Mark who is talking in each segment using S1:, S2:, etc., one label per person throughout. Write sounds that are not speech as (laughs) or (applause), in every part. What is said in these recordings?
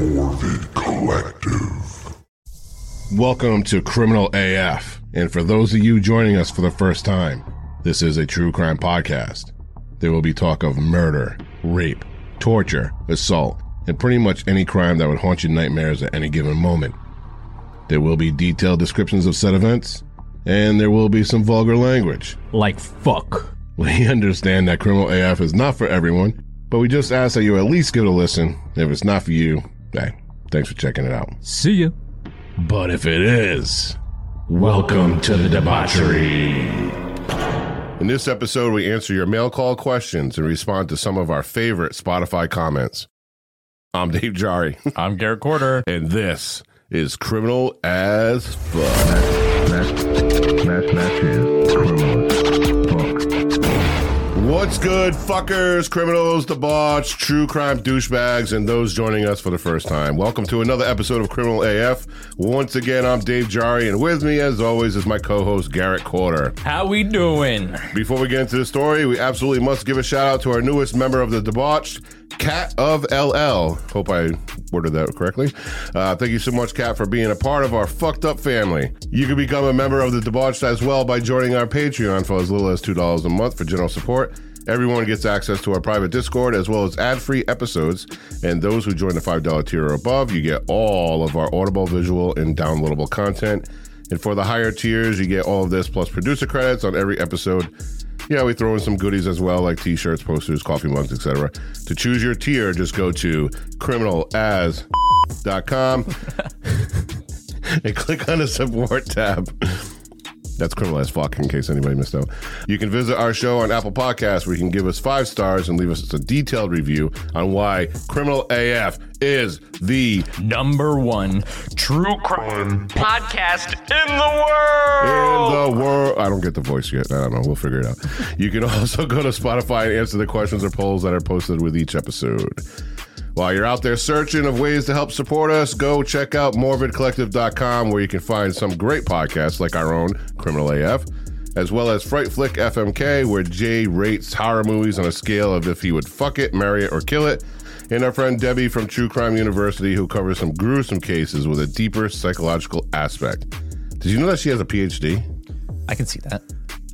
S1: Morbid Collective.
S2: Welcome to Criminal AF. And for those of you joining us for the first time, this is a true crime podcast. There will be talk of murder, rape, torture, assault, and pretty much any crime that would haunt your nightmares at any given moment. There will be detailed descriptions of said events, and there will be some vulgar language. (laughs)
S3: Like fuck.
S2: We understand that Criminal AF is not for everyone, but we just ask that you at least give it a listen. If it's not for you, hey, thanks for checking it out.
S3: See ya.
S2: But if it is, welcome to the debauchery. In this episode, we answer your mail call questions and respond to some of our favorite Spotify comments. I'm Dave (laughs) Jari,
S3: I'm Garrett Corder.
S2: and this is Criminal as Fuck. What's good, fuckers, criminals, debauched, true crime douchebags, and those joining us for the first time? Welcome to another episode of Criminal AF. Once again, I'm Dave Jari, and with me, as always, is my co host, Garrett Corder.
S3: How we doing?
S2: Before we get into the story, we absolutely must give a shout out to our newest member of the debauched, Cat of LL. Hope I worded that correctly. Uh, thank you so much, Cat, for being a part of our fucked up family. You can become a member of the debauched as well by joining our Patreon for as little as two dollars a month for general support. Everyone gets access to our private Discord as well as ad free episodes. And those who join the $5 tier or above, you get all of our audible, visual, and downloadable content. And for the higher tiers, you get all of this plus producer credits on every episode. Yeah, we throw in some goodies as well, like t-shirts, posters, coffee mugs, etc. To choose your tier, just go to criminalas.com (laughs) and click on the support tab. That's criminal as fuck. In case anybody missed out, you can visit our show on Apple Podcasts, where you can give us five stars and leave us a detailed review on why Criminal AF is the
S3: Number one true crime podcast in the
S2: in
S3: world.
S2: the world. I don't get the voice yet. I don't know. We'll figure it out. You can (laughs) also go to Spotify and answer the questions or polls that are posted with each episode. While you're out there searching of ways to help support us, go check out morbidcollective.com where you can find some great podcasts like our own Criminal AF, as well as Fright Flick FMK, where Jay rates horror movies on a scale of if he would fuck it, marry it, or kill it. And our friend Debbie from True Crime University, who covers some gruesome cases with a deeper psychological aspect. Did you know that she has a PhD?
S3: I can see that.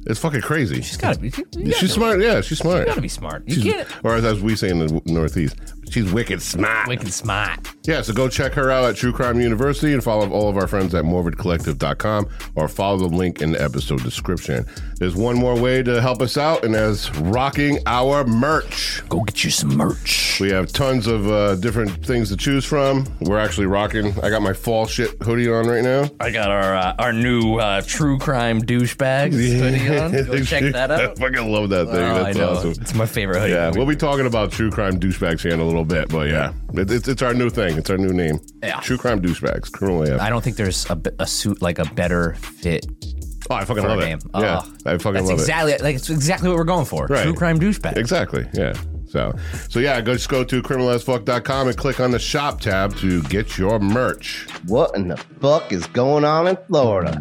S2: It's fucking crazy. She's,
S3: It's gotta be. You gotta,
S2: smart. Yeah, she's smart.
S3: you gotta be smart. You
S2: She's-
S3: get it.
S2: Or as, as we say in the w- Northeast, she's wicked smart.
S3: Wicked smart.
S2: Yeah, so go check her out at True Crime University and follow all of our friends at morbidcollective.com or follow the link in the episode description. There's one more way to help us out, and that's rocking our merch.
S3: Go get you some merch.
S2: We have tons of uh, different things to choose from. We're actually rocking. I got my fall shit hoodie on right now.
S3: I got our uh, our new uh, true
S2: (laughs)
S3: crime douchebags hoodie on. Go check that
S2: I
S3: out.
S2: fucking love that thing.
S3: Oh, I
S2: That's
S3: know.
S2: awesome.
S3: It's my favorite hoodie.
S2: Yeah, we'll be talking about true crime douchebags here in a little bit, but yeah, it, it's, it's our new thing. It's our new name.
S3: Yeah.
S2: True crime douchebags. Criminal AF.
S3: I don't think there's a, be- a suit like a better fit
S2: oh, I fucking
S3: for
S2: love
S3: a
S2: it.
S3: name.
S2: yeah,
S3: Oh,
S2: I fucking
S3: that's
S2: love
S3: exactly, Like it's exactly what we're going for.
S2: Right.
S3: True crime douchebag.
S2: it. Exactly. Yeah. So, so yeah, go just go to criminalasfuck.com and click on the shop tab to get your merch.
S4: What in the fuck is going on in Florida?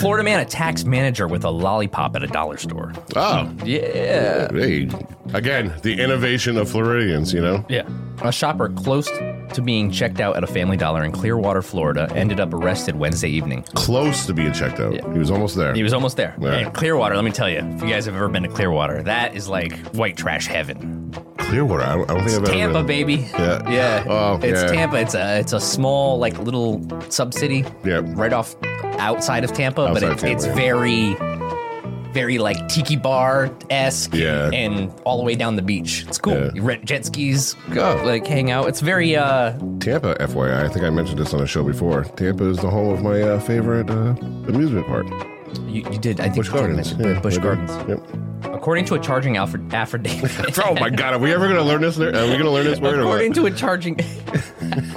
S3: Florida man attacks manager with a lollipop at a dollar store.
S2: Oh,
S3: Yeah.
S2: hey, again, the innovation of Floridians. You know,
S3: Yeah. A shopper close to being checked out at a Family Dollar in Clearwater, Florida, ended up arrested Wednesday evening.
S2: close to being checked out. He was almost there.
S3: He was almost there.
S2: Yeah.
S3: And Clearwater, let me tell you, if you guys have ever been to Clearwater, that is like white trash heaven.
S2: Clearwater. I don't, I don't think I've ever
S3: Tampa,
S2: been.
S3: baby.
S2: Yeah.
S3: Yeah.
S2: Oh,
S3: it's
S2: yeah.
S3: Tampa. It's a it's a small like little sub city.
S2: Yeah.
S3: Right off outside of Tampa,
S2: Outside
S3: but
S2: of
S3: it's
S2: Tampa,
S3: it's
S2: yeah.
S3: very very like tiki bar esque.
S2: Yeah.
S3: And all the way down the beach. It's cool.
S2: Yeah.
S3: You rent jet skis, go
S2: Oh.
S3: like hang out. It's very uh
S2: Tampa, FYI, I think I mentioned this on the show before. Tampa is the home of my uh, favorite uh, amusement park,
S3: you, you did I think
S2: Busch
S3: you did
S2: Gardens.
S3: mention
S2: Yeah,
S3: Busch
S2: I did.
S3: Gardens.
S2: Yep.
S3: According to a charging affid- affidavit.
S2: (laughs) Oh my
S3: (laughs)
S2: God, are we ever going to learn this? Are we going to learn this word? Or
S3: According
S2: what?
S3: to a charging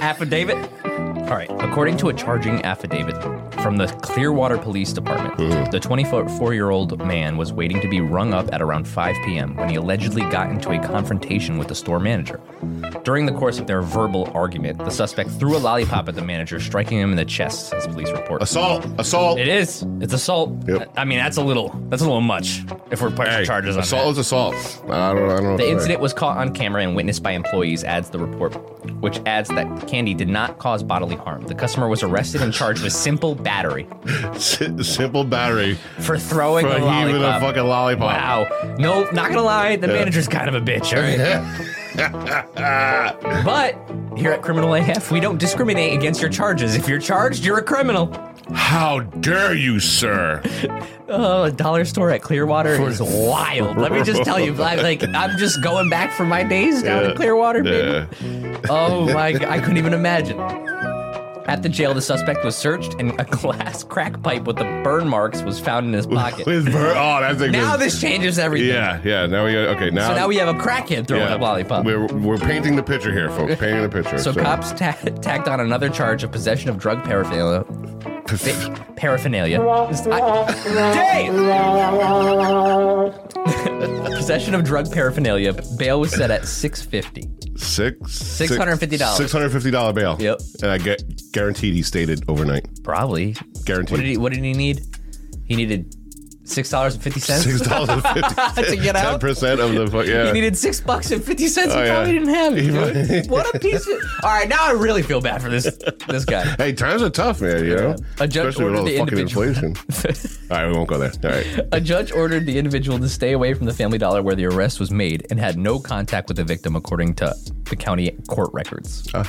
S3: affidavit, All right. According to a charging affidavit from the Clearwater Police Department,
S2: Hmm.
S3: the 24 year old man was waiting to be rung up at around 5 p.m. when he allegedly got into a confrontation with the store manager. During the course of their verbal argument, the suspect threw a lollipop at the manager, striking him in the chest, as police report.
S2: Assault! Assault!
S3: It is. It's assault.
S2: Yep.
S3: I mean, that's a little. That's a little much. If we're pushing charges on
S2: assault is assault. I don't. I don't know. what to
S3: that. The
S2: say.
S3: incident was caught on camera and witnessed by employees, adds the report, which adds that Candy did not cause bodily harm. The customer was arrested and charged with simple battery
S2: (laughs) Si- simple battery
S3: for throwing
S2: for
S3: a
S2: heaving a
S3: lollipop.
S2: fucking lollipop.
S3: wow. No, not gonna lie, the manager's kind of a bitch. All right?
S2: (laughs)
S3: but here at Criminal AF, we don't discriminate against your charges. If you're charged, you're a criminal.
S2: How dare you,
S3: (laughs)
S2: sir?
S3: Oh, dollar store at Clearwater
S2: (laughs)
S3: is wild. Let me just tell you, I'm like I'm just going back for my days down
S2: Yeah.
S3: in Clearwater. baby.
S2: Yeah.
S3: Oh my! g- I couldn't even imagine. At the jail, the suspect was searched, and a glass crack pipe with the burn marks was found in his pocket.
S2: With Bert. Oh, that thing.
S3: now
S2: was-
S3: this changes everything.
S2: Yeah, yeah. Now we got okay. Now,
S3: So now we have a crackhead throwing a lollipop.
S2: We're we're painting the picture here, folks. Painting the picture.
S3: so cops ta- tacked on another charge of possession of drug paraphernalia. pa- paraphernalia. I- Dave! (laughs) possession of drug paraphernalia. Bail was set at 650.
S2: six
S3: $650.
S2: Six hundred fifty dollar bail.
S3: Yep.
S2: And I get guaranteed he stayed it overnight.
S3: Probably. What
S2: Guaranteed.
S3: did he what did he need? He needed six dollars and fifty
S2: Six
S3: cents.
S2: dollars and fifty.
S3: (laughs) To get out?
S2: Ten percent of the fuck. Yeah.
S3: He needed six bucks and fifty cents.
S2: Oh,
S3: he
S2: yeah.
S3: probably didn't have
S2: (laughs)
S3: it.
S2: He-
S3: dude. (laughs) what a piece of All right, now I really feel bad for this
S2: (laughs)
S3: this guy.
S2: Hey, times are tough, man. You know,
S3: A judge
S2: especially with
S3: ordered
S2: all the,
S3: the
S2: fucking
S3: individual-
S2: inflation.
S3: (laughs)
S2: all right, we won't go there. All right.
S3: A judge ordered the individual to stay away from the Family Dollar where the arrest was made and had no contact with the victim, according to the county court records.
S2: Uh.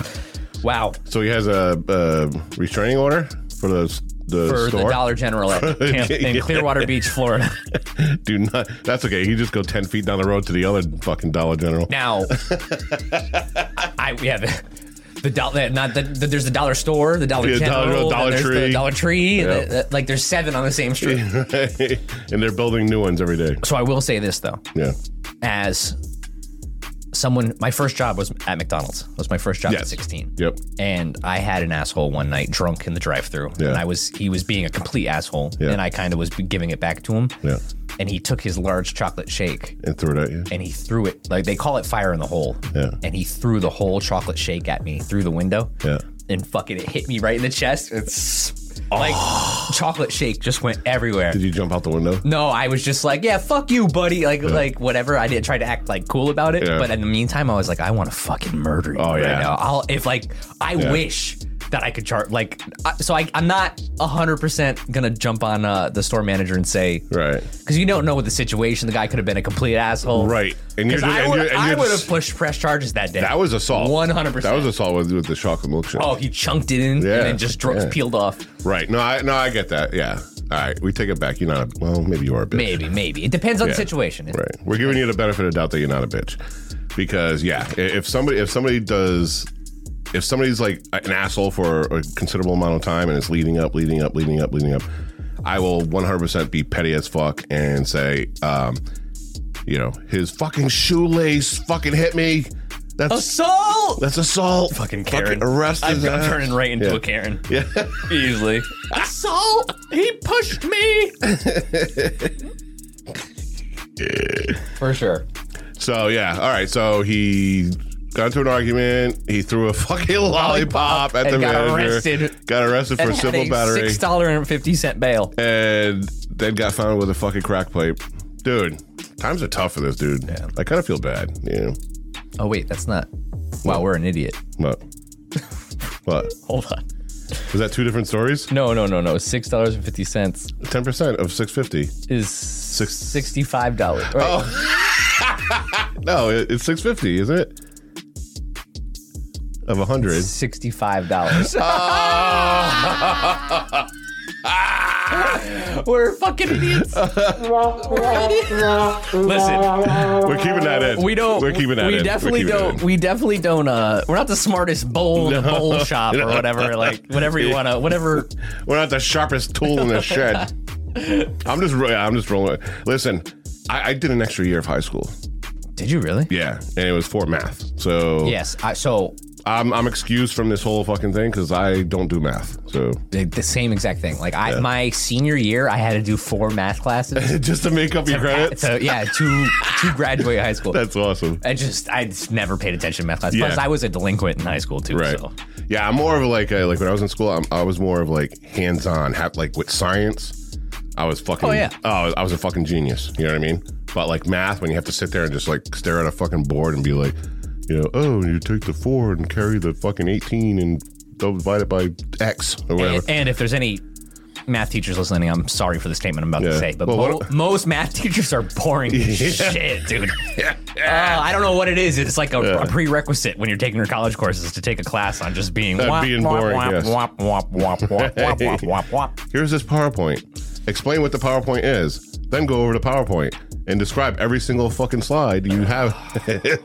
S3: wow.
S2: So he has a uh, restraining order for the the
S3: For
S2: store.
S3: the Dollar General at Camp in
S2: Yeah.
S3: Clearwater Beach, Florida.
S2: (laughs) Do not. That's okay. He just go ten feet down the road to the other fucking Dollar General. (laughs)
S3: Now, I yeah, the, the dollar not the, the there's the dollar store, the dollar
S2: Yeah, Dollar-
S3: general, then
S2: Dollar
S3: there's the
S2: Tree.
S3: dollar tree. and
S2: Yeah.
S3: the- the- like there's seven on the same street.
S2: (laughs) and they're building new ones every
S3: (laughs)
S2: day.
S3: so I will say this though,
S2: Yeah.
S3: as someone, my first job was at McDonald's. Was my first job at
S2: Yes.
S3: 16.
S2: Yep.
S3: And I had an asshole one night, drunk in the drive-through,
S2: Yeah.
S3: and I was he was being a complete asshole,
S2: Yeah.
S3: and I kind of was giving it back to him.
S2: Yeah.
S3: And he took his large chocolate shake
S2: And threw it at you.
S3: and he threw it like they call it fire in the hole.
S2: Yeah.
S3: And he threw the whole chocolate shake at me through the window.
S2: Yeah.
S3: And fucking it hit me right in the chest. It's like
S2: oh.
S3: chocolate shake just went everywhere.
S2: Did you jump out the window?
S3: No, I was just like, yeah, fuck you, buddy. Like, like whatever. I didn't try to act like cool about it,
S2: Yeah.
S3: but in the meantime, I was like, I want to fucking murder you
S2: Oh,
S3: right
S2: yeah.
S3: now. I'll if like I wish that I could chart like I, so. I, I'm not hundred percent gonna jump on uh, the store manager and say
S2: Right.
S3: because you don't know what the situation. The guy could have been a complete asshole,
S2: Right. And you're
S3: Because
S2: just-
S3: I
S2: and
S3: would-
S2: you're- and
S3: I
S2: you're
S3: would
S2: just-
S3: have pushed press charges that day.
S2: That was assault.
S3: 100%.
S2: That was assault with, with the chocolate milkshake.
S3: oh, he chunked it in
S2: Yeah,
S3: and then just drugs
S2: yeah.
S3: peeled off.
S2: Right. No, I no, I get that. Yeah. All right. We take it back. You're not. A, well, maybe you are a bitch.
S3: Maybe, maybe it depends on the
S2: Yeah.
S3: situation.
S2: Right. We're giving you the benefit of the doubt that you're not a bitch, because yeah, i- if somebody if somebody does. If somebody's like an asshole for a considerable amount of time and it's leading up, leading up, leading up, leading up, I will 100% be petty as fuck and say, um, you know, his fucking shoelace fucking hit me. That's
S3: Assault.
S2: that's assault.
S3: Fucking Karen.
S2: arrest
S3: I'm,
S2: his
S3: I'm
S2: ass.
S3: turning right into
S2: Yeah.
S3: a Karen.
S2: Yeah.
S3: (laughs)
S2: (laughs)
S3: Easily. Assault! He pushed me! For sure.
S2: So yeah, all right. So he got into an argument. He threw a (laughs) fucking lollipop at the
S3: and got
S2: manager.
S3: arrested.
S2: Got arrested for civil battery,
S3: Six dollar and fifty cent bail.
S2: and then got found with a fucking crack pipe. Dude, times are tough for this dude. I kind of feel bad. Yeah,
S3: Oh wait, that's not. Wow, we're an idiot.
S2: what? what?
S3: Hold on.
S2: Was that two different stories?
S3: No, no, no, no. Six dollars and fifty cents
S2: Ten percent of six fifty.
S3: is sixty-five dollars.
S2: No, it, it's six fifty, isn't it? Of a
S3: (laughs)
S2: hundred.
S3: Sixty-five (laughs) dollars. We're fucking idiots. Listen,
S2: We're keeping that in.
S3: we don't.
S2: We're keeping that
S3: We
S2: in. We're
S3: definitely
S2: keeping that
S3: don't.
S2: in.
S3: We definitely don't. Uh, we're not the smartest bowl in the bowl shop or
S2: (laughs) No.
S3: whatever. Like whatever you wanna, whatever.
S2: We're not the sharpest tool in the shed. I'm just, ro- I'm just rolling. Listen, I, I did an extra year of high school.
S3: Did you really?
S2: Yeah, and it was for math. So
S3: Yes. I, so
S2: I'm, I'm excused from this whole fucking thing because I don't do math. So (laughs)
S3: The, the same exact thing. Like I, my senior year, I had to do four math classes.
S2: just to make up your (laughs) credits,
S3: So yeah, to to graduate high school.
S2: that's awesome.
S3: I just I just never paid attention to math class. Plus,
S2: Yeah.
S3: I was a delinquent in high school too.
S2: Right.
S3: So.
S2: Yeah, I'm more of like a, like when I was in school, I'm, I was more of like hands on, ha- like with science. I was fucking.
S3: Oh, yeah.
S2: I was- I was a fucking genius. You know what I mean? But like math, when you have to sit there and just like stare at a fucking board and be like, you know, oh, you take the four and carry the fucking eighteen and divide it by X or whatever.
S3: And, and if there's any math teachers listening, I'm sorry for the statement I'm about
S2: Yeah.
S3: to say, but
S2: Well,
S3: mo-
S2: what-
S3: most math (laughs) teachers are boring as shit, dude. Uh, I don't know what it is. It's like a, a prerequisite when you're taking your college courses to take a class on just being
S2: Uh,
S3: womp,
S2: being
S3: womp,
S2: boring,
S3: womp,
S2: yes.
S3: womp, womp, womp, womp, womp,
S2: (laughs)
S3: womp, womp, womp.
S2: Here's this PowerPoint. Explain what the PowerPoint is. Then go over the PowerPoint and describe every single fucking slide you have.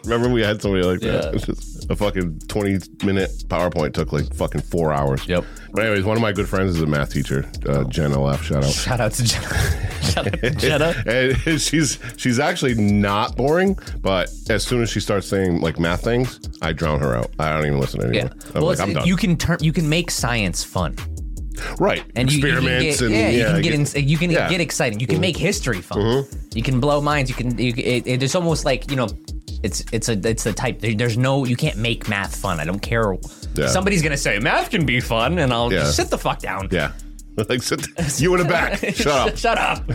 S2: (laughs) Remember, we had somebody like that. It's (laughs) just a fucking 20 minute PowerPoint took like fucking four hours.
S3: Yep.
S2: But, anyways, one of my good friends is a math teacher, uh, Jen LF. Shout out.
S3: Shout out to Jenna. (laughs) Shout out to (laughs) Jenna.
S2: (laughs) And she's she's actually not boring, but as soon as she starts saying like math things, I drown her out. I don't even listen anymore.
S3: Yeah.
S2: I'm
S3: well,
S2: like,
S3: it's-
S2: I'm done.
S3: you can turn, you can make science fun,
S2: right.
S3: and you, you can
S2: Experiments
S3: get,
S2: and
S3: yeah, you
S2: I
S3: can get, in, you can
S2: yeah. Mm-hmm.
S3: get exciting. You can make history fun. You can blow minds. You can. You, it, it- it's almost like you know, it's it's a it's the type. there- there's no you can't make math fun. I don't care.
S2: Yeah.
S3: Somebody's gonna say math can be fun, and I'll
S2: Yeah.
S3: just sit the fuck down.
S2: Yeah. (laughs) Like sit you in the
S3: (laughs)
S2: back. Shut up. (laughs)
S3: Shut up.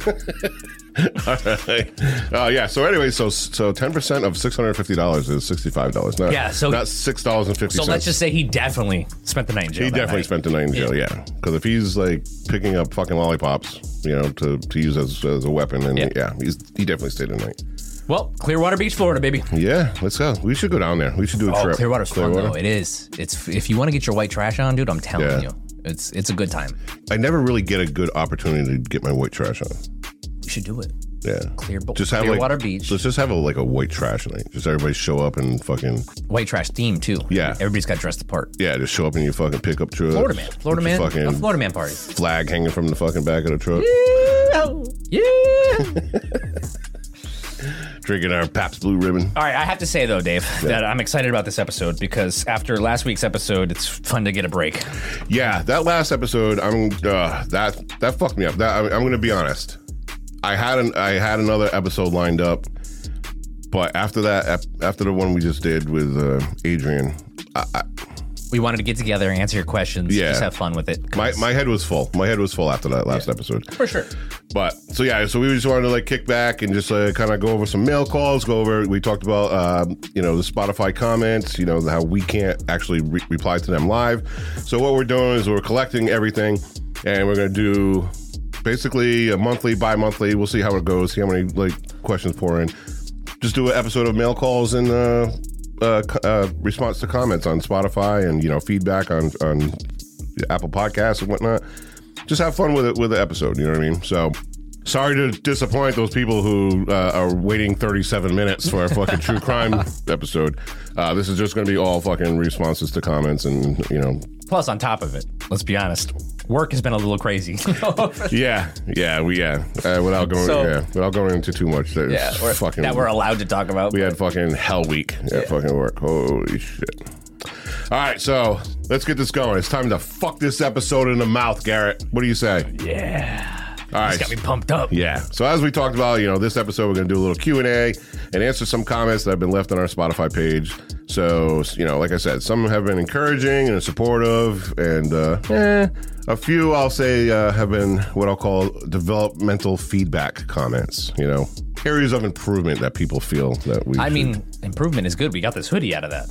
S2: Uh, yeah. So anyway, so so ten percent of six hundred fifty dollars is sixty five dollars.
S3: Yeah, so-
S2: not six dollars and fifty
S3: So
S2: cents.
S3: let's just say he definitely spent the night in jail.
S2: he
S3: that
S2: definitely
S3: night.
S2: spent the night in jail. Yeah, because if he's like picking up fucking lollipops, you know, to, to use as, as a weapon, and
S3: Yeah.
S2: yeah. he's he definitely stayed the night.
S3: Well, Clearwater Beach, Florida, baby.
S2: Yeah, let's go. We should go down there. We should do a
S3: Oh,
S2: trip.
S3: Clearwater's fun though.
S2: Clearwater.
S3: It is. It's if you want to get your white trash on, dude. I'm telling
S2: Yeah.
S3: you, it's it's a good time.
S2: I never really get a good opportunity to get my white trash on.
S3: You should do it.
S2: Yeah,
S3: Clear-
S2: Just have like,
S3: Clearwater Beach.
S2: Let's just have a like a white trash night. Just everybody show up and fucking
S3: White trash theme too.
S2: Yeah.
S3: everybody's got dressed apart.
S2: yeah, just show up in your fucking pickup truck.
S3: Florida man, Florida
S2: with
S3: man,
S2: your
S3: a
S2: Fucking
S3: Florida man party.
S2: flag hanging from the fucking back of the truck,
S3: Yeah.
S2: drinking our Pabst Blue Ribbon.
S3: All right, I have to say though, Dave, that I'm excited about this episode because after last week's episode, it's fun to get a break.
S2: Yeah, that last episode, I'm uh, that that fucked me up. That, I'm, I'm gonna be honest. I had an I had another episode lined up, but after that, ep- after the one we just did with uh, Adrian, I, I,
S3: We wanted to get together, answer your questions,
S2: Yeah.
S3: just have fun with it. 'cause-
S2: my my head was full. My head was full after that last episode.
S3: for sure.
S2: But so yeah, so we just wanted to like kick back and just uh, kind of go over some mail calls. Go over. We talked about um, you know the Spotify comments. You know how we can't actually re- reply to them live. So what we're doing is we're collecting everything, and we're gonna do basically a monthly, bi-monthly. We'll see how it goes. See how many like questions pour in. Just do an episode of mail calls and uh, uh, co- uh, response to comments on Spotify and you know feedback on on Apple Podcasts and whatnot just have fun with it with the episode. You know what I mean? So sorry to disappoint those people who uh, are waiting 37 minutes for a fucking true crime (laughs) episode. Uh, this is just going to be all fucking responses to comments and you know.
S3: Plus, on top of it, let's be honest, work has been a little crazy. (laughs)
S2: Yeah, yeah, we yeah. Uh, without going,
S3: So-
S2: yeah, without going into too much. There's
S3: Yeah, we're-
S2: fucking
S3: that we're allowed to talk about.
S2: we had fucking hell week at fucking work. Holy shit! All right, so let's get this going. It's time to fuck this episode in the mouth, Garrett. What do you say?
S3: yeah,
S2: All right,
S3: it's got me pumped up.
S2: Yeah. So as we talked about, you know, this episode we're going to do a little Q and A and answer some comments that have been left on our Spotify page. So you know, like I said, some have been encouraging and supportive, and uh, eh, a few I'll say uh, have been what I'll call developmental feedback comments. You know, areas of improvement that people feel that we.
S3: I
S2: should-
S3: mean, improvement is good. We got this hoodie out of that.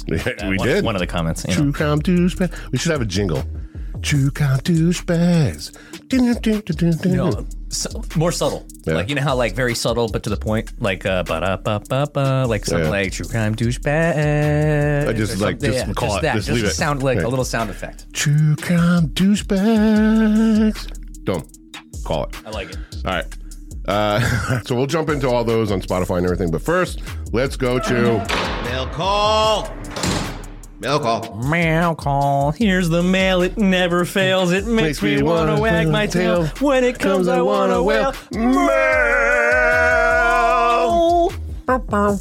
S2: (laughs)
S3: Uh,
S2: we
S3: one-
S2: did.
S3: one of the comments. you know.
S2: True crime douchebag. We should have a jingle. True crime douchebags. (laughs)
S3: No, so, more subtle.
S2: Yeah.
S3: Like you know how like very subtle but to the point. Like uh, ba da ba ba ba. Like something
S2: Yeah.
S3: like true crime douchebag.
S2: I just,
S3: or
S2: like,
S3: something.
S2: just call it.
S3: that.
S2: Just leave
S3: a
S2: it.
S3: sound like
S2: Right.
S3: a little sound effect.
S2: True crime douchebags. Don't call it.
S3: I like it.
S2: All right. Uh, (laughs) so we'll jump into all those on Spotify and everything. But first, let's go to
S4: Mail call. Mail call.
S3: Mail call. Here's the mail. It never fails. It makes, me wanna wag my tail. When it comes, I wanna wail.
S2: (laughs) Mail.
S3: Ba-ba-bow.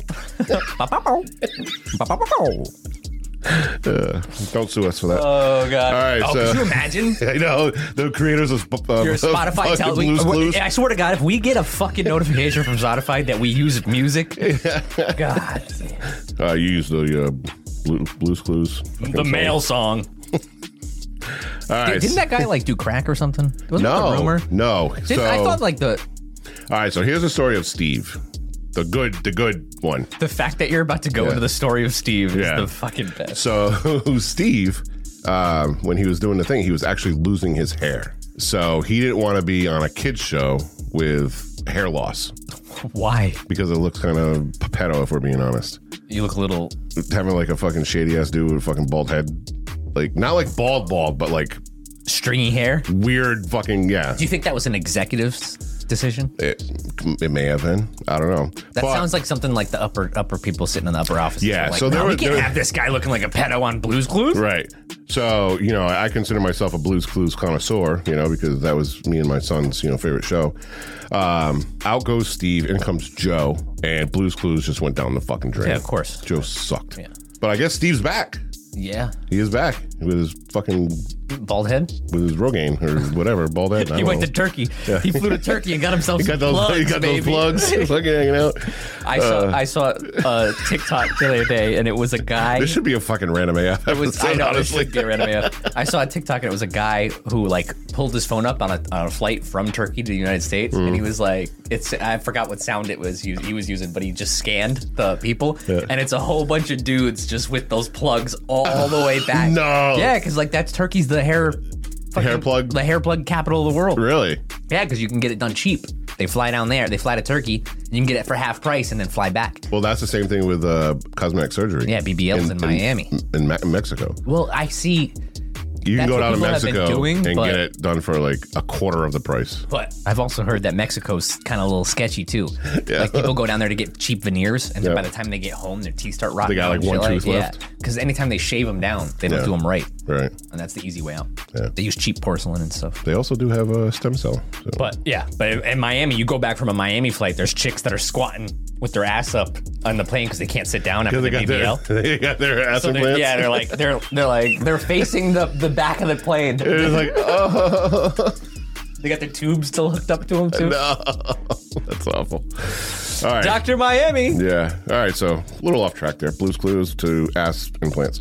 S3: Ba-ba-bow.
S2: Uh, don't sue us for that.
S3: (laughs) Oh god!
S2: All right,
S3: Oh,
S2: so-
S3: could you imagine?
S2: (laughs) I know the creators of Sp- (laughs) uh,
S3: Your Spotify
S2: fucking
S3: tells me.
S2: Blue's Clues.
S3: I swear to God, if we get a fucking notification from Spotify that we
S2: (laughs)
S3: use music, God,
S2: Uh, you use the uh, Blue, Blue's Clues.
S3: the male song.
S2: All right.
S3: Didn't that guy like do crack or something? Wasn't that
S2: no
S3: the rumor?
S2: no.
S3: Didn't-
S2: so
S3: I thought like the
S2: all right. So here's the story of Steve, the good the good one.
S3: the fact that you're about to go into the story of Steve
S2: Yeah.
S3: is the fucking best.
S2: So (laughs) Steve, um, when he was doing the thing, he was actually losing his hair. So he didn't want to be on a kids show with hair loss
S3: Why?
S2: because it looks kind of pedo if we're being honest.
S3: You look a little.
S2: Having like a fucking shady ass dude with a fucking bald head, like not like bald bald, but like
S3: stringy hair. Do
S2: weird fucking yeah.
S3: you think that was an executive's decision?
S2: It, it may have been. I don't know.
S3: That sounds like something like the upper upper people sitting in the upper office.
S2: Yeah, so there
S3: no, we
S2: was-
S3: can't
S2: there-
S3: have this guy looking like a pedo on Blues Clues.
S2: Right. So, you know, I consider myself a Blues Clues connoisseur, you know, because that was me and my son's, you know, favorite show. Um, out goes Steve, in comes Joe, and Blues Clues just went down the fucking drain.
S3: Yeah, of course.
S2: Joe sucked. But I guess Steve's back.
S3: Yeah,
S2: He is back with his fucking
S3: bald head.
S2: with his Rogaine or whatever
S3: (laughs)
S2: bald head. I
S3: He
S2: don't
S3: went
S2: know.
S3: to
S2: (laughs)
S3: Turkey. He flew to Turkey and got himself
S2: He
S3: some
S2: got those,
S3: plugs.
S2: he got
S3: baby.
S2: those plugs. fucking hanging
S3: (laughs)
S2: out.
S3: I saw I saw uh, TikTok the other day, and it was a guy.
S2: This should be a fucking random AF.
S3: It was, I know, honestly. should get rid of me. I saw a TikTok and it was a guy who like pulled his phone up on a, on a flight from Turkey to the United States, and
S2: Mm.
S3: he was like, "It's I forgot what sound it was he, he was using, but he just scanned the people, and it's a whole bunch of dudes just with those plugs all the way back.
S2: (sighs) No.
S3: yeah, because like that's Turkey's the hair fucking-
S2: Hair plug?
S3: the hair plug capital of the world.
S2: Really?
S3: Yeah, because you can get it done cheap. They fly down there, they fly to Turkey, and you can get it for half price, and then fly back.
S2: Well, that's the same thing with uh, cosmetic surgery.
S3: Yeah, BBLs in, Miami.
S2: in Me- Mexico.
S3: well, I see.
S2: You can
S3: That's
S2: go
S3: what
S2: down to
S3: people have been
S2: Mexico
S3: doing,
S2: and
S3: but-
S2: get it done for like a quarter of the price.
S3: But I've also heard that Mexico's kind of a little sketchy (laughs) too. Like people go down there to get cheap veneers, and
S2: Yeah.
S3: then by the time they get home, their teeth start
S2: They
S3: rotting.
S2: got,
S3: out
S2: like,
S3: and
S2: one
S3: shit
S2: tooth left.
S3: Because anytime they shave them down, they don't
S2: Yeah.
S3: do them right,
S2: Right.
S3: and that's the easy way out.
S2: Yeah.
S3: They use cheap porcelain and stuff.
S2: They also do have a stem cell. So.
S3: But yeah, but in Miami, you go back from a Miami flight. There's chicks that are squatting with their ass up on the plane because they can't sit down after
S2: they
S3: the
S2: got their, (laughs)
S3: BBL.
S2: they got their ass
S3: So they're,
S2: implants.
S3: yeah, they're like they're they're like they're facing the, the back of the plane.
S2: They're just
S3: (laughs)
S2: like, oh
S3: They got their tubes still hooked up to them too.
S2: no, that's awful. All right,
S3: Doctor Miami.
S2: yeah. All right, so a little off track there. Blues Clues to ass implants.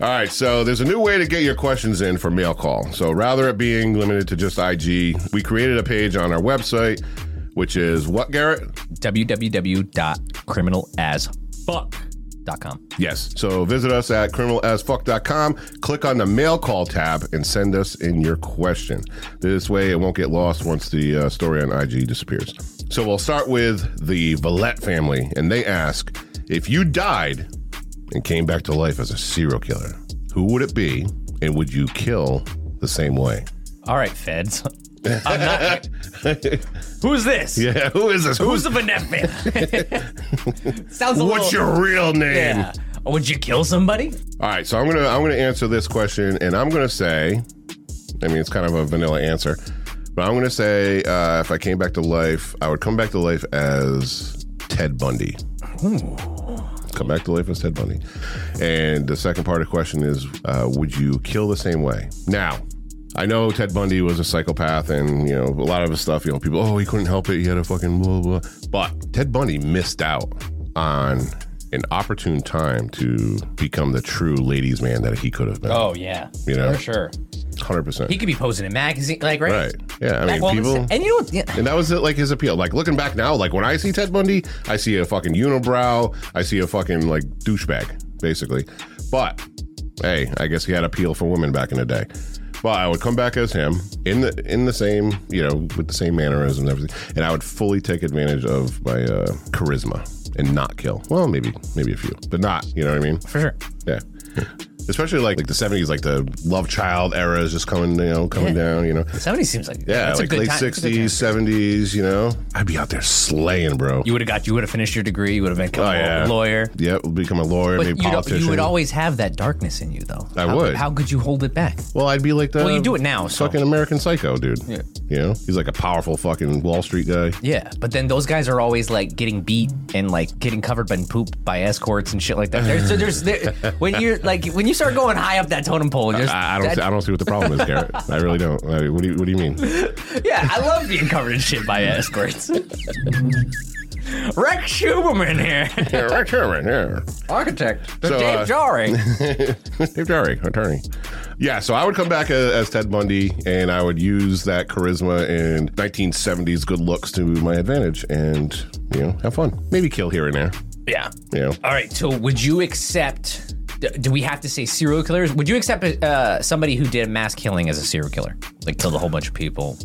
S2: All right, so there's a new way to get your questions in for mail call. So rather it being limited to just IG, we created a page on our website, which is what Garrett
S3: www.criminalasfuck.com.
S2: Yes. So visit us at criminalasfuck.com, click on the mail call tab, and send us in your question. This way, it won't get lost once the uh, story on IG disappears. So we'll start with the Valette family, and they ask if you died and came back to life as a serial killer, who would it be, and would you kill the same way? (laughs)
S3: All right, feds. I'm not. Who's this?
S2: Yeah, who is this?
S3: Who's the
S2: (laughs)
S3: Vanette man? Sounds a
S2: What's
S3: little.
S2: your real name?
S3: Yeah. Oh, Would you kill somebody?
S2: All right, so I'm gonna I'm gonna answer this question, and I'm gonna say, I mean, it's kind of a vanilla answer, but I'm gonna say uh, if I came back to life, I would come back to life as Ted Bundy.
S3: Hmm.
S2: Come back to life as Ted Bundy. And the second part of the question is, uh, would you kill the same way? Now, I know Ted Bundy was a psychopath, and you know a lot of his stuff. You know, people, oh, he couldn't help it. He had a fucking blah blah. But Ted Bundy missed out on an opportune time to become the true ladies' man that he could have been.
S3: Oh yeah.
S2: You know.
S3: For sure.
S2: hundred percent.
S3: He could be posing in magazine, like right.
S2: Right. Yeah. I
S3: Back
S2: mean,
S3: wall
S2: people.
S3: and you know what? Yeah.
S2: And that was it, like his appeal. Like looking back now, like when I see Ted Bundy, I see a fucking unibrow, I see a fucking like douchebag, basically. But hey, I guess he had appeal for women back in the day. But I would come back as him in the in the same, you know, with the same mannerisms and everything, and I would fully take advantage of my uh, charisma and not kill. Well, maybe maybe a few, but not. You know what I mean?
S3: For sure.
S2: Yeah. especially like, like the seventies, like the love child era is just coming, you know, coming down, you know.
S3: 70 seems like
S2: Yeah,
S3: that's a
S2: like
S3: good
S2: late
S3: time- that's a good time.
S2: sixties, seventies, you know. I'd be out there slaying, bro.
S3: You would have got you would have finished your degree. You would have become
S2: Oh, yeah.
S3: a lawyer.
S2: yeah, become a lawyer,
S3: But
S2: maybe
S3: you'd-
S2: politician.
S3: you would always have that darkness in you, though.
S2: I
S3: how,
S2: would.
S3: How could you hold it back?
S2: well, I'd be like the
S3: Well, you do it now, so-
S2: fucking American Psycho, dude. Yeah, you know, he's like a powerful fucking Wall Street guy.
S3: Yeah, but then those guys are always like getting beat and like getting covered by poop by escorts and shit like that. There's, there's, there, when you're like when you start going high up that totem pole, just
S2: I, I don't, see, I don't see what the problem is,
S3: (laughs)
S2: Garrett. I really don't. I- what do you, what do you mean?
S3: yeah, I love being covered in shit by escorts. (laughs) Rex Schuberman here,
S2: Yeah, right here, right here.
S3: architect, the
S2: So,
S3: Dave
S2: uh,
S3: Jari.
S2: Dave Jarry, (laughs) attorney. Yeah, so I would come back as, as Ted Bundy, and I would use that charisma and 1970s good looks to my advantage, and you know, have fun. Maybe kill here and there.
S3: (laughs) yeah.
S2: You know,
S3: All right. So would you accept? d- Do we have to say serial killers? Would you accept uh, somebody who did mass killing as a serial killer, like killed a whole bunch of people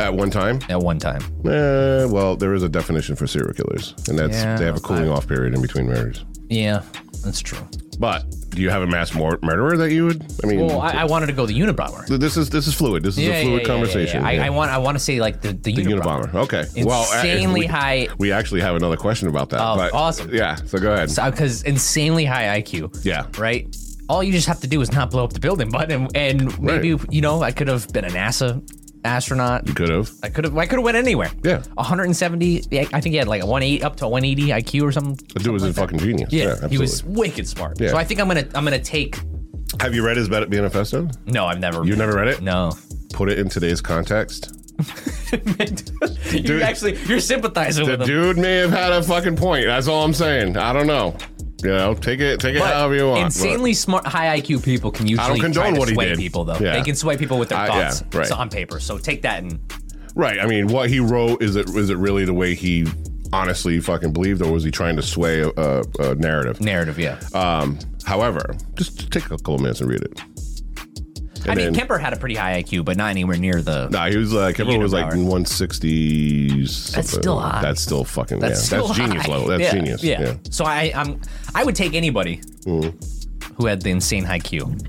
S2: at one time.
S3: at one time?
S2: Eh, well, there is a definition for serial killers, and that's
S3: Yeah,
S2: they have a cooling off period in between murders.
S3: Yeah, that's true.
S2: But do you have a mass mur- murderer that you would? I mean,
S3: Well, I, I wanted to go the Unabomber.
S2: th- this is this is fluid. This is a fluid conversation.
S3: I,
S2: Yeah.
S3: I want I want to say like the the,
S2: The
S3: Unabomber.
S2: Unabomber. Okay.
S3: Insanely
S2: we-
S3: high-
S2: We actually have another question about that.
S3: Oh,
S2: but-
S3: awesome.
S2: Yeah. So go ahead.
S3: because uh, insanely high IQ.
S2: Yeah.
S3: Right. All you just have to do is not blow up the building, but and, and maybe
S2: Right.
S3: you know I could have been a NASA astronaut.
S2: You could have.
S3: I could have I could have went anywhere.
S2: Yeah.
S3: 170. yeah, I think he had like a 180 up to a 180 IQ or something.
S2: The dude was a fucking genius. Yeah.
S3: Yeah,
S2: absolutely.
S3: he was wicked smart.
S2: Yeah.
S3: So I think I'm gonna I'm gonna take.
S2: Have you read his Bet- manifesto?
S3: No, I've never.
S2: You've never read it?
S3: (laughs) No.
S2: Put it in today's context.
S3: you actually you're sympathizing
S2: The
S3: with him.
S2: dude may have had a fucking point. That's all I'm saying. I don't know. You know, take it, take it
S3: But
S2: however you want.
S3: Insanely smart, high IQ people can usually
S2: condone
S3: try to
S2: what he
S3: sway
S2: did.
S3: people, though.
S2: Yeah.
S3: They can sway people with their
S2: I- yeah,
S3: thoughts
S2: right.
S3: so- on paper. So take that and
S2: But- right. I mean, what he wrote is it is it really the way he honestly fucking believed, or was he trying to sway a, a, a narrative?
S3: narrative, yeah.
S2: Um, however, just take a couple minutes and read it.
S3: I mean,
S2: then-
S3: Kemper had a pretty high IQ, but not anywhere near the.
S2: Nah, he was like everyone was like
S3: Unibrower.
S2: 160.
S3: That's still high.
S2: That's still fucking yeah.
S3: still
S2: that's genius
S3: high.
S2: level. That's
S3: Yeah,
S2: genius.
S3: Yeah.
S2: Yeah.
S3: So I, I'm, I would take anybody
S2: Mm-hmm.
S3: who had the insane IQ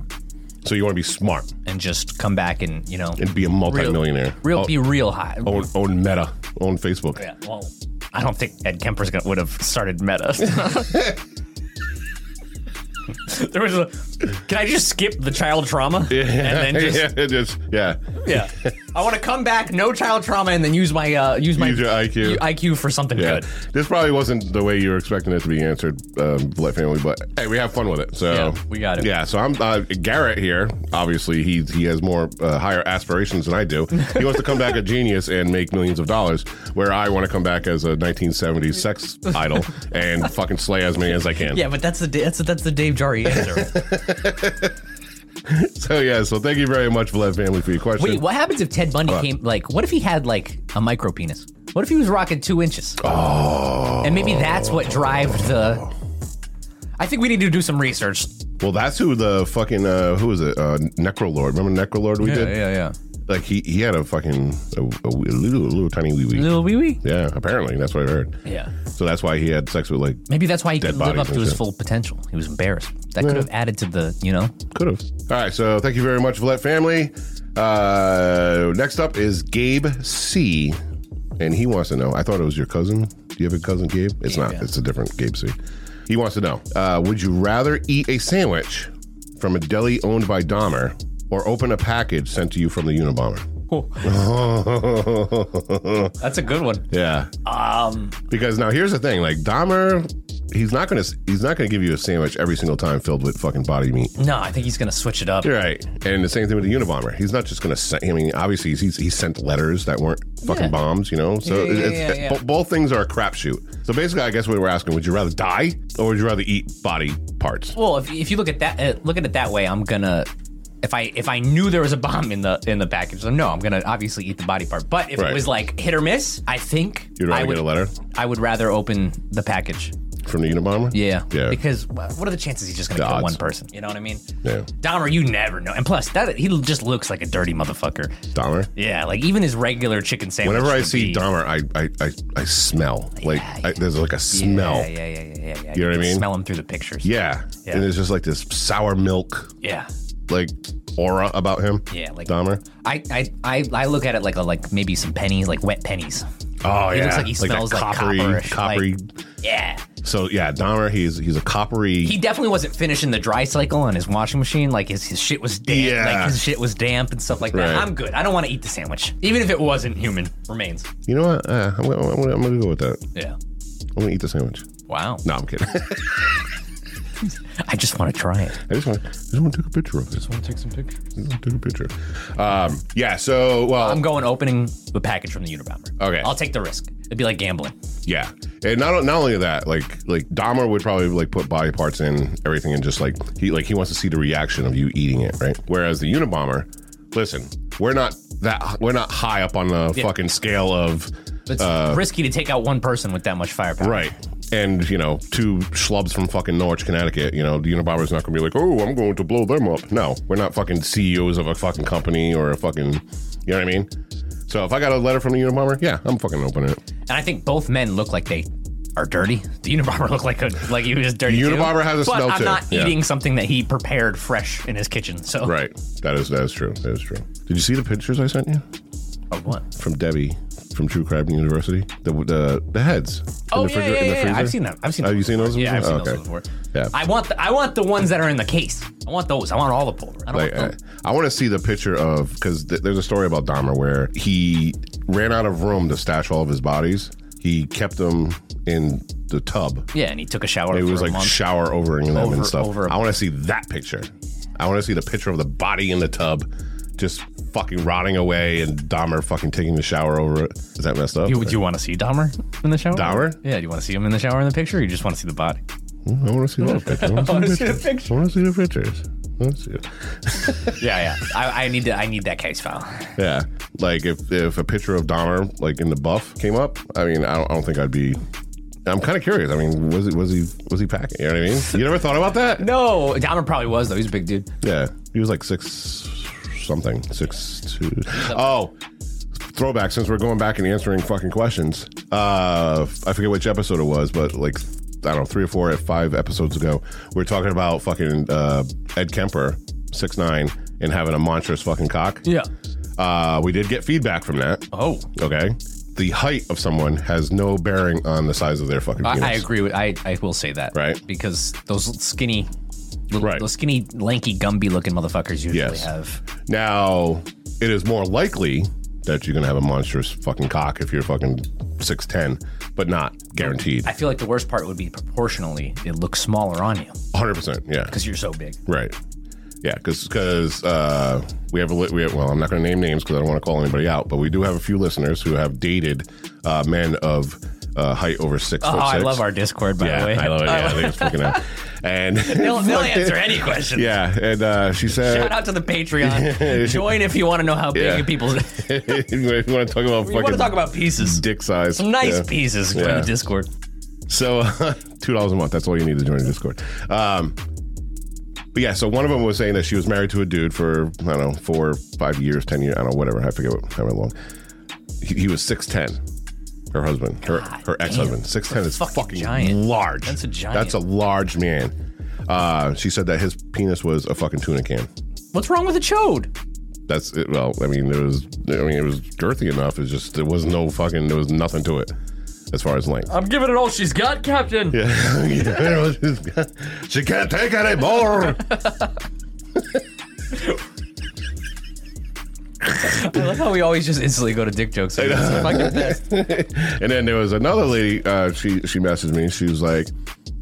S2: So you want to be smart
S3: and just come back and you know,
S2: and be a multimillionaire. Oh.
S3: real,
S2: own,
S3: be real high.
S2: own, own Meta, own Facebook.
S3: Yeah, well, I don't think Ed Kemper's gonna would have
S2: (laughs)
S3: started Meta. (laughs) there was a. Can I just skip the child trauma and then
S2: (laughs)
S3: just
S2: yeah, just- yeah.
S3: yeah? I want to come back, no child trauma, and then use my uh, use my
S2: Use your IQ.
S3: IQ for something
S2: Yeah.
S3: good.
S2: This probably wasn't the way you were expecting it to be answered, um, Black family. But hey, we have fun with it. So
S3: Yeah, we got it.
S2: Yeah. So I'm uh, Garrett here. Obviously, he he has more uh, higher aspirations than I do. He wants to come back a genius and make millions of dollars, where I want to come back as a 1970s sex idol and fucking slay as many as I can.
S3: Yeah, but that's the that's the, that's the Dave Jari answer.
S2: So yeah. So thank you very much, Vlad family, for your question.
S3: Wait, what happens if Ted Bundy came? Like, what if he had like a micro penis? What if he was rocking two inches? Oh, and maybe that's what drived the. I think we need to do some research.
S2: Well, that's who the fucking uh, who is it? Uh, Necrolord. Remember Necrolord? We did.
S3: yeah.
S2: Like he he had a fucking a, a little, little tiny wee wee.
S3: Little wee wee.
S2: Yeah, apparently that's what I heard.
S3: Yeah.
S2: So that's why he had sex with like
S3: Maybe that's why he couldn't live
S2: bodies
S3: up to
S2: and
S3: his
S2: shit.
S3: full potential. He was embarrassed. That could have added to the, you know.
S2: could have. All right, so thank you very much, Villette family. Uh, next up is Gabe C, and he wants to know. I thought it was your cousin. Do you have a cousin, Gabe? It's not. It's a different Gabe C. He wants to know. Uh, would you rather eat a sandwich from a deli owned by Dahmer or open a package sent to you from the Unabomber? (laughs)
S3: That's a good one.
S2: Yeah. Um. Because now here's the thing, like Dahmer, he's not gonna he's not gonna give you a sandwich every single time filled with fucking body meat.
S3: No, I think he's going to switch it up.
S2: You're right. And the same thing with the Unabomber. He's not just gonna send. I mean, obviously he's, he's he sent letters that weren't fucking
S3: Yeah.
S2: bombs, you know. So
S3: Yeah, yeah,
S2: it's,
S3: yeah, yeah.
S2: bo- both things are a crapshoot. So basically, I guess what we're asking: Would you rather die or would you rather eat body parts?
S3: Well, if, if you look at that, uh, look at it that way, I'm gonna. If I if I knew there was a bomb in the in the package, then no, I'm gonna obviously eat the body part. But if
S2: Right.
S3: it was like hit or miss, I think
S2: You'd rather
S3: I would
S2: get a letter.
S3: I would rather open the package.
S2: from the Unabomber?
S3: Yeah.
S2: Yeah.
S3: Because wha- what are the chances he's just going to
S2: The
S3: kill
S2: odds.
S3: one person? You know what I mean?
S2: Yeah.
S3: Dahmer, you never know. And plus, that he just looks like a dirty motherfucker.
S2: Dahmer.
S3: Yeah, like even his regular chicken sandwich.
S2: Whenever I
S3: would
S2: see
S3: be-
S2: Dahmer, I I, I, I smell like I, there's like a smell.
S3: Yeah, yeah, yeah, yeah, yeah. yeah.
S2: You know what I
S3: can
S2: mean?
S3: Smell him through the pictures.
S2: Yeah.
S3: Yeah.
S2: And there's just like this sour milk
S3: Yeah.
S2: like aura about him.
S3: Yeah, like-
S2: Dahmer.
S3: I, I, I, I look at it like a like maybe some pennies, like wet pennies.
S2: Oh
S3: He
S2: yeah.
S3: looks like he
S2: that
S3: smells like
S2: coppery,
S3: copperish,
S2: coppery.
S3: Yeah.
S2: so yeah, Dahmer. He's he's a coppery.
S3: He definitely wasn't finishing the dry cycle on his washing machine. Like his, his shit was damp.
S2: Yeah.
S3: Like his shit was damp and stuff like that.
S2: Right.
S3: I'm good. I don't want to eat the sandwich. Even if it wasn't human remains.
S2: you know what? Uh, I'm, gonna, I'm, gonna, I'm gonna go with that.
S3: Yeah.
S2: I'm gonna eat the sandwich.
S3: Wow.
S2: No, I'm kidding. (laughs) I
S3: I just want to try it.
S2: just want I just want to take a picture of this. I
S3: want to take some pictures.
S2: just want to take a picture. Um, yeah. So well,
S3: I'm going opening the package from the Unabomber.
S2: Okay.
S3: I'll take the risk. It'd be like gambling.
S2: Yeah, and not not only that, like like Dahmer would probably like put body parts in everything and just like he like he wants to see the reaction of you eating it, right? Whereas the Unabomber, listen, we're not that we're not high up on the
S3: Yeah.
S2: fucking scale of
S3: It's
S2: Uh.
S3: risky to take out one person with that much firepower.
S2: right. And you know, two schlubs from fucking Norwich, Connecticut. You know, the Unabomber's not gonna be like, oh, I'm going to blow them up. No, we're not fucking CEOs of a fucking company or a fucking, you know what I mean? So if I got a letter from the Unabomber, yeah, I'm fucking opening it.
S3: And I think both men look like they are dirty. The Unabomber (laughs) looked like a, like he was dirty.
S2: The
S3: too.
S2: Unabomber has a
S3: but
S2: smell
S3: I'm
S2: too.
S3: not
S2: Yeah.
S3: eating something that he prepared fresh in his kitchen. So
S2: Right. That is that is true. That is true. Did you see the pictures I sent you
S3: (laughs) Of what?
S2: from Debbie from True Crime University? The the, the heads. in
S3: Oh
S2: the
S3: yeah,
S2: freezer-
S3: yeah,
S2: in the
S3: yeah, yeah.
S2: freezer?
S3: I've seen that. I've seen.
S2: Oh,
S3: those
S2: you seen those?
S3: before. Yeah, I've
S2: before?
S3: seen
S2: Oh,
S3: those
S2: okay.
S3: before.
S2: Yeah.
S3: I want the I want the ones that are in the case. I want those. I want all the pulver. I don't
S2: like, uh, I,
S3: want the,
S2: I want to see the picture of because th- there's a story about Dahmer where he ran out of room to stash all of his bodies. He kept them in the tub.
S3: yeah, and he took a shower.
S2: It
S3: for
S2: was
S3: a
S2: like
S3: month.
S2: shower overing them
S3: Over-
S2: and stuff.
S3: over a-
S2: I want to see that picture. I want to see the picture of the body in the tub, just fucking rotting away, and Dahmer fucking taking the shower over it. Is that messed up?
S3: You, do you want to see Dahmer in the shower?
S2: Dahmer?
S3: Yeah, do you want to see him in the shower in the picture, or you just want to see the body?
S2: I want to see that picture. I
S3: (laughs)
S2: want to see the pictures. I want to see the pictures. I want to see it.
S3: Yeah, yeah. I, I need to, I need that case file.
S2: Yeah, like if if a picture of Dahmer like in the buff came up, I mean, I don't, I don't think I'd be. I'm kind of curious. I mean, was he was he was he packing? You know what I mean? You never thought about that?
S3: No, Dahmer probably was though. He's a big dude.
S2: Yeah, he was like six something, six two. Oh, throwback. Since we're going back and answering fucking questions, uh, I forget which episode it was, but like I don't know, three or four, five episodes ago, we were talking about fucking uh, Ed Kemper, six nine, and having a monstrous fucking cock.
S3: Yeah.
S2: Uh, we did get feedback from that.
S3: Oh,
S2: Okay. The height of someone has no bearing on the size of their fucking
S3: I,
S2: penis.
S3: I agree with. I, I will say that.
S2: Right.
S3: Because those skinny, little,
S2: Right.
S3: those skinny, lanky, Gumby looking motherfuckers usually
S2: Yes.
S3: have.
S2: Now, it is more likely that you're going to have a monstrous fucking cock if you're fucking 6'10, but not guaranteed.
S3: I feel like the worst part would be proportionally, it looks smaller on you
S2: 100%. Yeah.
S3: because you're so big.
S2: Right. Yeah, because uh, we have a li- we have, well, I'm not going to name names because I don't want to call anybody out, but we do have a few listeners who have dated uh, men of uh, height over six
S3: Oh,
S2: foot
S3: I
S2: six.
S3: love our Discord by (laughs)
S2: yeah,
S3: the way.
S2: I love it. Yeah, I think it's freaking out. And (laughs)
S3: (laughs) They'll, they'll answer any question.
S2: yeah, and uh, she said,
S3: Shout out to
S2: (laughs)
S3: the Patreon. Join if you want to know how big
S2: Yeah. (laughs)
S3: (laughs) people's.
S2: if you want to talk about
S3: we
S2: fucking
S3: want to talk about pieces.
S2: dick size.
S3: Nice
S2: Yeah.
S3: pieces. Join
S2: Yeah.
S3: the Discord.
S2: So (laughs) two dollars a month. That's all you need to join the Discord. Um, but yeah, so one of them was saying that she was married to a dude for I don't know four, five years, ten years, I don't know, whatever. I forget what, however long. He, he was six ten. Her husband, her her ex husband, six ten is
S3: fucking
S2: fucking,
S3: giant.
S2: large.
S3: That's a giant.
S2: That's a large man. Uh, she said that his penis was a fucking tuna can.
S3: What's wrong with a chode?
S2: That's it. Well, I mean, it was. I mean, it was girthy enough. It's just there was no fucking. There was nothing to it, as far as
S3: (laughs)
S2: length.
S3: I'm giving it all she's got, Captain.
S2: Yeah. (laughs) she can't take any more.
S3: I love how we always just instantly go to dick jokes. It's the
S2: (laughs)
S3: fucking best.
S2: and then there was another lady. Uh, she she messaged me. She was like,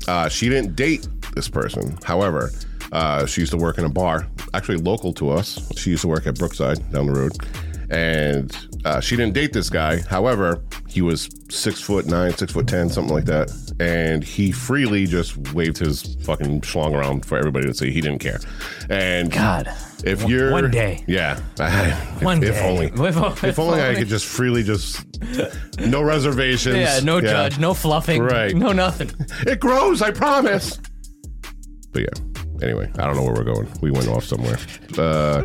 S2: uh, she didn't date this person. However, uh, she used to work in a bar, actually local to us. She used to work at Brookside down the road, and uh, she didn't date this guy. However, he was six foot nine, six foot ten, something like that, and he freely just waved his fucking schlong around for everybody to see. He didn't care. And
S3: God.
S2: if
S3: One-
S2: you're
S3: one day.
S2: yeah, (laughs) if,
S3: One
S2: if
S3: day.
S2: only,
S3: (laughs) If o-
S2: if, only I could just freely just no reservations.
S3: Yeah, no judge, no fluffing,
S2: Right.
S3: no nothing.
S2: It grows, I promise. But yeah. Anyway, I don't know where we're going. We went off somewhere. Uh,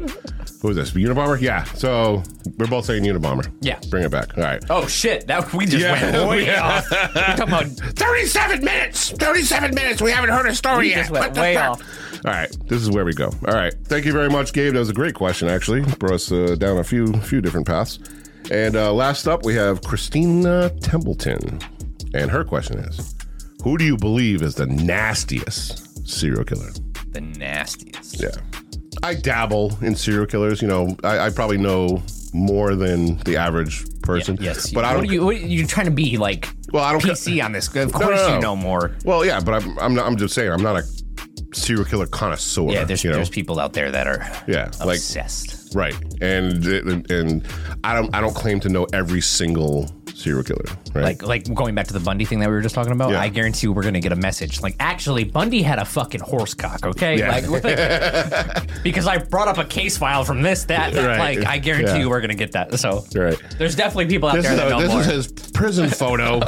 S2: who is this? Unabomber? Yeah. So we're both saying Unabomber.
S3: Yeah.
S2: Bring it back. All right.
S3: Oh shit! That we just
S2: Yeah.
S3: went
S2: (laughs)
S3: way
S2: Yeah.
S3: off. We're talking about
S2: 37 minutes! 37 minutes! We haven't heard a story
S3: We just went way off.
S2: All right, this is where we go. All right, thank you very much, Gabe. That was a great question, actually. Brought us uh, down a few few different paths. And uh, last up, we have Christina Templeton, and her question is: Who do you believe is the nastiest serial killer?
S3: the nastiest.
S2: Yeah, I dabble in serial killers. You know, I, I probably know more than the average person.
S3: Yes.
S2: but I
S3: what
S2: don't.
S3: Are you, what are you trying to be like?
S2: Well, I don't ca-
S3: PC on this. Of course
S2: no, no.
S3: you know more.
S2: well, yeah, but I'm I'm, not, I'm just saying I'm not a serial killer connoisseur.
S3: Yeah, there's
S2: you know?
S3: there's people out there that are
S2: yeah, like
S3: obsessed.
S2: Right, and and and I don't I don't claim to know every single serial killer. Right,
S3: Like like going back to the Bundy thing that we were just talking about.
S2: Yeah.
S3: I guarantee you we're gonna get a message. Like actually, Bundy had a fucking horse cock. Okay,
S2: Yeah. (laughs)
S3: like, because I brought up a case file from this that. that,
S2: Right.
S3: Like I guarantee
S2: Yeah.
S3: you we're gonna get that. So
S2: Right.
S3: there's definitely people out
S2: this,
S3: there
S2: is,
S3: that
S2: a- (laughs)
S3: know
S2: this
S3: more.
S2: is his
S3: (laughs)
S2: prison photo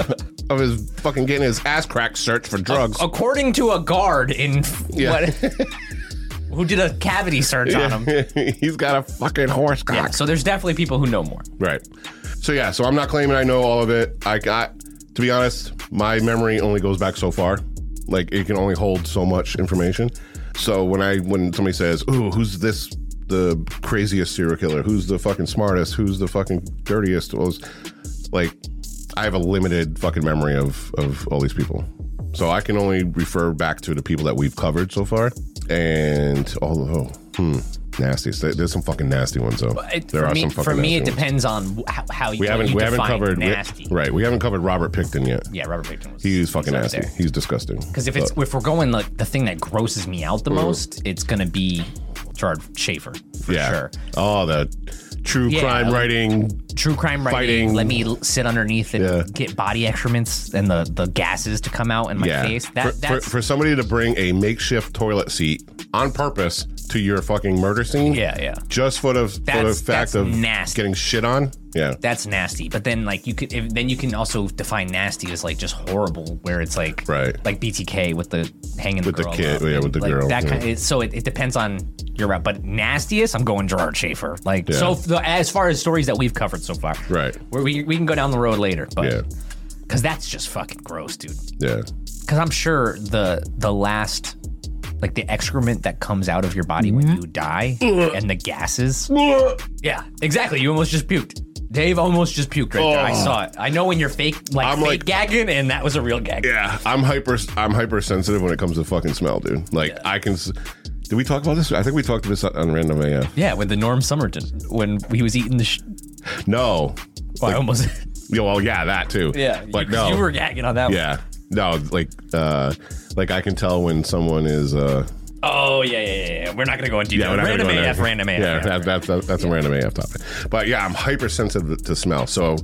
S2: of his fucking getting his ass cracked searched for drugs.
S3: According to a guard in
S2: Yeah.
S3: what,
S2: (laughs)
S3: who did a cavity search on him.
S2: He's got a fucking horse cock.
S3: oh. Yeah, so there's definitely people who know more.
S2: Right. So yeah, so I'm not claiming I know all of it. I got to be honest, my memory only goes back so far. Like it can only hold so much information. So when I when somebody says, "Ooh, who's this the craziest serial killer? Who's the fucking smartest? Who's the fucking dirtiest?" Well, it's like I have a limited fucking memory of of all these people. So I can only refer back to the people that we've covered so far and all the oh, hmm, nasty. There's some fucking nasty ones though.
S3: It-
S2: there
S3: for
S2: are
S3: me,
S2: some fucking
S3: for
S2: nasty
S3: me, it
S2: ones.
S3: depends on wh- how, how you
S2: We haven't
S3: you
S2: we haven't
S3: define
S2: covered we-
S3: nasty.
S2: right. We haven't covered Robert Picton yet.
S3: Yeah, Robert Picton was.
S2: He's fucking nasty. He's disgusting.
S3: Because if it's if we're going like the thing that grosses me out the most, it's gonna be Gerard Schaefer for
S2: yeah.
S3: sure.
S2: Oh, the true
S3: Yeah.
S2: crime writing.
S3: True crime writing.
S2: Fighting.
S3: Let me l- sit underneath and
S2: Yeah.
S3: get body excrements and the, the gases to come out in my
S2: Yeah.
S3: face.
S2: For-
S3: That
S2: for,
S3: that's
S2: for, somebody to bring a makeshift toilet seat on purpose to your fucking murder scene.
S3: yeah yeah.
S2: Just for the, for the
S3: That's-
S2: fact
S3: that's
S2: of
S3: nasty.
S2: getting shit on. Yeah.
S3: That's nasty. But then like you could if, then you can also define nasty as like just horrible, where it's like
S2: Right.
S3: like BTK with the hanging
S2: With the
S3: girl
S2: kid-
S3: up
S2: yeah,
S3: and,
S2: with the
S3: like,
S2: girl,
S3: That
S2: yeah.
S3: kind of, so it, it depends on your route. But nastiest, I'm going Gerard Schaefer. Like so
S2: Yeah.
S3: f- the, as far as stories that we've covered so far,
S2: Right.
S3: Where we we can go down the road later, but.
S2: Yeah.
S3: Cause that's just fucking gross, dude.
S2: Yeah.
S3: Cause I'm sure the the last, like the excrement that comes out of your body when you die, and the gases. Yeah, exactly. You almost just puked. Dave almost just puked right there. I saw it. I know when you're fake, like
S2: Oh. I'm
S3: fake
S2: like-
S3: gagging, and that was a real gag.
S2: Yeah. I'm hyper I'm hypersensitive when it comes to fucking smell, dude. Like I can s- Did we talk about this? I think we talked about this on Random AF.
S3: Yeah, with the Norm Summerton when he was eating the. Sh-
S2: No.
S3: well, I almost.
S2: Yeah, well, (laughs) yeah, that too.
S3: (laughs) yeah,
S2: But
S3: you,
S2: no.
S3: you were gagging on that.
S2: Yeah. No, like uh like I can tell when someone is uh
S3: One. Oh yeah, yeah, yeah, yeah. We're not gonna go into
S2: yeah,
S3: that.
S2: we're not
S3: Random
S2: gonna go
S3: AF,
S2: there.
S3: random AF.
S2: Yeah,
S3: Yeah,
S2: that, that's that's that's a random AF topic. But yeah, I'm hypersensitive to smell. So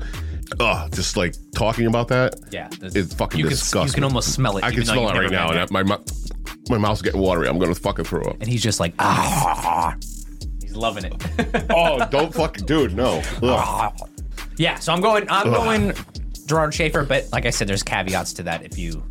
S2: oh, just like talking about that.
S3: Yeah, there's-
S2: It's fucking
S3: you can- you
S2: disgusting.
S3: can almost smell it,
S2: I can
S3: even though
S2: smell
S3: you've
S2: it right
S3: never
S2: now
S3: been
S2: and
S3: there.
S2: I, my mou- my mouth's getting watery. I'm gonna fucking throw up.
S3: (laughs) And he's just like, ah, he's loving it. (laughs)
S2: oh, don't fucking dude, no.
S3: Ah.
S2: Ugh.
S3: yeah, so I'm going. I'm going. Gerard Schaefer, but like I said, there's caveats to that. If you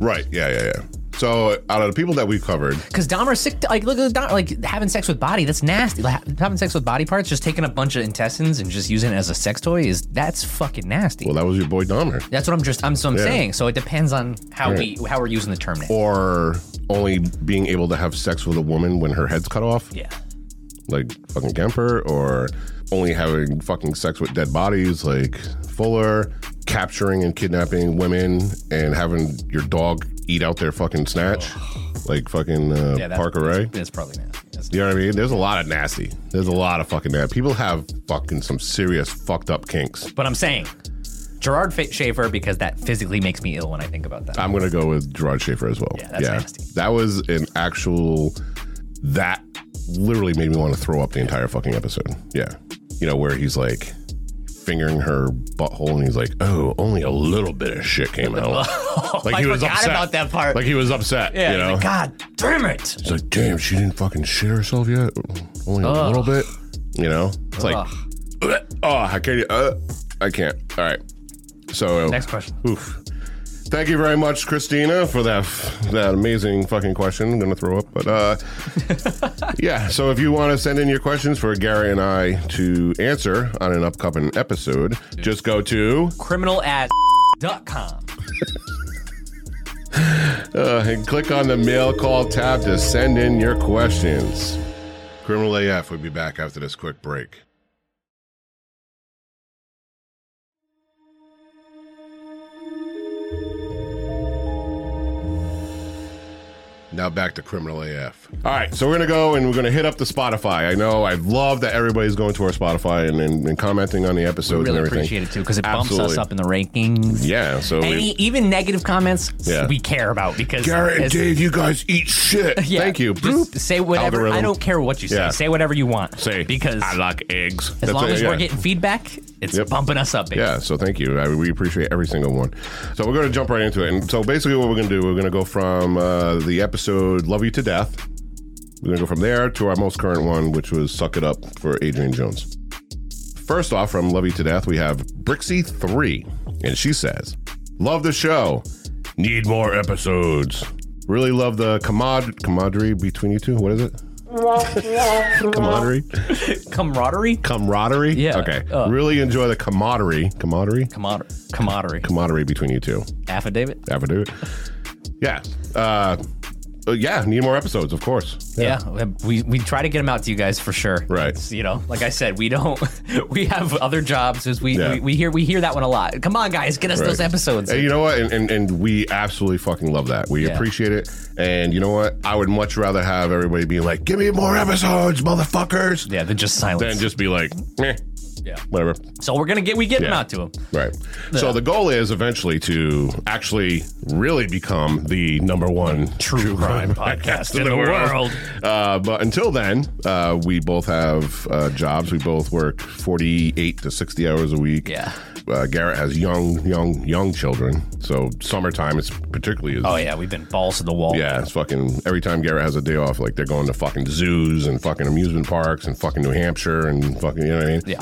S2: Right, yeah, yeah, yeah. So out of the people that we've covered,
S3: Because Dahmer's sick. Like, look at Dahmer. Like, having sex with body, that's nasty. Like, ha- having sex with body parts, just taking a bunch of intestines and just using it as a sex toy is that's fucking nasty.
S2: well that was your boy Dahmer.
S3: that's what I'm just. I'm so I'm
S2: Yeah.
S3: saying. So it depends on how
S2: Right.
S3: we how we're using the term. Now.
S2: Or only being able to have sex with a woman when her head's cut off.
S3: yeah.
S2: like fucking Kemper or only having fucking sex with dead bodies like Fuller, capturing and kidnapping women and having your dog eat out their fucking
S3: (sighs)
S2: snatch like fucking uh,
S3: Yeah. That's,
S2: Parker Ray.
S3: That's probably nasty. That's-
S2: You know what I mean? There's a lot of nasty. There's a lot of fucking nasty. People have fucking some serious fucked up kinks.
S3: But I'm saying Gerard Fa- Schaefer because that physically makes me ill when I think about that.
S2: I'm gonna go with Gerard Schaefer as well.
S3: Yeah, that's nasty.
S2: That was an actual that literally made me want to throw up the entire fucking episode. Yeah. you know, where he's like fingering her butthole and he's like, oh, only a little bit of shit came
S3: (laughs)
S2: out. like
S3: Oh, I forgot about that part.
S2: Like he was upset.
S3: Yeah,
S2: you
S3: he's
S2: know?
S3: like, God damn it!
S2: It's like, damn, she didn't fucking shit herself yet. Only a
S3: Ugh.
S2: little bit. You know, it's like,
S3: Ugh.
S2: "Ugh, oh, I can't. Uh, I can't. All right. So
S3: Next question.
S2: Oof. Thank you very much, Christina, for that that amazing fucking question. I'm gonna throw up, but
S3: (laughs)
S2: uh, yeah. So if you want to send in your questions for Gary and I to answer on an upcoming episode, just go to
S3: Criminal at (laughs) dot com.
S2: uh, and click on the mail call tab to send in your questions. Criminal AF will be back after this quick break. Now back to Criminal AF. All right, so we're gonna go and we're gonna hit up the Spotify. I know I love that everybody's going to our Spotify and, and, and commenting on the episodes and
S3: Really
S2: everything.
S3: appreciate it too because it bumps
S2: Absolutely.
S3: us up in the rankings.
S2: Yeah, so we-
S3: Any even negative comments
S2: Yeah.
S3: we care about because
S2: Garrett and
S3: as-
S2: Dave, you guys eat shit.
S3: (laughs) Yeah,
S2: Thank you.
S3: Just
S2: Boop.
S3: say whatever. I
S2: Algorithm.
S3: don't care what you say.
S2: Yeah.
S3: Say whatever you want.
S2: Say
S3: because
S2: I like eggs.
S3: as
S2: That's
S3: long
S2: it,
S3: as
S2: yeah.
S3: we're getting feedback, it's
S2: Yep.
S3: bumping us up. Baby.
S2: Yeah, so thank you. I, we appreciate every single one. So we're going to jump right into it. And so basically, what we're going to do, we're going to go from uh, the episode "Love You to Death." We're going to go from there to our most current one, which was "Suck It Up" for Adrian Jones. First off, from "Love You to Death," we have Brixie Three, and she says, "Love the show. Need more episodes. Really love the camad camaraderie between you two. What is it? camaraderie."
S3: camaraderie,
S2: camaraderie.
S3: Yeah.
S2: Okay.
S3: Uh.
S2: really enjoy the camaraderie, camaraderie,
S3: Camar- camaraderie,
S2: camaraderie between you two.
S3: affidavit.
S2: Ever do it? Yeah. Uh, uh, yeah. Need more episodes, of course.
S3: Yeah. we we try to get them out to you guys for sure.
S2: Right.
S3: It's, you know, like I said, we don't. (laughs) We have other jobs. As we,
S2: Yeah.
S3: we we hear we hear that one a lot. Come on, guys, get us those episodes.
S2: And you know what? And, and, and we absolutely fucking love that. We
S3: Yeah.
S2: appreciate it. And you know what? I would much rather have everybody being like, "Give me more episodes, motherfuckers,"
S3: yeah, then just silence.
S2: than just be like, "Meh,
S3: yeah.
S2: whatever."
S3: So we're gonna get we get them
S2: Yeah.
S3: out to them.
S2: Right. So the goal is eventually to actually really become the number one
S3: True
S2: (laughs)
S3: crime podcast in the world.
S2: Uh, but until then, uh, we both have uh, jobs. We both work 48 to 60 hours a week.
S3: Yeah.
S2: Uh, Garrett has young, young, young children. So summertime is particularly. Is,
S3: Oh yeah, we've been balls to the wall.
S2: Yeah, it's fucking every time Garrett has a day off, like they're going to fucking zoos and fucking amusement parks and fucking New Hampshire and fucking, you know what I mean?
S3: Yeah.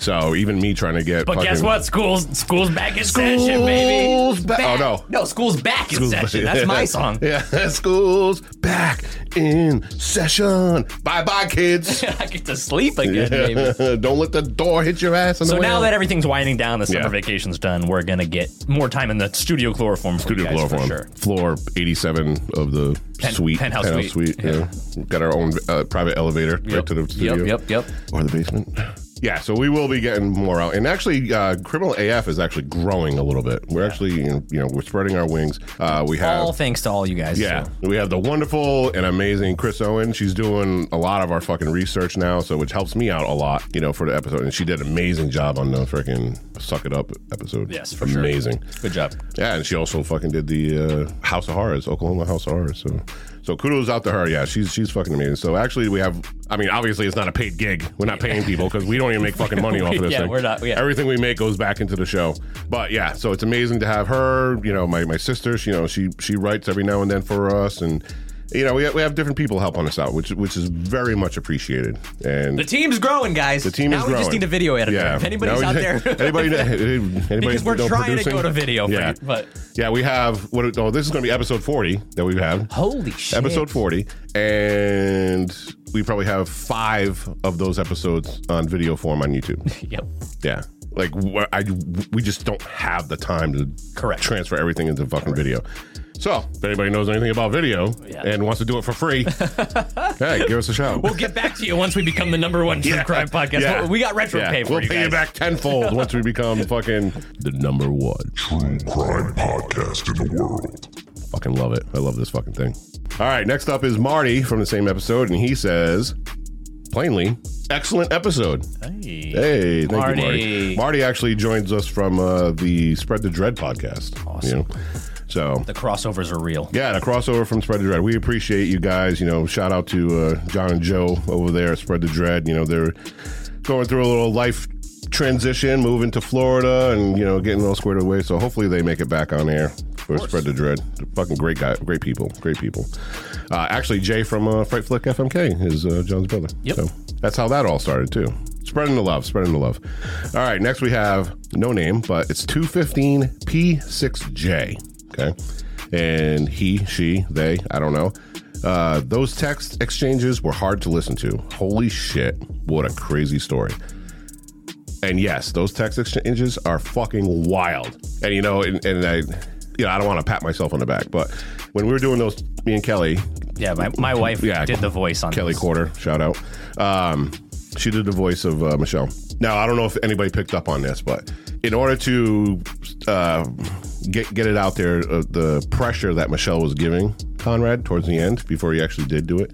S2: So even me trying to get.
S3: But guess
S2: fucking-
S3: what? School's school's back in session, baby.
S2: School's ba- oh, no.
S3: No, school's back in
S2: School's
S3: session.
S2: back- (laughs)
S3: That's my song.
S2: Yeah, school's back in session. Bye bye,
S3: (laughs)
S2: kids.
S3: I get to sleep again,
S2: (laughs)
S3: baby.
S2: Don't let the door hit your ass. On
S3: So
S2: the way
S3: now
S2: out.
S3: that everything's winding down, the summer
S2: Yeah.
S3: vacation's done, we're gonna get more time in the studio chloroform. for you
S2: studio
S3: guys,
S2: floor
S3: for
S2: form,
S3: sure.
S2: floor eighty-seven of the
S3: Pen-
S2: suite,
S3: penthouse suite.
S2: yeah. We've Got our own uh, private elevator right
S3: Yep.
S2: to the studio.
S3: Yep, yep, yep.
S2: or the basement. Yeah, so we will be getting more out, and actually, uh, criminal AF is actually growing a little bit. We're actually, you know, we're spreading our wings. Uh, we have
S3: All thanks to all you guys.
S2: Yeah,
S3: so.
S2: we have the wonderful and amazing Chris Owen. She's doing a lot of our fucking research now, so which helps me out a lot, you know, for the episode. And she did an amazing job on the freaking "Suck It Up" episode.
S3: Yes, for sure.
S2: amazing.
S3: Good job.
S2: Yeah, and she also fucking did the uh, House of Horrors, Oklahoma House of Horrors. So, so kudos out to her. Yeah, she's she's fucking amazing. So actually, we have. I mean, obviously, it's not a paid gig. We're not paying people because we don't even make fucking money off of this
S3: (laughs) Yeah,
S2: thing.
S3: we're not- yeah.
S2: Everything we make goes back into the show. But yeah, so it's amazing to have her. You know, my my sister. She, you know, she she writes every now and then for us and. You know, we have, we have different people helping us out, which which is very much appreciated. And
S3: The team's growing, guys.
S2: the team
S3: now
S2: is
S3: we
S2: growing.
S3: just need a video editor.
S2: Yeah.
S3: If anybody's
S2: Now
S3: out
S2: we-
S3: there,
S2: (laughs) anybody, anybody
S3: (laughs) because we're
S2: know
S3: trying
S2: producing?
S3: to go to video. For
S2: Yeah.
S3: you, but
S2: Yeah, we have what? Oh, this is going to be episode forty that we have.
S3: holy Oh, shit!
S2: Episode forty, and we probably have five of those episodes on video form on YouTube.
S3: (laughs) (laughs) Yep.
S2: Yeah, like wh- I, we just don't have the time to
S3: Correct.
S2: transfer everything into fucking video. So, if anybody knows anything about video
S3: Yeah.
S2: and wants to do it for
S3: (laughs)
S2: free, hey, give us a shout.
S3: We'll get back to you once we become the number one true crime podcast.
S2: Yeah.
S3: We got retro
S2: Yeah.
S3: pay for
S2: We'll
S3: you
S2: pay
S3: guys.
S2: you back tenfold once we
S3: (laughs)
S2: become fucking the number one.
S1: True crime podcast in the world.
S2: Fucking love it. I love this fucking thing. All right, next up is Marty from the same episode, and he says, plainly, excellent episode.
S3: Hey.
S2: Hey, thank
S3: Marty.
S2: you, Marty. Marty actually joins us from uh, the Spread the Dread podcast. Awesome. So
S3: The crossovers are real.
S2: yeah, and a crossover from Spread the Dread. We appreciate you guys. You know, shout out to uh, John and Joe over there at Spread the Dread. You know, they're going through a little life transition, moving to Florida, and you know getting all squared away. So hopefully they make it back on air. Or spread the dread. They're fucking great guy, great people, great people. Uh, actually, Jay from uh, Fright Flick FMK is uh, John's brother.
S3: Yep.
S2: So that's how that all started too. Spreading the love, spreading the love. All right, next we have no name, but it's 215P6J. Okay. And he, she, they, I don't know. Uh, those text exchanges were hard to listen to. Holy shit. What a crazy story. And yes, those text exchanges are fucking wild. And you know, and, and I, you know, I don't want to pat myself on the back, but when we were doing those, me and Kelly,
S3: Yeah, my, my wife
S2: Yeah,
S3: did the voice on
S2: Kelly
S3: this.
S2: Quarter, shout out. Um, she did the voice of uh, Michelle. Now I don't know if anybody picked up on this, but in order to uh, get get it out there, uh, the pressure that Michelle was giving Conrad towards the end, before he actually did do it,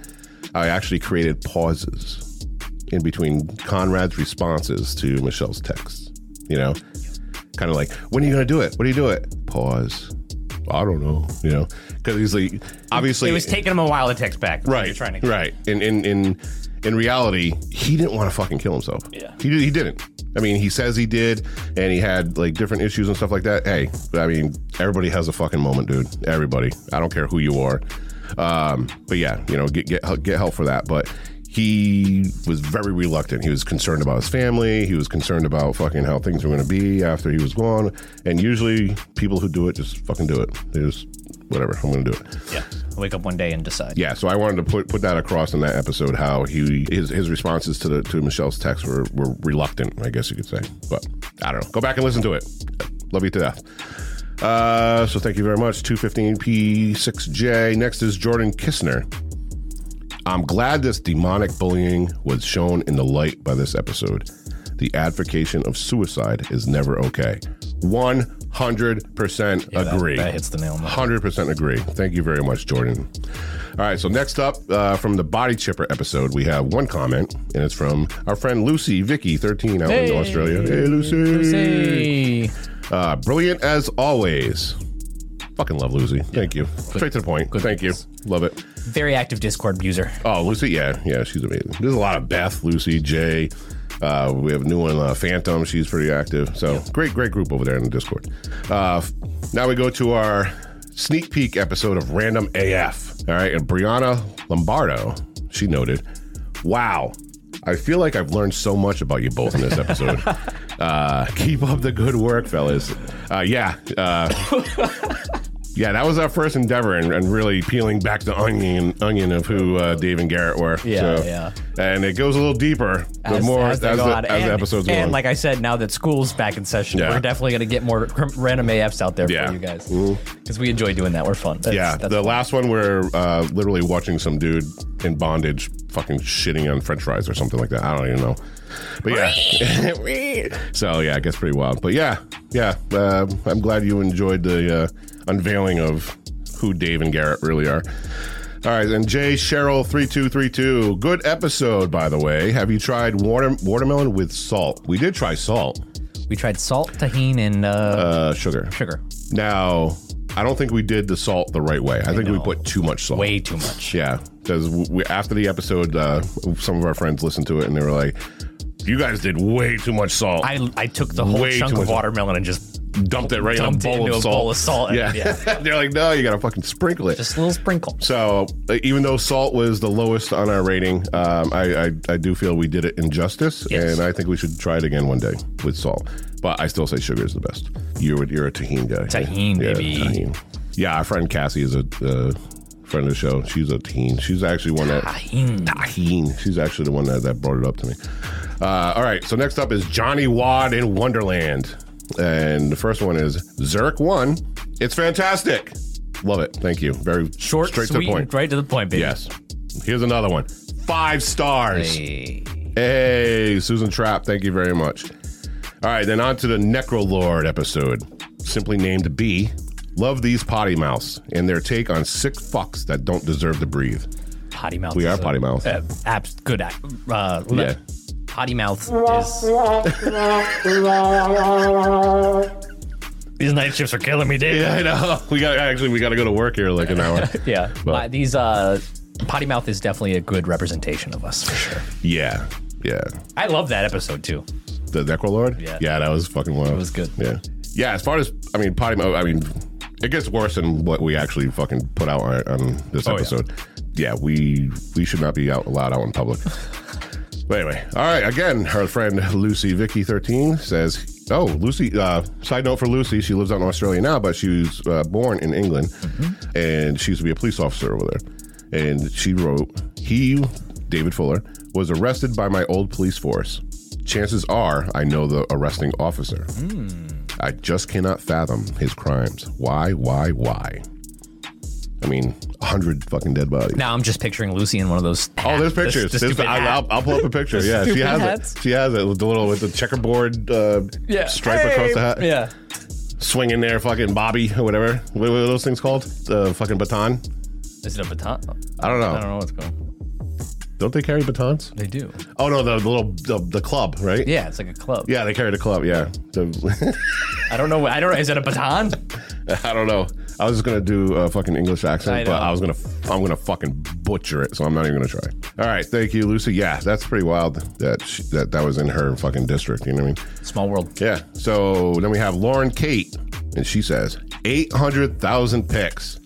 S2: I actually created pauses in between Conrad's responses to Michelle's texts. You know, kind of like, when are you going to do it? What do you do it? Pause. I don't know. You know, because he's like, obviously,
S3: It was taking him a while to text back.
S2: right
S3: You're trying to
S2: right in in in in reality he didn't want to fucking kill himself
S3: Yeah.
S2: he, did- he didn't i mean he says he did and he had like different issues and stuff like that hey i mean everybody has a fucking moment dude everybody i don't care who you are um but yeah you know get get, help- get help for that but he was very reluctant. He was concerned about his family. He was concerned about fucking how things were going to be after he was gone. And usually, people who do it just fucking do it. They just, whatever, I'm going to do it.
S3: Yeah. Wake up one day and decide.
S2: Yeah, so I wanted to put, put that across in that episode how he his, his responses to the to Michelle's text were, were reluctant, I guess you could say. But I don't know. Go back and listen to it. Love you to death. Uh, so thank you very much. 215P6J. Next is Jordan Kistner. I'm glad this demonic bullying was shown in the light by this episode. The advocation of suicide is never okay. 100%
S3: that-
S2: agree.
S3: that hits the nail on the head.
S2: 100% agree. Thank you very much, Jordan. All right, so next up uh, from the Body Chipper episode, we have one comment, and it's from our friend Lucy Vicky, 13, out in Australia. Hey, Lucy.
S3: Lucy.
S2: Uh, brilliant as always. Fucking love Lucy. Thank you. Straight to the point. Thank you. Love it.
S3: Very active Discord user.
S2: Oh, Lucy, yeah, yeah, she's amazing. There's a lot of Beth, Lucy, Jay. Uh, we have a new one, uh, Phantom. She's pretty active. So great, great group over there in the Discord. Uh, f- now we go to our sneak peek episode of Random AF. All right, and Brianna Lombardo, she noted, "Wow, I feel like I've learned so much about you both in this episode. uh, keep up the good work, fellas. Uh, yeah, uh, yeah, that was our first endeavor and, and really peeling back the onion onion of who uh, Dave and Garrett were.
S3: Yeah, yeah.
S2: And it goes a little deeper the
S3: As-
S2: more
S3: as
S2: as,
S3: they go
S2: the,
S3: on.
S2: as
S3: and,
S2: the episodes go
S3: and
S2: on.
S3: like I said, now that school's back in session,
S2: Yeah.
S3: we're definitely going to get more cr- random AFs out there
S2: Yeah.
S3: for you guys because we enjoy doing that. We're fun. That's-
S2: yeah,
S3: that's
S2: the
S3: fun.
S2: last one we're uh, literally watching some dude in bondage, fucking shitting on French fries or something like that. I don't even know, but (laughs) yeah. so yeah, it gets pretty wild. But yeah, yeah. Uh, I'm glad you enjoyed the uh, unveiling of who Dave and Garrett really are. All right, and Jay Cheryl three two three two. Good episode, by the way. Have you tried water watermelon with salt? We did try salt,
S3: we tried salt, tahine, and uh,
S2: uh, sugar.
S3: sugar.
S2: Now, I don't think we did the salt the right way. I, think we
S3: know.
S2: put too much salt.
S3: Way too much.
S2: Yeah, because we, after the episode, uh, some of our friends listened to it and they were like, "You guys did way too much salt.
S3: I, I took the whole
S2: Way
S3: chunk
S2: too
S3: of
S2: much-
S3: watermelon and just
S2: dumped it right
S3: dumped
S2: in
S3: it
S2: a bowl,
S3: into
S2: of,
S3: a
S2: salt.
S3: bowl of salt. and-
S2: Yeah, (laughs) they're like, "No, you got to fucking sprinkle it."
S3: just a little sprinkle.
S2: so uh, even though salt was the lowest on our rating, um, I, I I do feel we did it injustice,
S3: Yes.
S2: and I think we should try it again one day with salt. But I still say sugar is the best. You're you're a tahini guy.
S3: Tahini,
S2: yeah,
S3: baby.
S2: Tahini. Yeah, our friend Cassie is a. Uh, Friend of the show, she's a teen. She's actually one that
S3: Ah, Tahine.
S2: Tahine. She's actually the one that, that brought it up to me. Uh, all right, so next up is Johnny Wad in Wonderland. And the first one is Zerk 1. It's fantastic. Love it. Thank you. Very
S3: Short,
S2: straight
S3: sweet,
S2: to the point.
S3: right to the point, baby.
S2: Yes. Here's another one. Five stars.
S3: Hey.
S2: Hey, Susan Trapp, thank you very much. All right, then on to the Necrolord episode, simply named B. Love these potty mouths and their take on sick fucks that don't deserve to breathe.
S3: Potty mouth.
S2: We
S3: is
S2: are
S3: a-
S2: potty mouth.
S3: Uh, abs- good. At, uh,
S2: Yeah.
S3: Potty mouth is. (laughs) These night shifts are killing me,
S2: (laughs)
S3: dude.
S2: Yeah, I know. We got actually we got to go to work here like an
S3: (laughs)
S2: hour.
S3: Yeah.
S2: But-
S3: Uh, these uh, potty mouth is definitely a good representation of us for sure.
S2: yeah. Yeah.
S3: I love that episode too.
S2: The Necrolord?
S3: Yeah.
S2: Yeah, that was fucking wild. It
S3: was good.
S2: Yeah. Yeah, as far as, I mean, potty mouth, I mean, it gets worse than what we actually fucking put out on, on this
S3: Oh, yeah.
S2: episode. Yeah. we we should not be out allowed out in
S3: (laughs)
S2: public. but anyway, all right, again, her friend Lucy Vicky13 says, oh, Lucy, uh, side note for Lucy, she lives out in Australia now, but she was uh, born in England
S3: Mm-hmm.
S2: and she used to be a police officer over there. And she wrote, he, David Fuller, was arrested by my old police force. Chances are I know the arresting officer. I just cannot fathom his crimes. Why, why, why? I mean, 100 fucking dead bodies.
S3: Now I'm just picturing Lucy in one of those.
S2: Oh, there's
S3: the- the
S2: pictures. There's-
S3: stupid
S2: I,
S3: hat.
S2: will I'll pull up a picture. yeah, she
S3: stupid
S2: has
S3: hats.
S2: it. She has it with the little with the checkerboard uh,
S3: yeah.
S2: stripe across the hat.
S3: Yeah.
S2: Swinging there, fucking Bobby or whatever. What, what are those things called? The fucking baton?
S3: Is it a baton?
S2: I don't know.
S3: I don't know what's going.
S2: Don't they carry batons?
S3: They do.
S2: Oh no, the, the little the, the club, right?
S3: Yeah, it's like a club.
S2: Yeah, they carry the club. Yeah. The- (laughs)
S3: I don't know. I don't know. Is it a baton?
S2: I don't know. I was just gonna do a fucking English accent,
S3: I
S2: but
S3: know.
S2: I was gonna I'm gonna fucking butcher it, so I'm not even gonna try. All right, thank you, Lucy. Yeah, that's pretty wild that she, that that was in her fucking district. You know what I mean?
S3: Small (laughs) world.
S2: Yeah. So then we have Lauren Kate, and she says eight hundred thousand picks.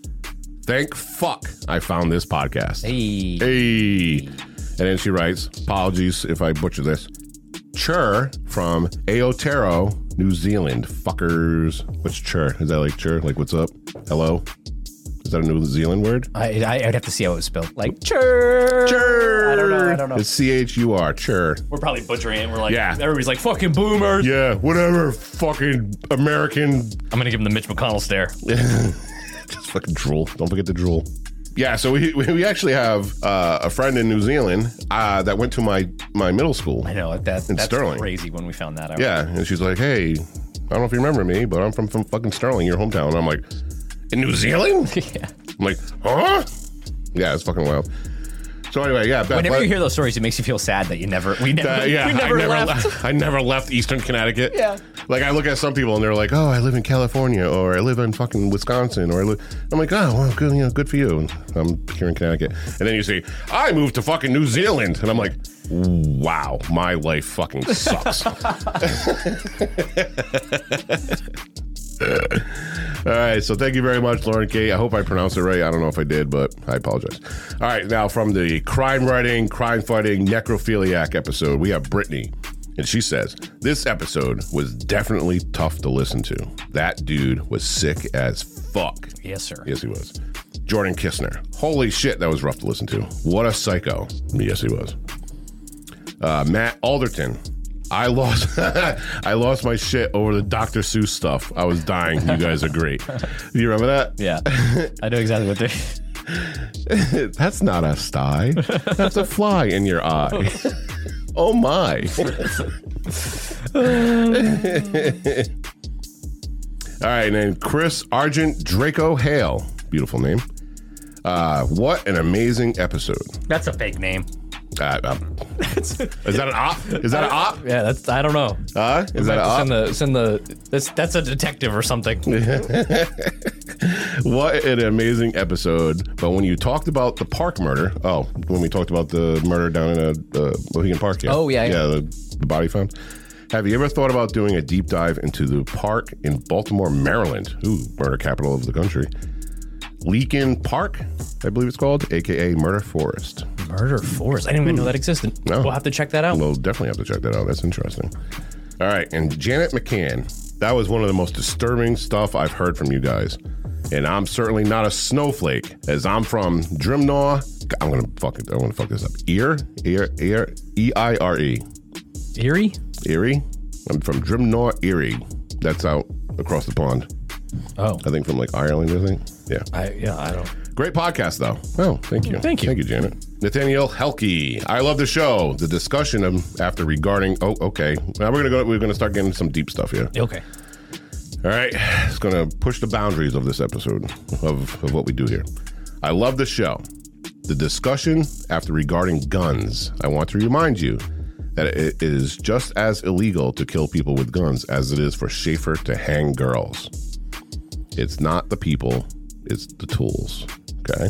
S2: Thank fuck I found this podcast.
S3: Hey.
S2: Hey. And then she writes, apologies if I butcher this. Chur from Aotearoa, New Zealand. Fuckers. What's chur? Is that like chur? Like what's up? Hello? Is that a New Zealand word?
S3: I, I I'd have to see how it was spelled. Like church.
S2: Chur.
S3: I don't know. I don't know.
S2: It's C H U R. Chur.
S3: We're probably butchering it. We're like,
S2: Yeah.
S3: everybody's like, fucking boomers.
S2: Yeah, whatever. Fucking (laughs) American
S3: I'm gonna give him the Mitch McConnell stare.
S2: Just fucking drool. Don't forget to drool. Yeah, so we, we actually have uh, a friend in New Zealand uh, that went to my, my middle school.
S3: I know that, that's
S2: Sterling.
S3: crazy when we found that out.
S2: Yeah, and she's like, "Hey, I don't know if you remember me, but I'm from, from fucking Sterling, your hometown." And I'm like, "In New Zealand?"
S3: (laughs) Yeah.
S2: I'm like, "Huh?" Yeah, it's fucking wild. So anyway, yeah.
S3: Whenever you hear those stories, it makes you feel sad that (laughs) you never we never
S2: yeah,
S3: we never,
S2: I never
S3: left.
S2: left. I never left Eastern Connecticut.
S3: Yeah.
S2: Like I look at some people and they're like, "Oh, I live in California," or "I live in fucking Wisconsin," or I live. I'm like, "Oh, well, good, you know, good for you." And I'm here in Connecticut, and then you see, "I moved to fucking New Zealand," and I'm like, "Wow, my life fucking
S3: (laughs)
S2: sucks." All right, so thank you very much, Lauren K. I hope I pronounced it right. I don't know if I did, but I apologize. All right, now from the crime writing, crime fighting, necrophiliac episode, we have Brittany. And she says, This episode was definitely tough to listen to. That dude was sick as fuck.
S3: (laughs) Yes, sir.
S2: Yes, he was. Jordan Kistner. Holy shit, that was rough to listen to. What a psycho. Yes, he was. Uh, Matt Alderton. I lost (laughs) I lost my shit over the Dr. Seuss stuff. I was dying. You guys are great. You remember that?
S3: Yeah. I know exactly what they're
S2: That's not a sty. That's a fly in your eye. oh my. All right, and then Chris Argent Draco Hale. Beautiful name. Uh, what an amazing episode.
S3: (laughs) That's a fake name.
S2: Uh, uh,
S3: (laughs)
S2: is that an op? Is that an op?
S3: Yeah, that's I don't know.
S2: Uh, is that an op?
S3: send the send the that's that's a detective or something.
S2: What an amazing episode. But when you talked about the park murder, oh, when we talked about the murder down in a uh, Mohegan Park. Yeah.
S3: Oh, yeah, yeah.
S2: Yeah, the, the body found. Have you ever thought about doing a deep dive into the park in Baltimore, Maryland? Ooh, murder capital of the country. Leakin Park, I believe it's called, aka Murder Forest.
S3: Murder Force. I didn't even know that existed.
S2: No.
S3: We'll have to check that out.
S2: We'll definitely have to check that out. That's interesting. All right. And Janet McCann, that was one of the most disturbing stuff I've heard from you guys. And I'm certainly not a snowflake, as I'm from Drimnaw. I'm gonna fuck it. I'm gonna fuck this up. Ear, ear, ear, E I R E,
S3: Eerie?
S2: Erie. I'm from Drimnaw, Erie. That's out across the pond.
S3: Oh.
S2: I think from like Ireland. I think. Yeah.
S3: I yeah, I don't
S2: Great podcast, though. Oh, thank you.
S3: Thank you.
S2: Thank you, Janet. Nathaniel Helke. I love the show. The discussion of, after regarding. Oh, okay. Now we're gonna go. We're gonna start getting some deep stuff here.
S3: Okay.
S2: All right. It's gonna push the boundaries of this episode of, of what we do here. I love the show. The discussion after regarding guns. I want to remind you that it is just as illegal to kill people with guns as it is for Schaefer to hang girls. It's not the people, it's the tools. Okay.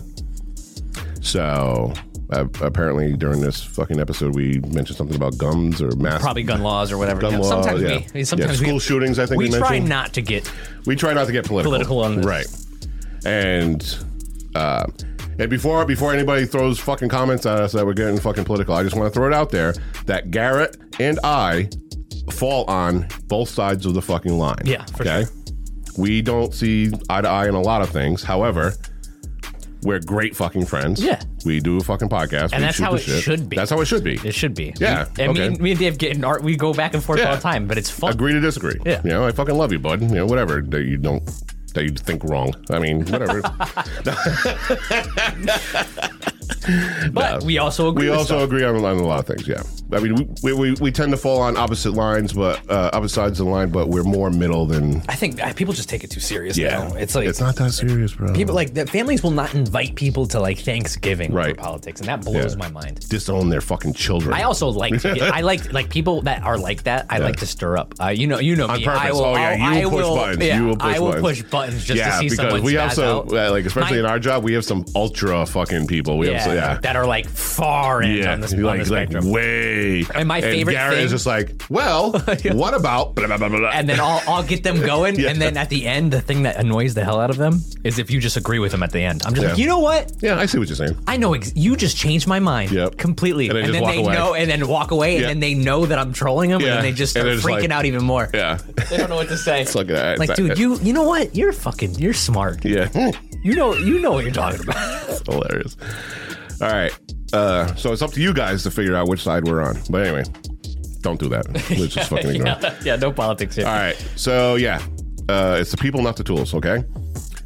S2: So uh, apparently during this fucking episode we mentioned something about guns or mass
S3: Probably gun laws or whatever.
S2: gun
S3: Yeah,
S2: laws.
S3: sometimes
S2: yeah.
S3: we- we,
S2: Yeah,
S3: sometimes
S2: school
S3: we,
S2: shootings. I think
S3: we
S2: we,
S3: try
S2: mentioned.
S3: not to get
S2: we try not to get political.
S3: Political on this.
S2: right? And uh, and before before anybody throws fucking comments at us that we're getting fucking political, I just want to throw it out there that Garrett and I fall on both sides of the fucking line.
S3: Yeah, for sure.
S2: We don't see eye to eye on a lot of things. However, we're great fucking friends.
S3: Yeah.
S2: We do a fucking podcast. we
S3: And that's
S2: shoot
S3: how
S2: the
S3: it
S2: shit.
S3: should be.
S2: That's how it should be.
S3: It should be.
S2: Yeah,
S3: We, and me,
S2: okay.
S3: and- me and Dave get in art. We go back and forth
S2: Yeah.
S3: all the time, but it's fun.
S2: agree to disagree.
S3: Yeah.
S2: You know, I fucking love you, bud. You know, whatever that you don't that you think wrong. I mean,
S3: (laughs)
S2: whatever.
S3: But we also agree.
S2: we
S3: with
S2: also
S3: stuff.
S2: agree on, on a lot of things. Yeah. I mean, we, we- we, we tend to fall on opposite lines, but uh, opposite sides of the line, but we're more middle than.
S3: I think uh, people just take it too serious.
S2: Yeah.
S3: now. it's like
S2: it's not that serious, bro.
S3: people like the families will not invite people to like Thanksgiving
S2: Right.
S3: for politics, and that blows
S2: Yeah.
S3: my mind.
S2: disown their fucking children.
S3: I also like
S2: (laughs)
S3: to get, I like like people that are like that. I like to stir up. Uh, you know, you know me. I
S2: purpose.
S3: will.
S2: Oh, yeah,
S3: I'll-
S2: you will
S3: I
S2: push buttons.
S3: yeah,
S2: You will push
S3: I will
S2: buttons.
S3: push buttons just to
S2: yeah,
S3: see
S2: because
S3: someone
S2: we
S3: spaz
S2: also
S3: out.
S2: uh, like, especially
S3: My-
S2: in our job, we have some ultra fucking people. We
S3: yeah,
S2: have so, yeah.
S3: that are like far end
S2: yeah,
S3: on this,
S2: like,
S3: on the
S2: like
S3: spectrum.
S2: way.
S3: And my favorite
S2: Garrett
S3: thing-
S2: is just like, well,
S3: (laughs)
S2: what about blah, blah, blah, blah, blah.
S3: and then I'll, I'll get them going.
S2: (laughs) Yeah.
S3: And then at the end, the thing that annoys the hell out of them is if you just agree with them at the end. I'm just like,
S2: Yeah.
S3: you know what?
S2: Yeah, I see what you're saying.
S3: I know ex- you just changed my mind
S2: Yep.
S3: completely.
S2: And then just walk
S3: they
S2: away.
S3: know, and then walk away,
S2: Yeah.
S3: and then they know that I'm trolling them,
S2: Yeah.
S3: and then they just
S2: And
S3: start
S2: they're just
S3: freaking
S2: like-
S3: out even more.
S2: Yeah. (laughs)
S3: They don't know what to say.
S2: It's like, uh,
S3: like,
S2: it's-
S3: dude, you you know what? You're fucking you're smart.
S2: Yeah. Hmm.
S3: You know you know what you're talking about. (laughs)
S2: Hilarious. All right. Uh, so it's up to you guys to figure out which side we're on. But anyway, don't do that. Let's just fucking ignore. it.
S3: yeah, yeah, no politics here.
S2: All right. So yeah, uh, it's the people, not the tools. Okay.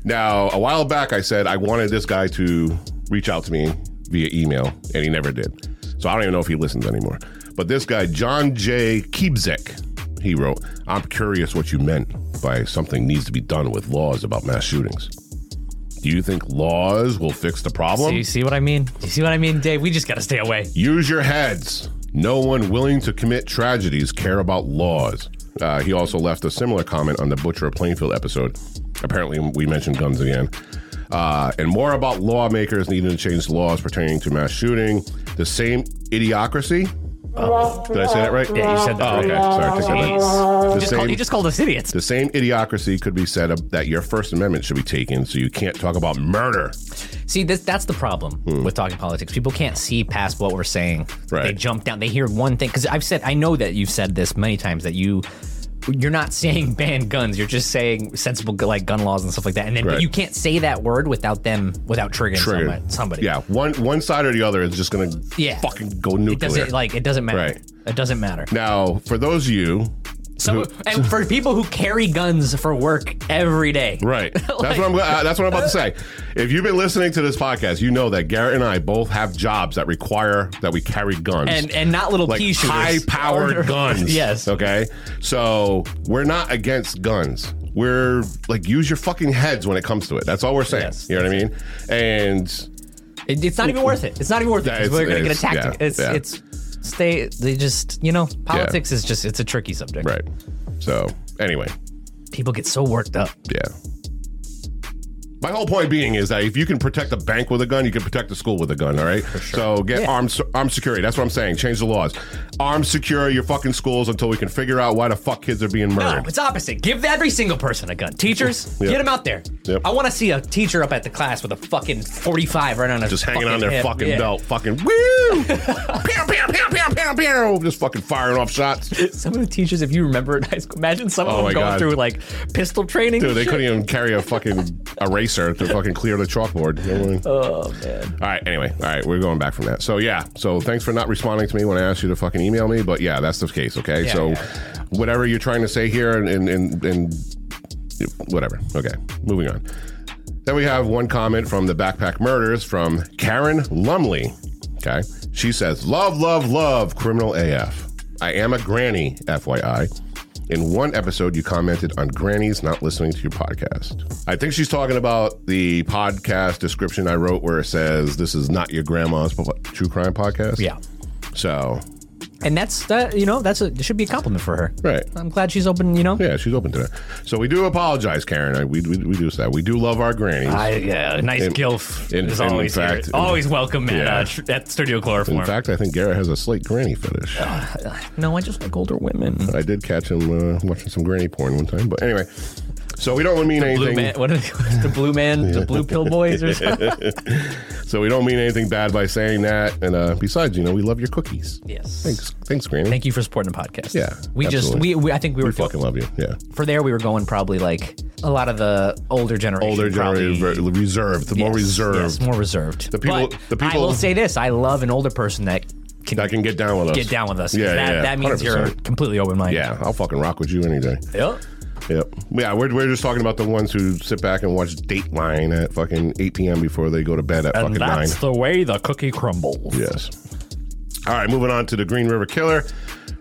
S2: Now, a while back, I said I wanted this guy to reach out to me via email, and he never did. So I don't even know if he listens anymore. But this guy, John J. Kiebzek, he wrote, "I'm curious what you meant by something needs to be done with laws about mass shootings. Do you think laws will fix the problem?
S3: Do you see what I mean? Do you see what I mean, Dave? We just gotta stay away.
S2: Use your heads. No one willing to commit tragedies care about laws. Uh, he also left a similar comment on the Butcher of Plainfield episode. Apparently, we mentioned guns again. Uh, and more about lawmakers needing to change laws pertaining to mass shooting. The same idiocracy. Oh, did I say that right?
S3: Yeah, you said that
S2: Oh,
S3: right.
S2: okay. Sorry, I think I
S3: Jeez.
S2: did.
S3: You
S2: The
S3: just, called, you
S2: same,
S3: just called us idiots.
S2: the same idiocracy could be said of- that your First Amendment should be taken, so you can't talk about murder.
S3: See, this, that's the problem with talking politics. People can't see past what we're saying.
S2: Hmm. Right.
S3: They jump down. They hear one thing. Because I've said, I know that you've said this many times that you, you're not saying (laughs) ban guns. You're just saying sensible like gun laws and stuff like that. And then
S2: Right.
S3: but you can't say that word without them without triggering
S2: Triggered.
S3: somebody. somebody.
S2: Yeah, one one side or the other is just gonna
S3: Yeah.
S2: fucking go nuclear.
S3: It doesn't like it doesn't matter.
S2: Right.
S3: It doesn't matter.
S2: Now, for those of you,
S3: So and for people who carry guns for work every
S2: (laughs)
S3: day. (laughs)
S2: right? that's what I'm. Uh, that's what I'm about to say. If you've been listening to this podcast, you know that Garrett and I both have jobs that require that we carry guns
S3: And and not little
S2: like
S3: pea shooters. (laughs)
S2: high-powered
S3: Or-
S2: guns.
S3: yes.
S2: Okay. So we're not against guns. We're like use your fucking heads when it comes to it. That's all we're saying.
S3: Yes,
S2: you know what I mean? And
S3: It, it's not even worth it. It's not even worth it.
S2: Yeah,
S3: 'cause
S2: it's-
S3: we're gonna get
S2: it's-
S3: attacked.
S2: yeah,
S3: it's
S2: yeah.
S3: it's stay. They just you know politics is just it's a tricky subject.
S2: right. So anyway,
S3: People get so worked up.
S2: yeah. My whole point being is that if you can protect a bank with a gun, you can protect a school with a gun. All right. So get
S3: Yeah.
S2: armed armed security. That's what I'm saying. Change the laws. Armed secure your fucking schools until we can figure out why the fuck kids are being
S3: No,
S2: murdered.
S3: it's opposite. Give every single person a gun. Teachers,
S2: Yep.
S3: get them out there.
S2: Yep.
S3: I want to see a teacher up at the class with a fucking forty-five right on his
S2: just hanging on their
S3: hip.
S2: fucking
S3: Yeah.
S2: belt. Fucking woo! (laughs) pew, pew, pew, pew, pew, pew. Just fucking firing off shots.
S3: Some of the teachers, if you remember in high school, imagine some
S2: Oh
S3: of
S2: my
S3: them going
S2: God.
S3: through like pistol training.
S2: Dude,
S3: and
S2: they
S3: shit.
S2: couldn't
S3: (laughs)
S2: even carry a fucking eraser to fucking clear the chalkboard. You know what I mean?
S3: Oh man.
S2: All right. Anyway, all right. We're going back from that. So yeah. So thanks for not responding to me when I asked you to fucking email me. But yeah, that's the case. Okay.
S3: Yeah,
S2: so
S3: yeah.
S2: whatever you're trying to say here, and and and, and whatever. Okay. Moving on. Then we have one comment from the Backpack Murders from Karen Lumley. Okay. She says, Love, love, love criminal AF. I am a granny, FYI. In one episode, you commented on grannies not listening to your podcast. I think she's talking about the podcast description I wrote where it says, This is not your grandma's po- true crime podcast.
S3: Yeah.
S2: So
S3: and that's that. You know, that's a it should be a compliment for her.
S2: Right.
S3: I'm glad she's open. You know.
S2: Yeah, she's open to that. So we do apologize, Karen. I- We, we, we do that. We do love our grannies.
S3: I, yeah, nice gilf
S2: in-
S3: is
S2: in
S3: always here.
S2: fact-
S3: always welcome at,
S2: Yeah.
S3: uh, tr- at Studio
S2: In
S3: Chloroform.
S2: fact, I think Garrett has a slight granny fetish.
S3: (sighs) no, I just like older women.
S2: I did catch him uh, watching some granny porn one time. But anyway, so we don't mean
S3: Blue
S2: anything.
S3: man, what are they, the blue man, the blue pill
S2: (laughs)
S3: boys or something?
S2: So we don't mean anything bad by saying that. And uh, besides, you know, we love your cookies.
S3: Yes.
S2: Thanks, thanks, Granny.
S3: Thank you for supporting the podcast.
S2: Yeah,
S3: we just
S2: absolutely.
S3: we, we I think we were
S2: we fucking love you. Yeah,
S3: for there we were going probably like a lot of the older generation,
S2: older
S3: probably-
S2: generation, re- reserved, the more
S3: Yes,
S2: reserved.
S3: yes, more reserved.
S2: The people-
S3: But
S2: the
S3: I will
S2: people-
S3: say this: I love an older person that can,
S2: That can get down with us.
S3: get down with us. 'cause
S2: Yeah,
S3: that,
S2: yeah, yeah,
S3: that means you are
S2: 100%.
S3: completely open minded.
S2: Yeah, I'll fucking rock with you any day.
S3: Yep.
S2: Yep. Yeah, we're, we're just talking about the ones who sit back and watch Dateline at fucking 8 p.m. before they go to bed at
S3: And
S2: fucking 9.
S3: that's the way the cookie crumbles.
S2: Yes. All right, moving on to the Green River Killer.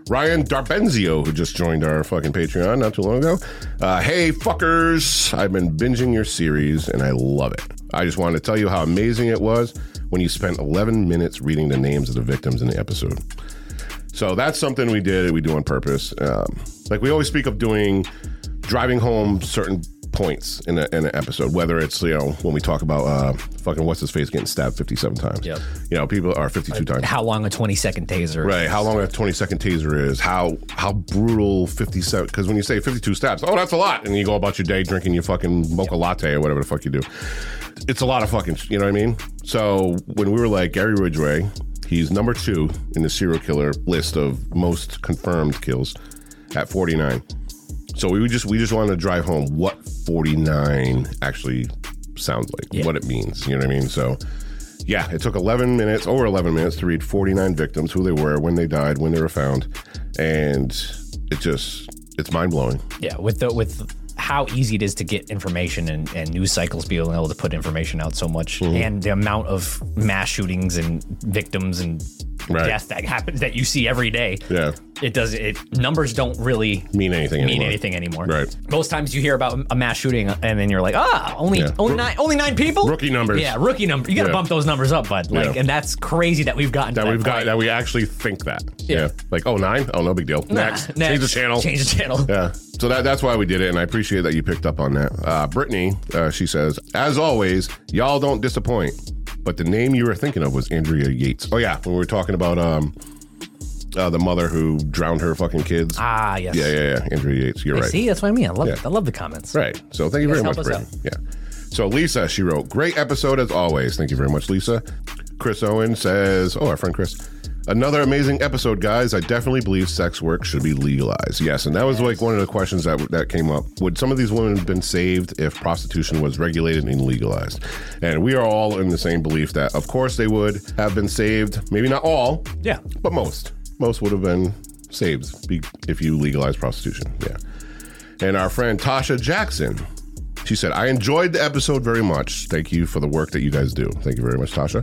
S2: Ryan Darbenzio, who just joined our fucking Patreon not too long ago. Uh, hey, fuckers. I've been binging your series and I love it. I just wanted to tell you how amazing it was when you spent 11 minutes reading the names of the victims in the episode. So that's something we did we do on purpose. Um, like we always speak of doing driving home certain points in, a, in an episode, whether it's, you know, when we talk about uh, fucking what's his face getting stabbed 57 times.
S3: Yep.
S2: You know, people are 52 times.
S3: How long a twenty second taser?
S2: Right. How long a 20 second taser is, how how brutal 57, because when you say 52 stabs, oh, that's a lot. And you go about your day drinking your fucking mocha latte or whatever the fuck you do. It's a lot of fucking, sh- you know what I mean? So when we were like Gary Ridgway, he's number two in the serial killer list of most confirmed kills at 49. So we would just we just wanted to drive home what 49 actually sounds like, what it means. You know what I mean? So yeah, it took 11 minutes, over 11 minutes, to read 49 victims, who they were, when they died, when they were found, and it just it's mind blowing.
S3: Yeah, with the with how easy it is to get information and, and news cycles being able to put information out so much
S2: Mm-hmm.
S3: and the amount of mass shootings and victims and
S2: Right.
S3: death that happens that you see every day.
S2: Yeah.
S3: It does it numbers don't really
S2: Mean anything
S3: mean
S2: anymore.
S3: anything anymore.
S2: Right.
S3: Most times you hear about a mass shooting and then you're like, ah, only
S2: Yeah.
S3: only
S2: Ro-
S3: nine only nine people?
S2: Rookie numbers.
S3: Yeah, rookie number. You gotta
S2: Yeah.
S3: bump those numbers up, bud. Like
S2: Yeah.
S3: and that's crazy that we've gotten to
S2: That we've
S3: point.
S2: got that we actually think that.
S3: Yeah.
S2: Like oh nine, oh no big deal.
S3: Nah, (laughs)
S2: next. change the channel.
S3: Change the channel.
S2: Yeah. So that, that's why we did it, and I appreciate that you picked up on that. Uh, Brittany, uh, she says, as always, y'all don't disappoint. But the name you were thinking of was Andrea Yates. Oh yeah, when we were talking about um, uh, the mother who drowned her fucking kids.
S3: Ah yes.
S2: Yeah, yeah, yeah. Andrea Yates. You're right.
S3: See, that's what I mean. I love
S2: Yeah.
S3: I love the comments.
S2: Right. So thank you very much,
S3: help
S2: Brittany.
S3: us
S2: Yeah. So Lisa, she wrote, great episode as always. Thank you very much, Lisa. Chris Owen says, oh, our friend Chris. Another amazing episode, guys. I definitely believe sex work should be legalized. Yes, and that was like one of the questions that that came up. Would some of these women have been saved if prostitution was regulated and legalized? And we are all in the same belief that, of course, they would have been saved. Maybe not all,
S3: Yeah.
S2: but most. Most would have been saved be- if you legalize prostitution. Yeah. And our friend Tasha Jackson, she said, I enjoyed the episode very much. Thank you for the work that you guys do. Thank you very much, Tasha.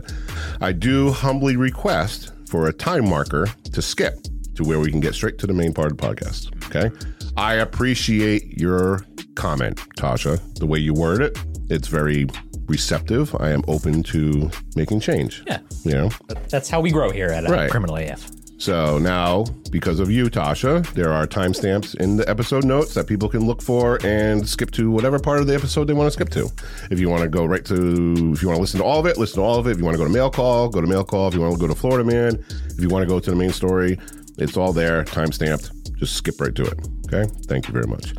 S2: I do humbly request for a time marker to skip to where we can get straight to the main part of the podcast. Okay. I appreciate your comment, Tasha. The way you word it, it's very receptive. I am open to making change.
S3: Yeah.
S2: You know?
S3: That's how we grow here at uh,
S2: Right.
S3: Criminal AF.
S2: So now, because of you, Tasha, there are timestamps in the episode notes that people can look for and skip to whatever part of the episode they want to skip to. If you want to go right to, if you want to listen to all of it, listen to all of it. If you want to go to mail call, go to mail call. If you want to go to Florida Man, if you want to go to the main story, it's all there, time stamped. Just skip right to it. Okay. Thank you very much.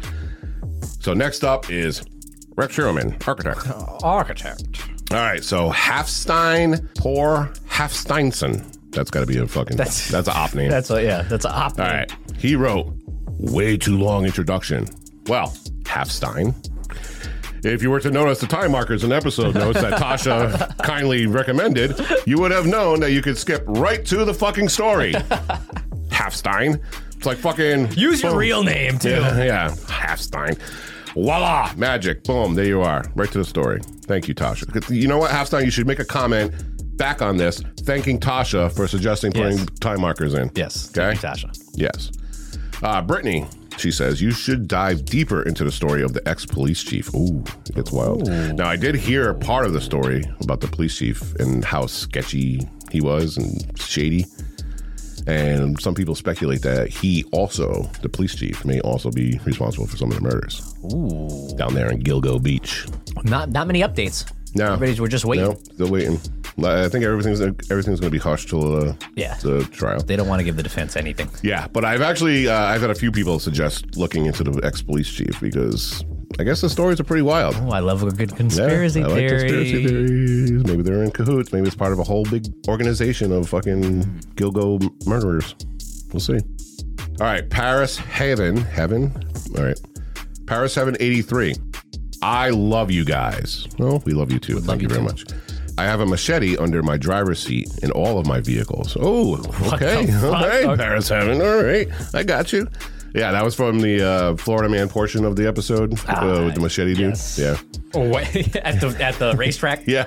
S2: So next up is Rex Sherman, architect.
S3: Oh. Architect.
S2: All right, so Halfstein, poor Halfsteinson. That's got to be a fucking. That's
S3: That's-
S2: that's an op name.
S3: (laughs) That's a yeah. That's a op.
S2: All right. He wrote, way too long introduction. Well, Halfstein. If you were to notice the time markers in episode notes that
S3: (laughs)
S2: Tasha kindly recommended, you would have known that you could skip right to the fucking story. Halfstein. It's like fucking.
S3: Use your
S2: boom.
S3: real name
S2: (laughs)
S3: too.
S2: Yeah, yeah. Halfstein. Voila, magic. Boom, there you are. Right to the story. Thank you, Tasha. You know what, Halfstein, you should make a comment back on this, thanking Tasha for suggesting putting
S3: Yes.
S2: time markers in.
S3: Yes.
S2: Okay.
S3: Thank you, Tasha.
S2: Yes. Uh, Brittany, she says, you should dive deeper into the story of the ex police chief. Ooh, it gets wild. Now, I did hear part of the story about the police chief and how sketchy he was and shady. And some people speculate that he also, the police chief, may also be responsible for some of the murders
S3: Ooh,
S2: down there in Gilgo Beach.
S3: not not many updates.
S2: No,
S3: Everybody's- we're just waiting.
S2: No, still waiting. Li- I think everything's everything's going to be hushed till uh,
S3: Yeah.
S2: the trial.
S3: They don't want to give the defense anything.
S2: Yeah, but I've actually uh, I've had a few people suggest looking into the ex police chief because I guess the stories are pretty wild.
S3: Oh, I love a good conspiracy
S2: yeah, I like
S3: theory.
S2: conspiracy theories. Maybe they're in cahoots. Maybe it's part of a whole big organization of fucking Gilgo murderers. We'll see. All right, Paris Heaven, Heaven. All right, Paris Heaven eighty three. I love you guys. Well, we love you too. Thank you, very much. I have a machete under my driver's seat in all of my vehicles. Oh, okay,
S3: the
S2: all
S3: fuck?
S2: right,
S3: Okay.
S2: Paris Heaven. All right, I got you. Yeah, that was from the uh, Florida Man portion of the episode uh, with the machete dude.
S3: Ah, yes.
S2: Yeah,
S3: Oh, wait, (laughs) at the at the racetrack. (laughs)
S2: yeah.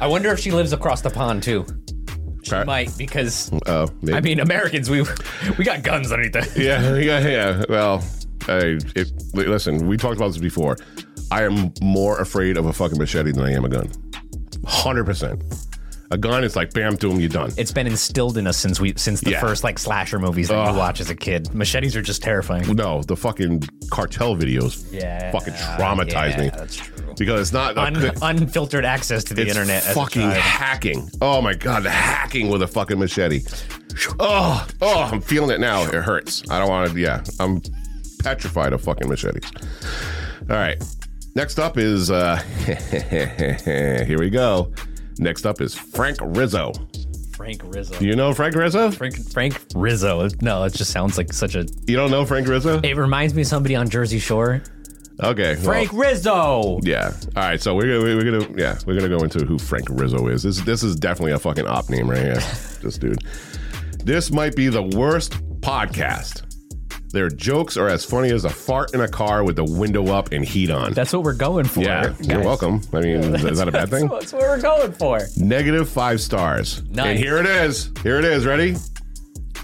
S3: I wonder if she lives across the pond too. She
S2: Right.
S3: might because
S2: Oh, maybe.
S3: I mean Americans we we got guns underneath that.
S2: yeah, yeah, yeah. Well, I, it, li- listen, we talked about this before. I am more afraid of a fucking machete than I am a gun. 100%. A gun is like, bam, doom, you're done.
S3: (laughs) It's been instilled in us since we since the
S2: Yeah.
S3: first like slasher movies that you watch as a kid. Machetes are just terrifying.
S2: no, the fucking cartel videos fucking traumatize
S3: Uh, yeah,
S2: me.
S3: That's true.
S2: Because it's not.
S3: Un, unfiltered access to the
S2: it's
S3: internet. as a
S2: fucking
S3: child.
S2: hacking. Oh my God, the hacking with a fucking machete. Oh, oh, I'm feeling it now. It hurts. I don't want to, yeah. I'm petrified of fucking machetes. All right. Next up is, uh, (laughs) here we go. Next up is Frank Rizzo.
S3: Frank Rizzo.
S2: Do you know Frank Rizzo?
S3: Frank Frank Rizzo. No, it just sounds like such a.
S2: You don't know Frank Rizzo?
S3: It reminds me of somebody on Jersey Shore.
S2: Okay. well,
S3: Frank Rizzo.
S2: yeah. All right. So we're gonna we're gonna yeah we're gonna go into who Frank Rizzo is. This this is definitely a fucking op name right
S3: (laughs)
S2: here. this dude. This might be the worst podcast. Their jokes are as funny as a fart in a car with the window up and heat on.
S3: That's what we're going for.
S2: yeah,
S3: guys.
S2: you're welcome. I mean, is that a bad
S3: (laughs) That's
S2: thing?
S3: what, that's what we're going for.
S2: Negative five stars.
S3: Nice.
S2: And here it is. Here it is. Ready?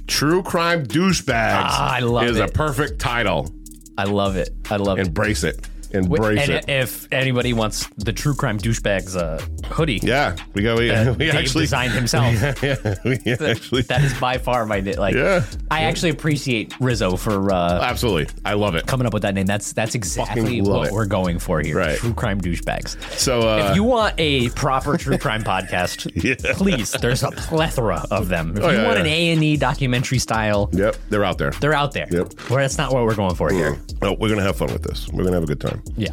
S2: True crime douchebags.
S3: Ah, I love
S2: is a
S3: it.
S2: perfect title.
S3: I love it. I love it.
S2: Embrace it. Embrace
S3: and
S2: it.
S3: if anybody wants the true crime douchebags uh, hoodie,
S2: yeah, (laughs) we got we,
S3: that
S2: we
S3: Dave
S2: actually
S3: Uh, designed
S2: (laughs)
S3: himself.
S2: Yeah, we actually
S3: That is by far my ni- like.
S2: Yeah.
S3: I actually appreciate Rizzo for uh,
S2: Absolutely. I love it.
S3: coming up with that name. That's that's exactly
S2: Fucking love
S3: what
S2: it.
S3: we're going for here.
S2: Right.
S3: True crime douchebags.
S2: So uh
S3: if you want a proper true crime podcast,
S2: (laughs) Yeah.
S3: please. There's a plethora of them. If
S2: Oh,
S3: you
S2: yeah,
S3: want
S2: yeah.
S3: an A and E documentary style,
S2: Yep, they're out there.
S3: they're out there.
S2: Yep.
S3: Well, that's not what we're going for here.
S2: Oh, we're gonna have fun with this. We're gonna have a good time.
S3: Yeah.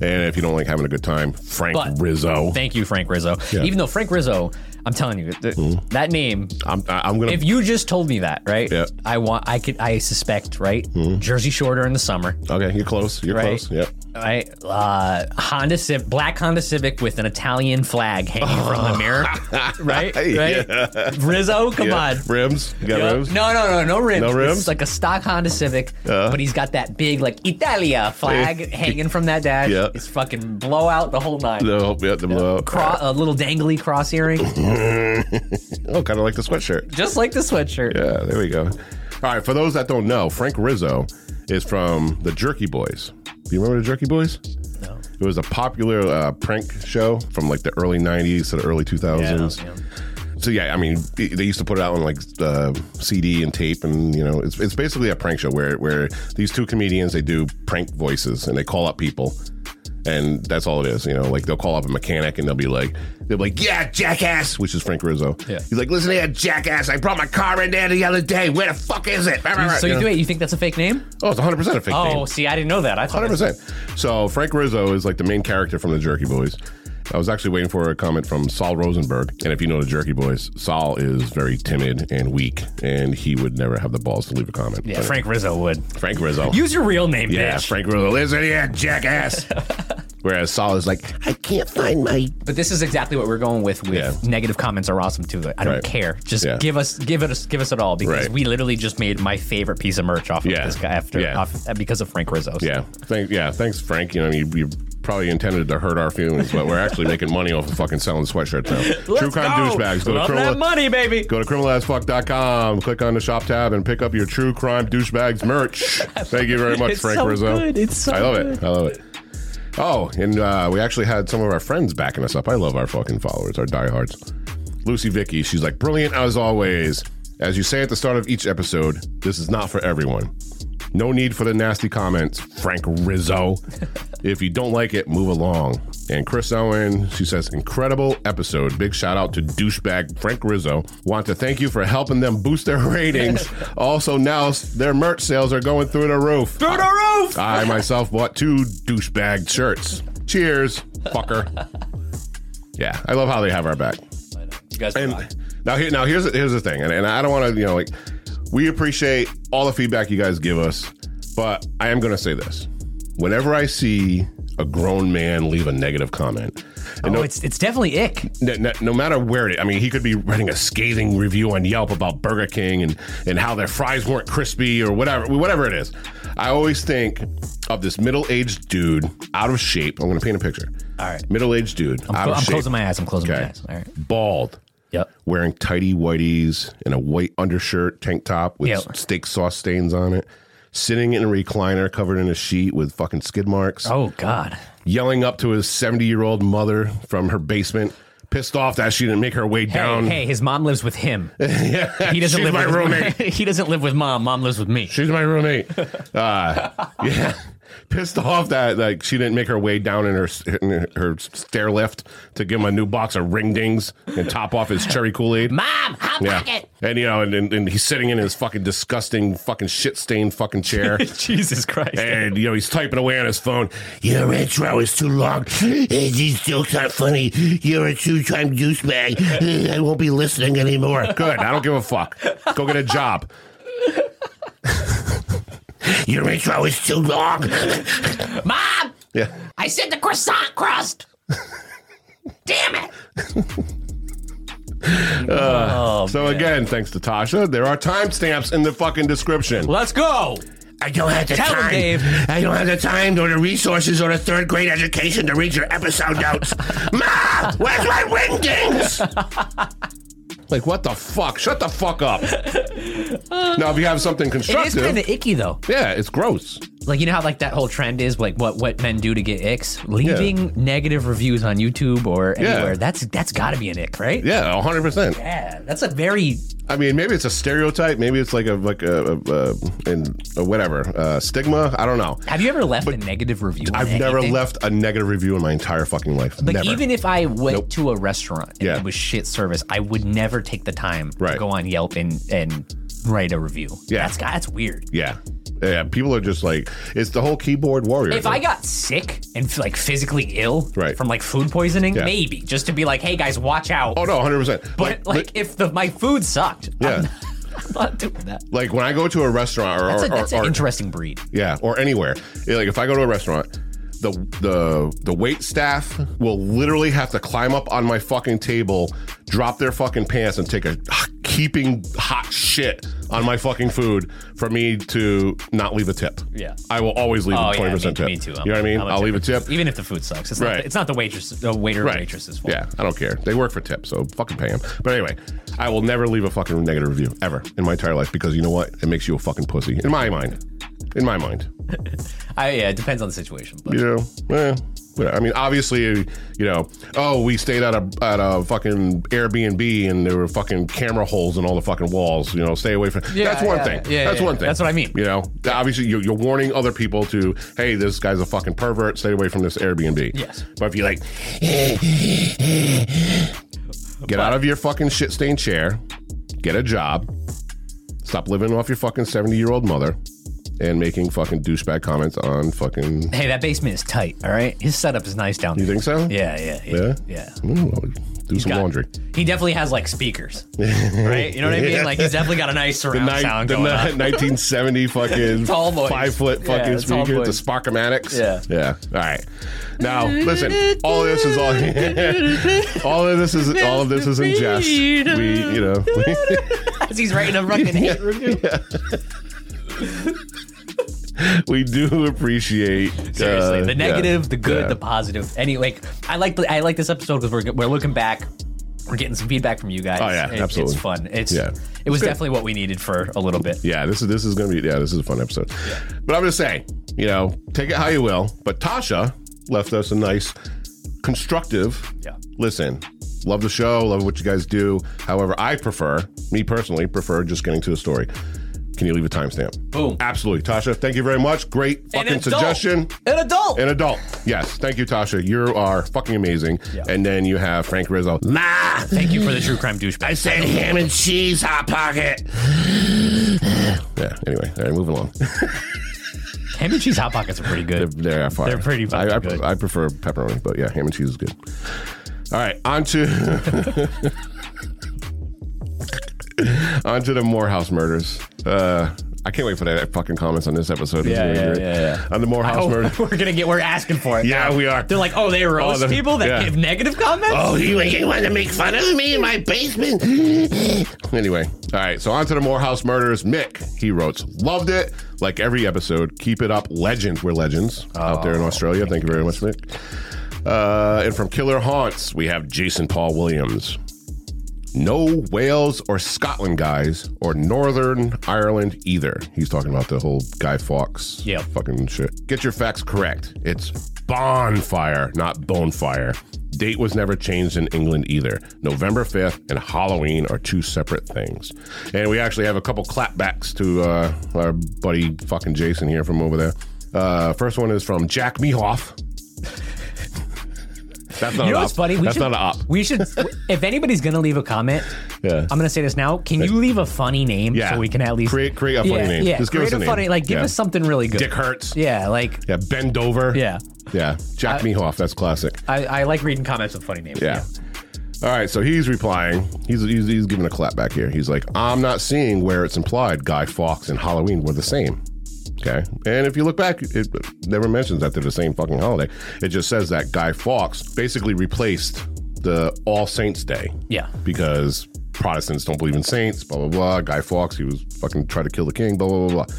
S2: And if you don't like having a good time, Frank
S3: But-
S2: Rizzo.
S3: Thank you, Frank Rizzo.
S2: Yeah.
S3: Even though Frank Rizzo, I'm telling you, th- that name.
S2: I'm I- I'm gonna
S3: If you just told me that, right?
S2: Yeah. Mm-hmm.
S3: I want. I could. I suspect, right? Jersey Shore during the summer.
S2: Okay, you're close. You're
S3: Right.
S2: close. Yep.
S3: right? Uh, Honda Civ, black Honda Civic with an Italian flag hanging from the
S2: (laughs)
S3: mirror, right? Right? Rizzo, come
S2: Oh. Yeah.
S3: on.
S2: Rims. You got
S3: Yup.
S2: rims?
S3: No, no, no, no rims.
S2: No rims? Uh.
S3: It's like a stock Honda Civic, but he's got that big like Italia flag
S2: (laughs)
S3: hanging from that dash.
S2: Yeah.
S3: It's fucking blowout the whole nine.
S2: No, yeah, the uh, blow.
S3: Cro- a little dangly cross earring,
S2: (laughs) Oh, kind of like the sweatshirt.
S3: just like the sweatshirt.
S2: Yeah, there we go. All right, for those that don't know, Frank Rizzo is from the Jerky Boys. Do you remember the Jerky Boys?
S3: No.
S2: It was a popular uh, prank show from like the early 90s to the early 2000s.
S3: Yeah.
S2: So yeah, I mean, it- they used to put it out on like uh, CD and tape, and you know, it's, it's basically a prank show where where these two comedians they do prank voices and they call up people, and that's all it is. You know, like they'll call up a mechanic and they'll be like, they'll be like, yeah, jackass, which is Frank Rizzo.
S3: Yeah.
S2: he's like, listen here, jackass, I brought my car in there the other day. Where the fuck is it?
S3: So you,
S2: know?
S3: wait, you think that's a fake name?
S2: Oh, it's 100 percent a fake name.
S3: Oh, see, I didn't know that. I thought.
S2: Hundred
S3: it was-
S2: percent. So Frank Rizzo is like the main character from the Jerky Boys. I was actually waiting for a comment from Saul Rosenberg, and if you know the Jerky Boys, Saul is very timid and weak, and he would never have the balls to leave a comment.
S3: Yeah,
S2: But
S3: Frank Rizzo would
S2: Frank Rizzo.
S3: use your real name,
S2: yeah,
S3: bitch.
S2: Frank Rizzo. Listen here,
S3: (laughs)
S2: jackass. Whereas Saul is like, I can't find my.
S3: But this is exactly what we're going with. With
S2: Yeah.
S3: negative comments are awesome too. I don't
S2: Right.
S3: care. Just
S2: Yeah.
S3: give us, give us, give us it all because
S2: Right.
S3: we literally just made my favorite piece of merch off
S2: Yeah.
S3: of this guy after
S2: Yeah.
S3: off, uh, because of Frank Rizzo.
S2: Yeah, thank yeah, thanks Frank. You know you. you Probably intended to hurt our feelings, but we're actually making money off of fucking selling sweatshirts now.
S3: Let's
S2: True crime
S3: go!
S2: douchebags. Go
S3: Love
S2: to
S3: that
S2: Corolla-
S3: money, baby.
S2: Go to criminalasfuck.com, click on the shop tab, and pick up your true crime douchebags merch. Thank you very much,
S3: It's
S2: Frank
S3: so
S2: Rizzo.
S3: good. It's so
S2: I love it.
S3: good.
S2: I love it. Oh, and uh, we actually had some of our friends backing us up. I love our fucking followers, our diehards. Lucy Vicky. She's like, brilliant as always. As you say at the start of each episode, this is not for everyone. No need for the nasty comments, Frank
S3: (laughs)
S2: Rizzo. if you don't like it, move along. And Chris Owen, she says, incredible episode. Big shout out to douchebag Frank Rizzo. Want to thank you for helping them boost their ratings.
S3: (laughs)
S2: also, now their merch sales are going through the roof.
S4: Through the roof!
S2: I myself bought two douchebag shirts. Cheers, fucker. Yeah, I love how they have our back.
S3: You guys
S2: And now here, now here's here's the thing, and, and I don't want to, you know, like we appreciate all the feedback you guys give us, but I am going to say this: whenever I see a grown man leave a negative comment, and
S3: Oh,
S2: no,
S3: it's it's definitely ick.
S2: no, no- no matter where it, I mean, he could be writing a scathing review on Yelp about Burger King and and how their fries weren't crispy or whatever, whatever it is. I always think of this middle-aged dude out of shape. I'm going to paint a picture. All
S3: right.
S2: middle-aged dude
S3: I'm,
S2: out
S3: clo-
S2: of
S3: I'm
S2: shape,
S3: closing my eyes. I'm closing
S2: Okay.
S3: my eyes. All right.
S2: bald
S3: Yep.
S2: wearing tidy whiteies and a white undershirt, tank top with
S3: Yeah.
S2: steak sauce stains on it, sitting in a recliner covered in a sheet with fucking skid marks,
S3: Oh God.
S2: yelling up to his 70 year old mother from her basement, pissed off that she didn't make her way down.
S3: Hey, hey, his mom lives with him.
S2: yeah,
S3: (laughs) He
S2: (laughs)
S3: doesn't
S2: she's
S3: live
S2: my
S3: with
S2: roommate.
S3: he doesn't live with mom. Mom lives with
S2: (laughs)
S3: me.
S2: She's my roommate. Uh, (laughs) yeah, pissed off that like she didn't make her way down in her in her stair lift to give him a new box of ring dings and top off his cherry Kool
S3: (laughs)
S2: Aid.
S3: Mom, hot
S2: Yeah.
S3: pocket.
S2: And you know, and, and, and he's sitting in his fucking disgusting, fucking shit stained fucking chair.
S3: Jesus Christ.
S2: and you know, he's typing away on his phone. Your intro is too long. Eh, These jokes aren't funny. You're a two time douchebag. Eh, I won't be listening anymore. Good. I don't give a fuck. Go get a job. (laughs) Your intro is too long.
S3: Mom,
S2: Yeah.
S3: I said the croissant crust. Damn it. Uh,
S2: So again, thanks to Tasha, there are timestamps in the fucking description.
S3: Let's go.
S2: I don't have the
S3: Tell him,
S2: time.
S3: Dave.
S2: I don't have the time or the resources or the third grade education to read your episode (laughs) notes. Ma, where's my wingdings? (laughs) like what the fuck? Shut the fuck (laughs) up. now, if you have something
S3: It is
S2: constructive,
S3: kind of icky though.
S2: yeah, it's gross.
S3: Like you know how like that whole trend is like what what men do to get icks, leaving negative reviews on YouTube or
S2: Yeah.
S3: anywhere. That's that's got to be an ick, right?
S2: Yeah, hundred percent.
S3: Yeah, that's a very
S2: I mean, maybe it's a stereotype. Maybe it's like a like a, a, a, in a whatever uh, stigma. I don't know.
S3: Have you ever left a negative review? on
S2: I've never
S3: anything?
S2: left a negative review in my entire fucking life.
S3: Like
S2: never.
S3: even if I went to a restaurant and
S2: Yeah.
S3: it was shit service, I would never take the time
S2: Right.
S3: to go on Yelp and and write a review.
S2: Yeah.
S3: that's that's weird.
S2: yeah. Yeah, people are just like it's the whole keyboard warrior.
S3: If
S2: thing.
S3: I got sick and like physically ill
S2: Right.
S3: from like food poisoning,
S2: Yeah.
S3: maybe just to be like, hey guys, watch out.
S2: Oh no, hundred percent.
S3: but like, if the my food sucked,
S2: yeah,
S3: I'm, (laughs) I'm not doing that.
S2: like when I go to a restaurant or,
S3: That's, a,
S2: or,
S3: that's an
S2: or-
S3: interesting breed.
S2: yeah, or anywhere. Yeah, Like if I go to a restaurant, the the the wait staff will literally have to climb up on my fucking table, drop their fucking pants, and take a keeping hot shit on my fucking food for me to not leave a tip.
S3: Yeah.
S2: I will always leave
S3: Oh
S2: a
S3: yeah,
S2: twenty
S3: me,
S2: percent tip.
S3: me too. I'm-
S2: you know what I mean?
S3: I'm
S2: I'll leave a tip.
S3: Even if the food sucks, it's
S2: Right.
S3: not. It's not the waitress, the waiter, or
S2: Right.
S3: waitress's fault.
S2: Yeah, I don't care. They work for tips, so fucking pay them. But anyway, I will never leave a fucking negative review ever in my entire life because you know what? It makes you a fucking pussy in my mind. In my mind,
S3: I, yeah, it depends on the situation. But
S2: you know. Eh, whatever. I mean, obviously, you know. Oh, we stayed at a at a fucking Airbnb and there were fucking camera holes in all the fucking walls. You know, stay away from.
S3: Yeah,
S2: that's one
S3: yeah,
S2: thing.
S3: yeah,
S2: that's
S3: yeah,
S2: one
S3: yeah.
S2: thing.
S3: That's what I mean.
S2: You know, obviously, you're, you're warning other people to, hey, this guy's a fucking pervert. Stay away from this Airbnb.
S3: Yes.
S2: But if you like, Get out of your fucking shit stained chair. Get a job. Stop living off your fucking 70 year old mother and making fucking douchebag comments on fucking.
S3: Hey, that basement is tight. All right, his setup is nice down
S2: You
S3: there.
S2: think so?
S3: Yeah, yeah,
S2: Yeah?
S3: yeah, yeah.
S2: Ooh, I'll do some
S3: got-
S2: laundry.
S3: He definitely has like speakers, right? You know
S2: (laughs)
S3: what I mean? Like he's definitely got a nice surround
S2: Ni-
S3: sound
S2: the
S3: going
S2: ni-
S3: on. (laughs)
S2: 1970 fucking
S3: Tall boys.
S2: five foot
S3: Yeah,
S2: fucking
S3: the tall
S2: speaker, the
S3: boys.
S2: Sparkomatics.
S3: Yeah.
S2: Yeah. All right. Now listen, all of this is all (laughs) all of this is all of this is in jest. We you know (laughs) we-
S3: (laughs) As he's writing a
S2: (laughs)
S3: fucking hit review.
S2: we do appreciate
S3: Seriously,
S2: uh,
S3: the
S2: yeah,
S3: negative, the good,
S2: yeah.
S3: the positive. Any like, I like the, I like this episode because we're we're looking back. We're getting some feedback from you guys.
S2: Oh, yeah,
S3: It-
S2: absolutely.
S3: It's fun. It's
S2: Yeah.
S3: it was
S2: Good.
S3: definitely what we needed for a little bit.
S2: Yeah, this is this is gonna be yeah, this is a fun episode. But I'm gonna say, you know, take it how you will. But Tasha left us a nice, constructive
S3: Yeah.
S2: listen. Love the show. Love what you guys do. However, I prefer, me personally, prefer just getting to the story. Can you leave a timestamp?
S3: Boom.
S2: Absolutely. Tasha, thank you very much. Great fucking suggestion.
S3: An adult.
S2: An adult. Yes. Thank you, Tasha. You are fucking amazing. And then you have Frank Rizzo. Ma!
S3: Thank you for the true crime douchebag.
S2: I said ham and cheese, Hot Pocket. (sighs) yeah, anyway. All right, moving along. (laughs)
S3: Ham and cheese hot pockets are pretty good.
S2: They're uh, fire.
S3: They're pretty fucking
S2: I, I,
S3: good.
S2: I prefer pepperoni, but yeah, ham and cheese is good. All right, on to (laughs) on to the Morehouse murders. Uh, I can't wait for that fucking comments on this episode. It's
S3: Yeah,
S2: gonna be
S3: yeah,
S2: great.
S3: yeah, yeah.
S2: On the
S3: (laughs)
S2: Morehouse
S3: Oh,
S2: murders.
S5: we're gonna get. We're asking for it.
S2: Yeah, we are.
S5: They're like, oh, they roast
S2: Oh, the-
S5: people that
S2: yeah.
S5: give negative comments.
S2: Oh, you, you want to make fun of me in my basement? (laughs) anyway, all right. So on to the Morehouse murders. Mick, he wrote, loved it. Like every episode, keep it up. Legend, we're legends out there in Australia. Thank you very much, Mick. Uh, and from Killer Haunts, we have Jason Paul Williams. No Wales or Scotland guys, or Northern Ireland either. He's talking about the whole Guy Fawkes
S3: Yep.
S2: fucking shit. Get your facts correct. It's bonfire, not bonfire. Date was never changed in England either. November 5th and Halloween are two separate things. And we actually have a couple clapbacks to uh, our buddy fucking Jason here from over there. Uh, first one is from Jack Mehoff. (laughs) That's
S5: You
S2: not an
S5: know what's
S2: op.
S5: funny? We
S2: That's
S5: should-
S2: not an op.
S5: We should. if anybody's gonna leave a comment,
S2: Yeah.
S5: I'm gonna say this now. Can you leave a funny name
S2: Yeah.
S5: so we can at least
S2: Create- create a funny
S5: yeah,
S2: name.
S5: Yeah,
S2: Just give
S5: create
S2: us a name.
S5: funny. Like, give
S2: Yeah.
S5: us something really good.
S2: Dick Hurts.
S5: Yeah, like
S2: Yeah, bend over.
S5: yeah.
S2: Yeah. Jack Mehoff. That's classic.
S5: I, I like reading comments with funny names.
S2: Yeah. All right. So he's replying. He's, he's, he's giving a clap back here. He's like, I'm not seeing where it's implied Guy Fawkes and Halloween were the same. Okay. And if you look back, it never mentions that they're the same fucking holiday. It just says that Guy Fawkes basically replaced the All Saints Day.
S5: Yeah.
S2: Because Protestants don't believe in saints, blah, blah, blah. Guy Fawkes, he was fucking trying to kill the king, blah, blah, blah, blah.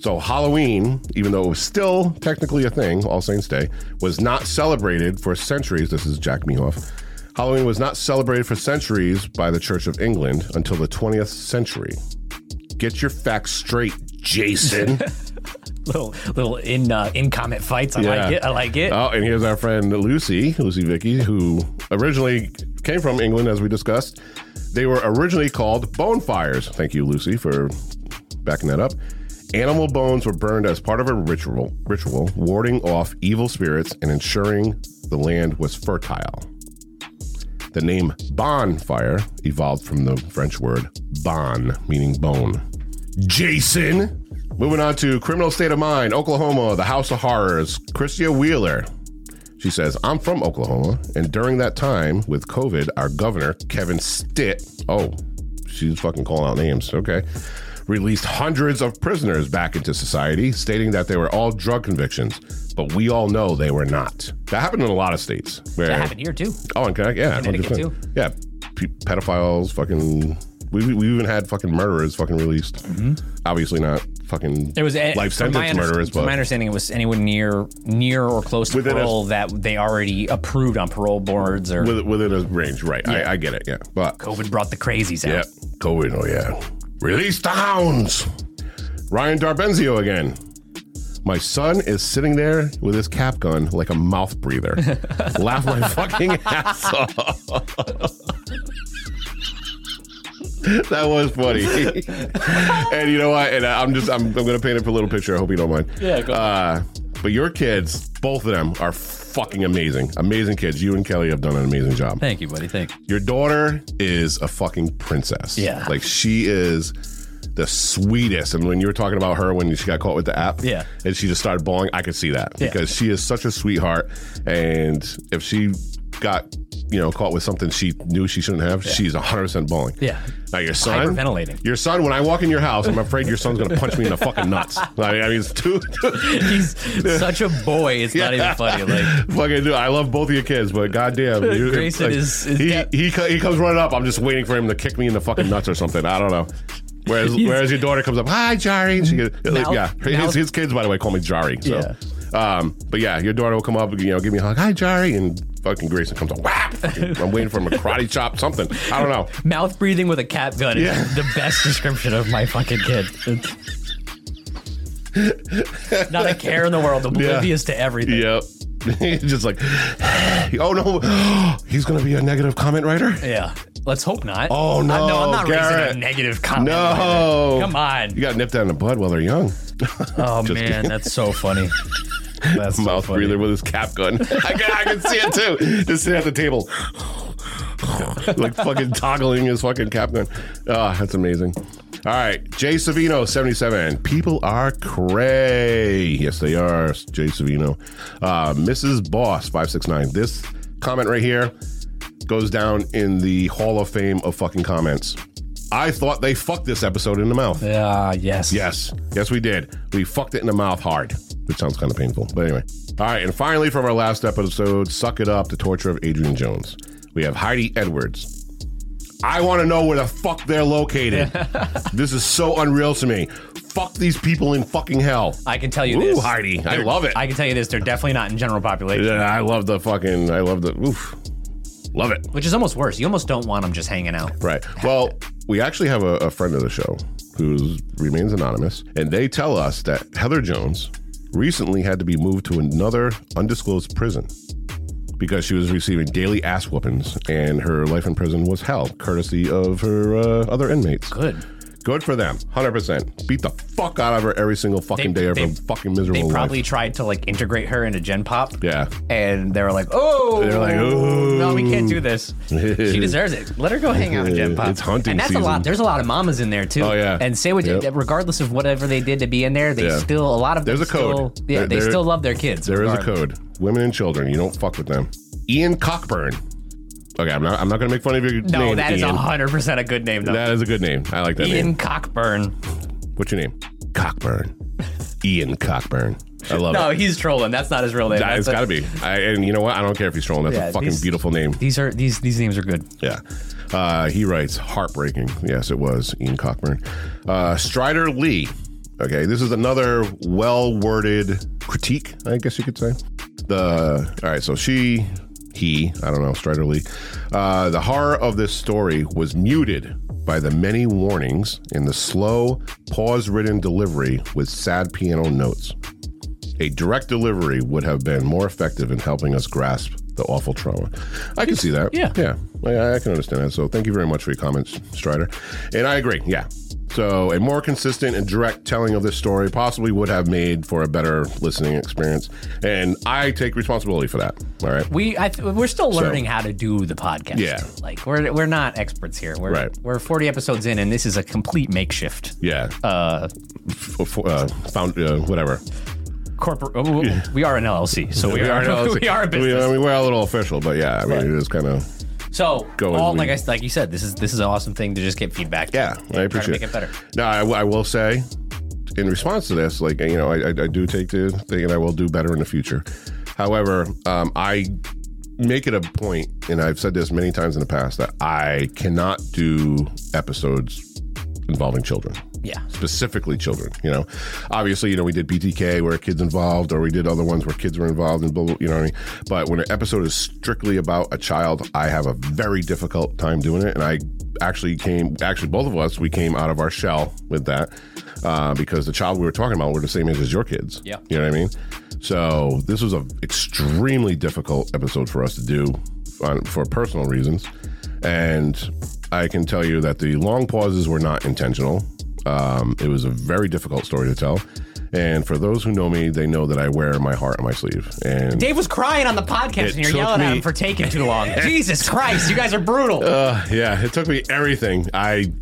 S2: So Halloween, even though it was still technically a thing, All Saints Day, was not celebrated for centuries. This is Jack Mehoff. Halloween was not celebrated for centuries by the Church of England until the 20th century. Get your facts straight, Jason.
S5: Little little in uh, in comment fights. I
S2: Yeah.
S5: like it. I like it.
S2: Oh, and here's our friend Lucy, Lucy Vicky, who originally came from England, as we discussed. They were originally called bonfires. Thank you, Lucy, for backing that up. Animal bones were burned as part of a ritual, ritual warding off evil spirits and ensuring the land was fertile. The name bonfire evolved from the French word bon, meaning bone. Jason. Moving on to Criminal State of Mind, Oklahoma, The House of Horrors, Christia Wheeler. She says, I'm from Oklahoma, and during that time with COVID, our governor, Kevin Stitt, oh, she's fucking calling out names, okay, released hundreds of prisoners back into society, stating that they were all drug convictions, but we all know they were not. That happened in a lot of states. Where,
S5: That happened here too.
S2: Oh, in Connecticut, yeah,
S5: Connecticut,
S2: 100%.
S5: too?
S2: Yeah, pe- pedophiles, fucking. We, we even had fucking murderers fucking released. Obviously not fucking.
S3: There was
S5: eh,
S3: a,
S2: life
S3: from my
S2: sentence
S3: under-
S2: murderers,
S3: From
S2: but
S3: my understanding, it was anyone near near or close to
S2: Within a-
S3: parole that they already approved on parole boards or
S2: with, within a range, right? I, I get it. Yeah, but
S5: COVID brought the crazies out.
S2: yeah, COVID. Oh yeah, release the hounds. Ryan Darbenzio again. My son is sitting there with his cap gun like a mouth (laughs) breather. Laugh my fucking ass off. (laughs) that was (laughs) funny. and you know what? And I'm just I'm, I'm gonna paint up a little picture. I hope you don't mind. Yeah, go uh, But your kids, both of them, are fucking amazing. Amazing kids. You and Kelly have done an amazing job.
S3: Thank you, buddy. Thank
S5: (laughs)
S3: you.
S2: Your daughter is a fucking princess.
S5: Yeah.
S2: Like she is the sweetest. And when you were talking about her when she got caught with the app,
S5: Yeah.
S2: and she just started bawling, I could see that because she is such a sweetheart. And if she got you know caught with something she knew she shouldn't have, she's 100 percent bawling.
S5: Yeah.
S2: Now your son,
S5: Hyperventilating.
S2: Your son, when I walk in your house, I'm afraid your son's gonna punch me in the fucking nuts.
S5: (laughs)
S2: I mean, I mean it's too.
S3: He's such a boy. It's not even funny. Like
S2: Fucking dude, I love both of your kids, but
S3: (laughs)
S2: goddamn, you-
S3: Grayson is- is
S2: he,
S3: def-
S2: he co- he comes running up. I'm just waiting for him to kick me in the fucking nuts or something. I don't know.
S3: (laughs)
S2: Whereas whereas your daughter comes up, hi Jari. She
S3: Mm-hmm.
S2: goes,
S5: Now-
S2: yeah,
S5: now-
S2: his, his kids by the way call me Jari. So.
S5: Yeah.
S2: Um, but yeah, your daughter will come up, you know, give me a hug, hi Jari, and fucking Grayson comes up,
S3: (laughs)
S2: whap. I'm waiting for him to karate chop something. I don't know.
S5: Mouth breathing with a cap gun
S2: Yeah.
S5: is the best description of my fucking
S2: (laughs)
S5: kid. It's- Not a care in the world, oblivious to everything.
S2: Yep. (laughs) He's just like, (gasps) oh no, (gasps) he's gonna be a negative comment writer.
S3: Yeah. Let's hope not.
S2: Oh, no,
S3: I, no I'm not
S2: Garrett.
S3: raising a negative comment.
S2: No,
S3: Come on.
S2: You got nipped out in the bud while they're young.
S3: Oh
S2: Just
S3: man,
S2: kidding.
S3: that's
S2: (laughs)
S3: so funny. That's so
S2: Mouth
S3: funny.
S2: breather with his cap gun. (laughs) I can, I can see it too. Just sitting at the table, (laughs) like fucking toggling his fucking cap gun. Ah, that's amazing. All right, Jay Savino, seventy-seven. People are cray. Yes, they are. Jay Savino, uh, Mrs. Boss, five six nine. This comment right here goes down in the Hall of Fame of fucking comments. I thought they fucked this episode in the mouth.
S3: Ah, yes.
S2: Yes. Yes, we did. We fucked it in the mouth hard, which sounds kind of painful. But anyway. All right. And finally, from our last episode, Suck It Up The Torture of Adrian Jones, we have Heidi Edwards. I want to know where the fuck they're
S3: (laughs)
S2: located. this is so unreal to me. Fuck these people in fucking hell.
S3: I can tell you
S2: Ooh,
S3: this.
S2: Heidi. I love it.
S3: I can tell you this. They're definitely not in general population,
S2: Yeah, I love the fucking, I love the, oof. Love it.
S3: which is almost worse. You almost don't want them just hanging out.
S2: Right. Well, we actually have a, a friend of the show who remains anonymous, and they tell us that Heather Jones recently had to be moved to another undisclosed prison because she was receiving daily ass whoopings, and her life in prison was hell, courtesy of her uh, other inmates.
S3: Good.
S2: Good for them, hundred percent. Beat the fuck out of her every single fucking
S3: They-
S2: day of
S3: they-
S2: her fucking
S3: They
S2: miserable
S3: probably
S2: life.
S3: tried to like integrate her into Gen Pop.
S2: Yeah.
S3: And they were like, oh,
S2: They're like, "Oh."
S3: no, we can't do this.
S2: (laughs)
S3: she deserves it. Let her go hang out in Gen Pop.
S2: It's hunting
S3: and that's a
S2: season.
S3: lot. There's a lot of mamas in there too.
S2: Oh, yeah.
S3: And say what,
S2: Yep.
S3: regardless of whatever they did to be in there, they
S2: Yeah.
S3: still a lot of them
S2: There's a code.
S3: Still, yeah,
S2: There-
S3: they
S2: there-
S3: still love their kids.
S2: There is a
S3: regardless.
S2: code. Women and children, you don't fuck with them. Ian Cockburn. Okay, I'm not. I'm not gonna make fun of your
S3: No,
S2: name.
S3: that is
S2: Ian.
S3: hundred percent a good name though.
S2: That is a good name. I like that
S3: Ian
S2: name.
S3: Cockburn.
S2: What's your name? Cockburn. Ian Cockburn. I love
S3: No,
S2: it.
S3: he's trolling. That's not his real name.
S2: Nah,
S3: That's
S2: it's
S3: a-
S2: got to be. I, and you know what? I don't care if he's trolling. That's
S3: Yeah,
S2: a fucking
S3: these-
S2: beautiful name.
S3: These are these these names are good.
S2: Yeah. Uh, he writes, heartbreaking. Yes, it was Ian Cockburn. Uh, Strider Lee. Okay, this is another well worded critique, I guess you could say. The all right, so she, he, I don't know, Strider Lee. Uh, the horror of this story was muted by the many warnings and the slow, pause ridden delivery with sad piano notes. A direct delivery would have been more effective in helping us grasp the awful trauma. I can see that.
S3: yeah.
S2: Yeah. I, I can understand that. So thank you very much for your comments, Strider. And I agree. Yeah. So a more consistent and direct telling of this story possibly would have made for a better listening experience. And I take responsibility for that. All right.
S3: We I, th- we're still learning how to do the podcast.
S2: Yeah.
S3: like we're we're not experts here. We're
S2: Right.
S3: we're 40 episodes in, and this is a complete makeshift.
S2: Yeah. Uh, uh found uh, whatever.
S3: Corporate. oh, oh, we are an LLC, so (laughs) we, are, we are a business.
S2: We, I mean, we're a little official, but yeah, I mean, it is kind of
S3: so
S2: Go as
S3: all,
S2: we-
S3: like I s- like you said, this is this is an awesome thing to just get feedback.
S2: Yeah, I
S3: try to
S2: appreciate
S3: make it better.
S2: No, I, I will say, in response to this, like you know, I, I, I do take the thing, and I will do better in the future. However, um, I make it a point, and I've said this many times in the past that I cannot do episodes involving children
S3: Yeah.
S2: specifically children. You know, obviously, you know, we did BTK where kids involved, or we did other ones where kids were involved, and blah, blah, you know what I mean. But when an episode is strictly about a child, I have a very difficult time doing it, and I actually came, actually, both of us, we came out of our shell with that uh, because the child we were talking about were the same age as your kids.
S3: Yeah.
S2: you know what I mean. So this was an extremely difficult episode for us to do on, for personal reasons. And I can tell you that the long pauses were not intentional. Um, it was a very difficult story to tell. And for those who know me, they know that I wear my heart on my sleeve. And
S3: Dave was crying on the podcast,
S2: It
S3: and you're
S2: took
S3: yelling at
S2: me-
S3: him for taking
S2: (laughs)
S3: too long. (laughs) Jesus Christ, you guys are brutal.
S2: uh, yeah, it took me everything. I,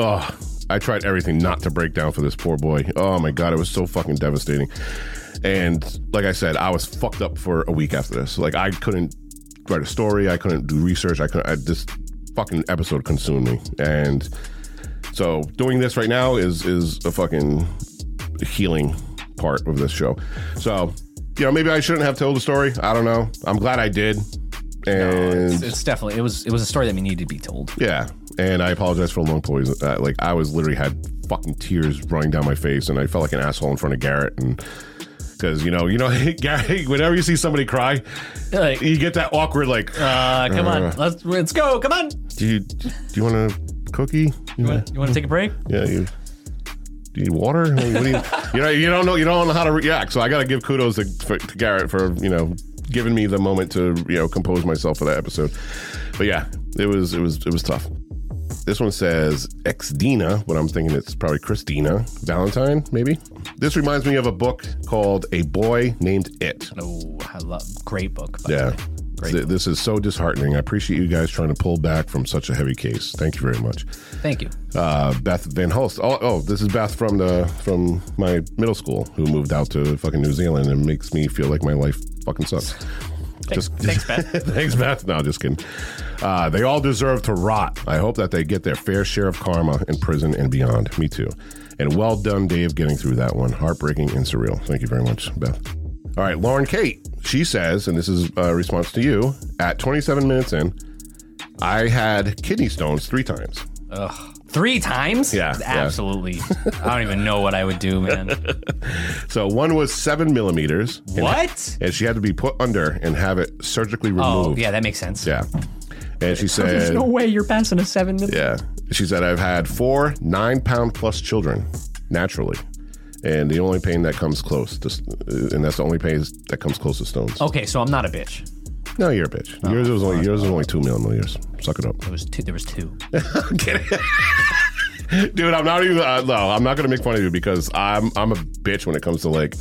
S2: oh, I tried everything not to break down for this poor boy. Oh my god, it was so fucking devastating. And like I said, I was fucked up for a week after this. Like I couldn't write a story. I couldn't do research. I couldn't. I, this fucking episode consumed me. And so doing this right now is is a fucking healing part of this show. So you know, maybe I shouldn't have told the story. I don't know. I'm glad I did. And
S3: it's, it's definitely it was it was a story that we needed to be told.
S2: yeah, and I apologize for the long poison. Uh, like I was literally had fucking tears running down my face, and I felt like an asshole in front of Garrett. And because you know, you know, (laughs) Garrett, whenever you see somebody cry,
S3: Like,
S2: you get that awkward like,
S3: uh, come on, let's let's go. Come on.
S2: do you do you want a cookie?
S3: You want to take a break?
S2: Yeah, you. do you need water? I mean, what do you, you know, you don't know, you don't know how to react. So I got to give kudos to, for, to Garrett for you know giving me the moment to you know compose myself for that episode. But yeah, it was it was it was tough. This one says Xdina, but I'm thinking it's probably Christina Valentine, maybe. This reminds me of a book called A Boy Named It.
S3: Oh, I love great book. By
S2: Yeah.
S3: The way. Great.
S2: Th- This is so disheartening. I appreciate you guys trying to pull back from such a heavy case. Thank you very much.
S6: Thank you.
S2: Uh, Beth Van Hulst. Oh, oh, this is Beth from the from my middle school who moved out to fucking New Zealand and makes me feel like my life fucking sucks. (laughs)
S3: Thanks, thanks, Beth.
S2: Thanks, Beth. No, just kidding. Uh, they all deserve to rot. I hope that they get their fair share of karma in prison and beyond. Me too. And well done, Dave, getting through that one. Heartbreaking and surreal. Thank you very much, Beth. All right, Lauren Kate. She says, and this is a response to you at 27 minutes in, I had kidney stones three times.
S3: Three times?
S2: Yeah, yeah.
S3: Absolutely. I don't even know what I would
S2: (laughs)
S3: do, man.
S2: So one was seven millimeters. and-
S3: what?
S2: And she had to be put under and have it surgically
S3: Oh,
S2: removed.
S3: yeah, that makes sense.
S2: Yeah. And she said,
S3: There's no way you're passing a seven million.
S2: Yeah. She said, I've had four nine pound plus children naturally. And the only pain that comes close, to, and that's the only pain that comes close to stones.
S3: Okay, so I'm not a bitch.
S2: No, you're a bitch. yours was only yours was only two millimeters. Suck it up,
S3: There was two. There was two.
S2: dude. I'm not even. Uh, no, I'm not gonna make fun of you because I'm I'm a bitch when it comes to like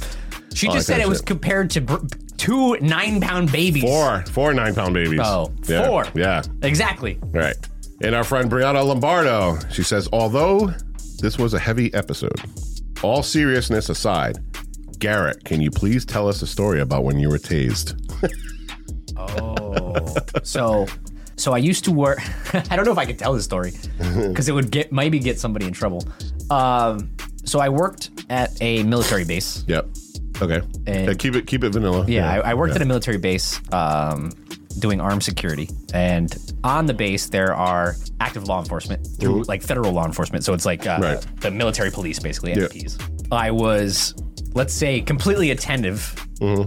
S3: She
S2: Oh,
S3: just
S2: I
S3: said it
S2: catch
S3: was
S2: it.
S3: compared to br- two nine pound babies.
S2: four four nine pound babies.
S3: Oh,
S2: yeah,
S3: four.
S2: Yeah,
S3: Exactly.
S2: All right. And our friend Brianna Lombardo, she says, although this was a heavy episode, all seriousness aside, Garrett, can you please tell us a story about when you were tased?
S3: So, so I used to work. (laughs) I don't know if I could tell this
S2: (laughs)
S3: story because it would get maybe get somebody in trouble. Um, so I worked at a military base.
S2: Yep. Okay.
S3: And-
S2: Yeah, keep it keep it vanilla.
S3: Yeah, I, I worked at a military base um, doing armed security. And on the base, there are active law enforcement through like federal law enforcement. So it's like uh,
S2: Mm-hmm. Right.
S3: the military police, basically,
S2: Yeah.
S3: MPs. I was, let's say, completely attentive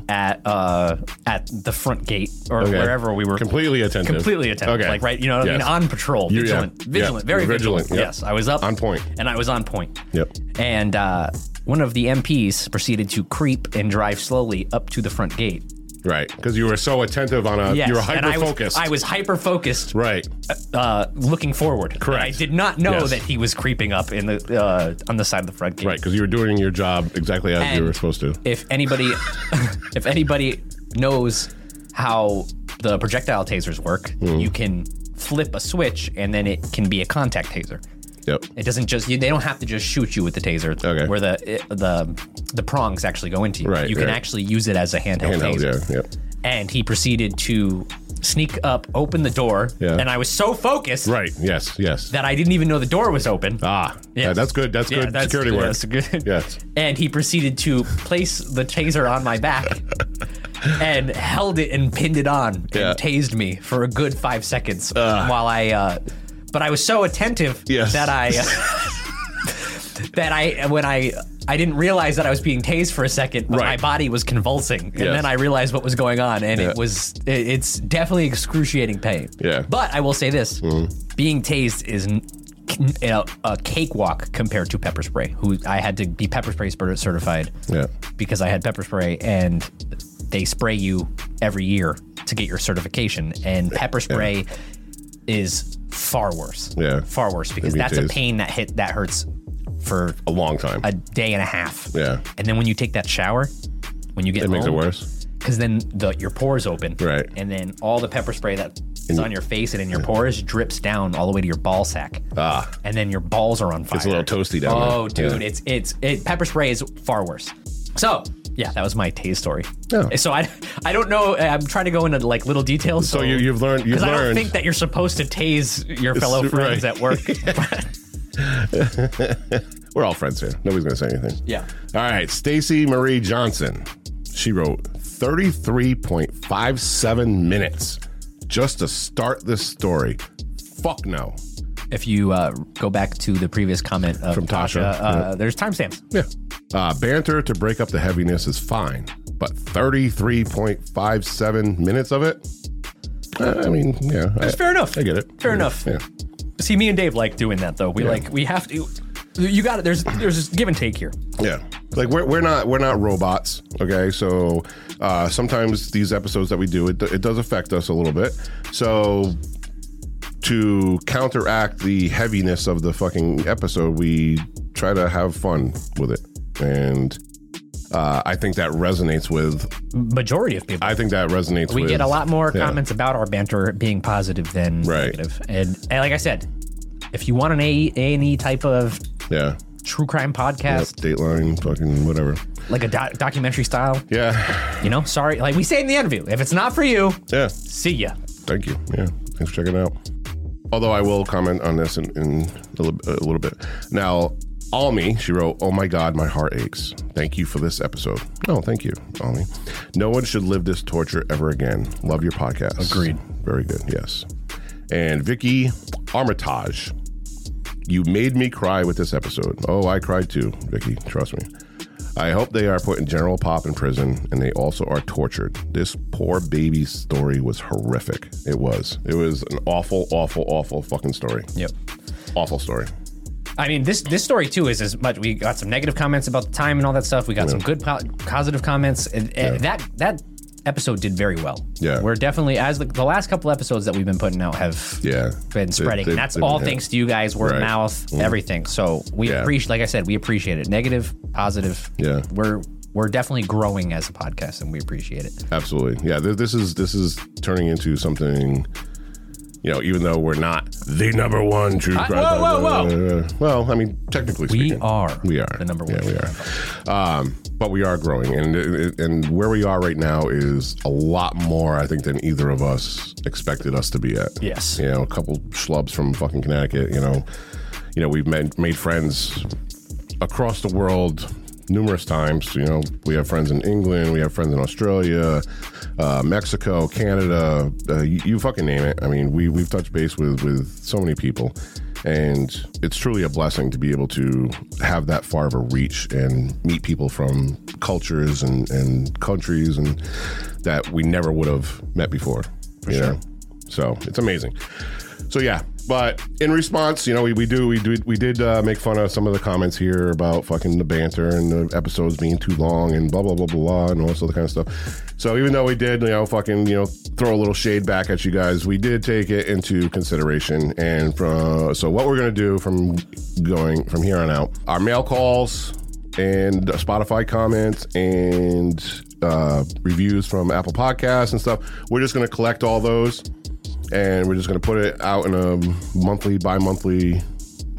S3: at uh, at the front gate or
S2: Mm-hmm. Okay.
S3: wherever we were.
S2: Completely attentive.
S3: Completely attentive.
S2: Okay.
S3: Like, right, you know what
S2: Yes.
S3: I mean? On patrol.
S2: You- yeah.
S3: Vigilant.
S2: Yeah.
S3: Vigilant. Very
S2: Vigilant,
S3: vigilant.
S2: yeah.
S3: Yes, I was up.
S2: On point.
S3: And I was on point.
S2: Yep.
S3: And uh, one of the MPs proceeded to creep and drive slowly up to the front gate.
S2: Right. Because you were so attentive on a
S3: Yes.
S2: Uh, you were
S3: and
S2: hyper
S3: I was-
S2: focused.
S3: I was hyper focused,
S2: Right.
S3: uh, looking forward.
S2: Correct.
S3: And I did not know
S2: Yes.
S3: that he was creeping up in the uh, on the side of the front gate.
S2: Right, because you were doing your job exactly as you
S3: And
S2: were supposed to.
S3: If anybody, (laughs) if anybody knows how the projectile tasers work,
S2: Mm-hmm.
S3: you can flip a switch and then it can be a contact taser.
S2: Yep.
S3: It doesn't just you, they don't have to just shoot you with the taser.
S2: Okay.
S3: Where the it- the the prongs actually go into you.
S2: Right,
S3: You can
S2: right.
S3: actually use it as a handheld,
S2: Handheld,
S3: taser.
S2: yeah. Yep.
S3: and he proceeded to sneak up, open the door,
S2: Yeah.
S3: and I was so focused
S2: Right. Yes. Yes.
S3: that I didn't even know the door was open.
S2: ah. Yeah,
S3: Yes.
S2: that's good. That's
S3: Yeah,
S2: good security
S3: yeah,
S2: work.
S3: that's
S2: (laughs)
S3: good.
S2: Yes.
S3: And he proceeded to place the taser on my
S2: (laughs)
S3: back and held it and pinned it on
S2: Yeah.
S3: and tased me for a good five seconds while I. Uh, but I was so attentive
S2: Yes. (laughs)
S3: that I. (laughs) that I when I. I didn't realize that I was being tased for a second, but my
S2: Right.
S3: body was convulsing, and
S2: Yes.
S3: then I realized what was going on, and
S2: Yeah.
S3: it was it, it's definitely excruciating pain.
S2: Yeah.
S3: But I will say this:
S2: Hmm.
S3: being tased is n- c- you know, a cakewalk compared to pepper spray. Who I had to be pepper spray spur- certified
S2: Yeah.
S3: because I had pepper spray, and they spray you every year to get your certification. And pepper spray is far worse.
S2: Yeah.
S3: far worse because
S2: Maybe
S3: that's a
S2: tased.
S3: pain that hit that hurts for
S2: A long time.
S3: a day and a half.
S2: Yeah.
S3: and then when you take that shower, when you get
S2: it makes it
S3: home,
S2: worse.
S3: because then the your pores open,
S2: Right.
S3: And then all the pepper spray that is on your face and in your pores drips down all the way to your ball sack.
S2: Ah.
S3: and then your balls are on fire.
S2: It's a little toasty down
S3: Oh,
S2: there.
S3: dude, it's it's it. Pepper spray is far worse. So yeah, that was my taste story.
S2: Yeah.
S3: So I I don't know. I'm trying to go into like little details. So,
S2: So you, you've learned. You've
S3: because I don't
S2: learned.
S3: think that you're supposed to tase your fellow
S2: It's-
S3: friends
S2: right. (laughs)
S3: at work.
S2: We're all friends here. Nobody's gonna say anything.
S3: yeah.
S2: All right, Stacy Marie Johnson. She wrote 33.57 minutes just to start this story. Fuck no.
S3: If you uh, go back to the previous comment of
S2: From Tasha,
S3: uh, there's timestamps.
S2: Yeah. Uh, banter to break up the heaviness is fine, but 33.57 minutes of it? Uh, I mean, yeah. I,
S3: Fair enough.
S2: I get it.
S3: Fair
S2: Yeah,
S3: enough.
S2: Yeah.
S3: See, me and Dave like doing that though. We like we have to.
S5: you got it. There's there's this give and take here.
S2: Yeah, like we're, we're not we're not robots. Okay, so uh, sometimes these episodes that we do it, it does affect us a little bit. So to counteract the heaviness of the fucking episode, we try to have fun with it, and uh, I think that resonates with.
S5: Majority of people.
S2: I think that resonates.
S5: we
S2: with,
S5: get a lot more
S2: yeah.
S5: comments about our banter being positive than
S2: Right.
S5: negative. And, and like I said, if you want an A A and E type of
S2: Yeah,
S5: true crime
S2: Yep,
S5: podcast,
S2: Dateline, fucking whatever.
S5: like a doc- documentary style,
S2: Yeah,
S5: you know, sorry, like we say in the interview, if it's not for you,
S2: yeah.
S5: see ya.
S2: Thank you. Yeah. Thanks for checking it out. Although I will comment on this in, in a, little, a little bit. Now, Almi, she wrote, Oh my God, my heart aches. Thank you for this episode. Oh, thank you, Almi. No one should live this torture ever again. Love your podcast.
S5: Agreed.
S2: Very good. Yes. And Vicky Armitage, you made me cry with this episode. Oh, I cried too, Vicky. Trust me. I hope they are put in General Pop in prison and they also are tortured. This poor baby's story was horrific. It was. It was an awful, awful, awful fucking story.
S5: Yep.
S2: Awful story.
S5: I mean, this this story too is as much. We got some negative comments about the time and all that stuff. We got some good po- positive comments. And, and That that episode did very well.
S2: Yeah.
S5: we're definitely as the, the last couple episodes that we've been putting out have
S2: Yeah.
S5: been
S2: They-
S5: spreading.
S2: they-
S5: and that's
S2: they-
S5: all
S2: yeah.
S5: thanks to you guys, word
S2: Right. Mm-hmm.
S5: of mouth, everything. So we
S2: Yeah.
S5: appreciate, like I said, we appreciate it. Negative, positive.
S2: Yeah.
S5: we're we're definitely growing as a podcast, and we appreciate it.
S2: Absolutely. Yeah. This, this is this is turning into something. You know, even though we're not the number one true crime.
S5: whoa, whoa,
S2: Uh, well, I mean, technically
S5: We
S2: speaking,
S5: are
S2: We are
S5: the number one.
S2: Yeah, we are. Um, but we are growing, and and where we are right now is a lot more, I think, than either of us expected us to be at.
S5: Yes.
S2: You know, a couple schlubs from fucking Connecticut. You know, you know, we've made made friends across the world numerous times. You know, we have friends in England, we have friends in Australia, uh, Mexico, Canada. Uh, you, you fucking name it. I mean, we we've touched base with with so many people, and it's truly a blessing to be able to have that far of a reach and meet people from cultures and and countries and that we never would have met before. you know, so it's amazing. So yeah, but in response, you know, we, we do we do we did uh, make fun of some of the comments here about fucking the banter and the episodes being too long and blah blah blah blah blah and all this other kind of stuff. So even though we did, you know, fucking you know throw a little shade back at you guys, we did take it into consideration. And from so what we're gonna do from going from here on out, our mail calls and Spotify comments and uh, reviews from Apple Podcasts and stuff, we're just gonna collect all those and we're just going to put it out in a monthly, bi monthly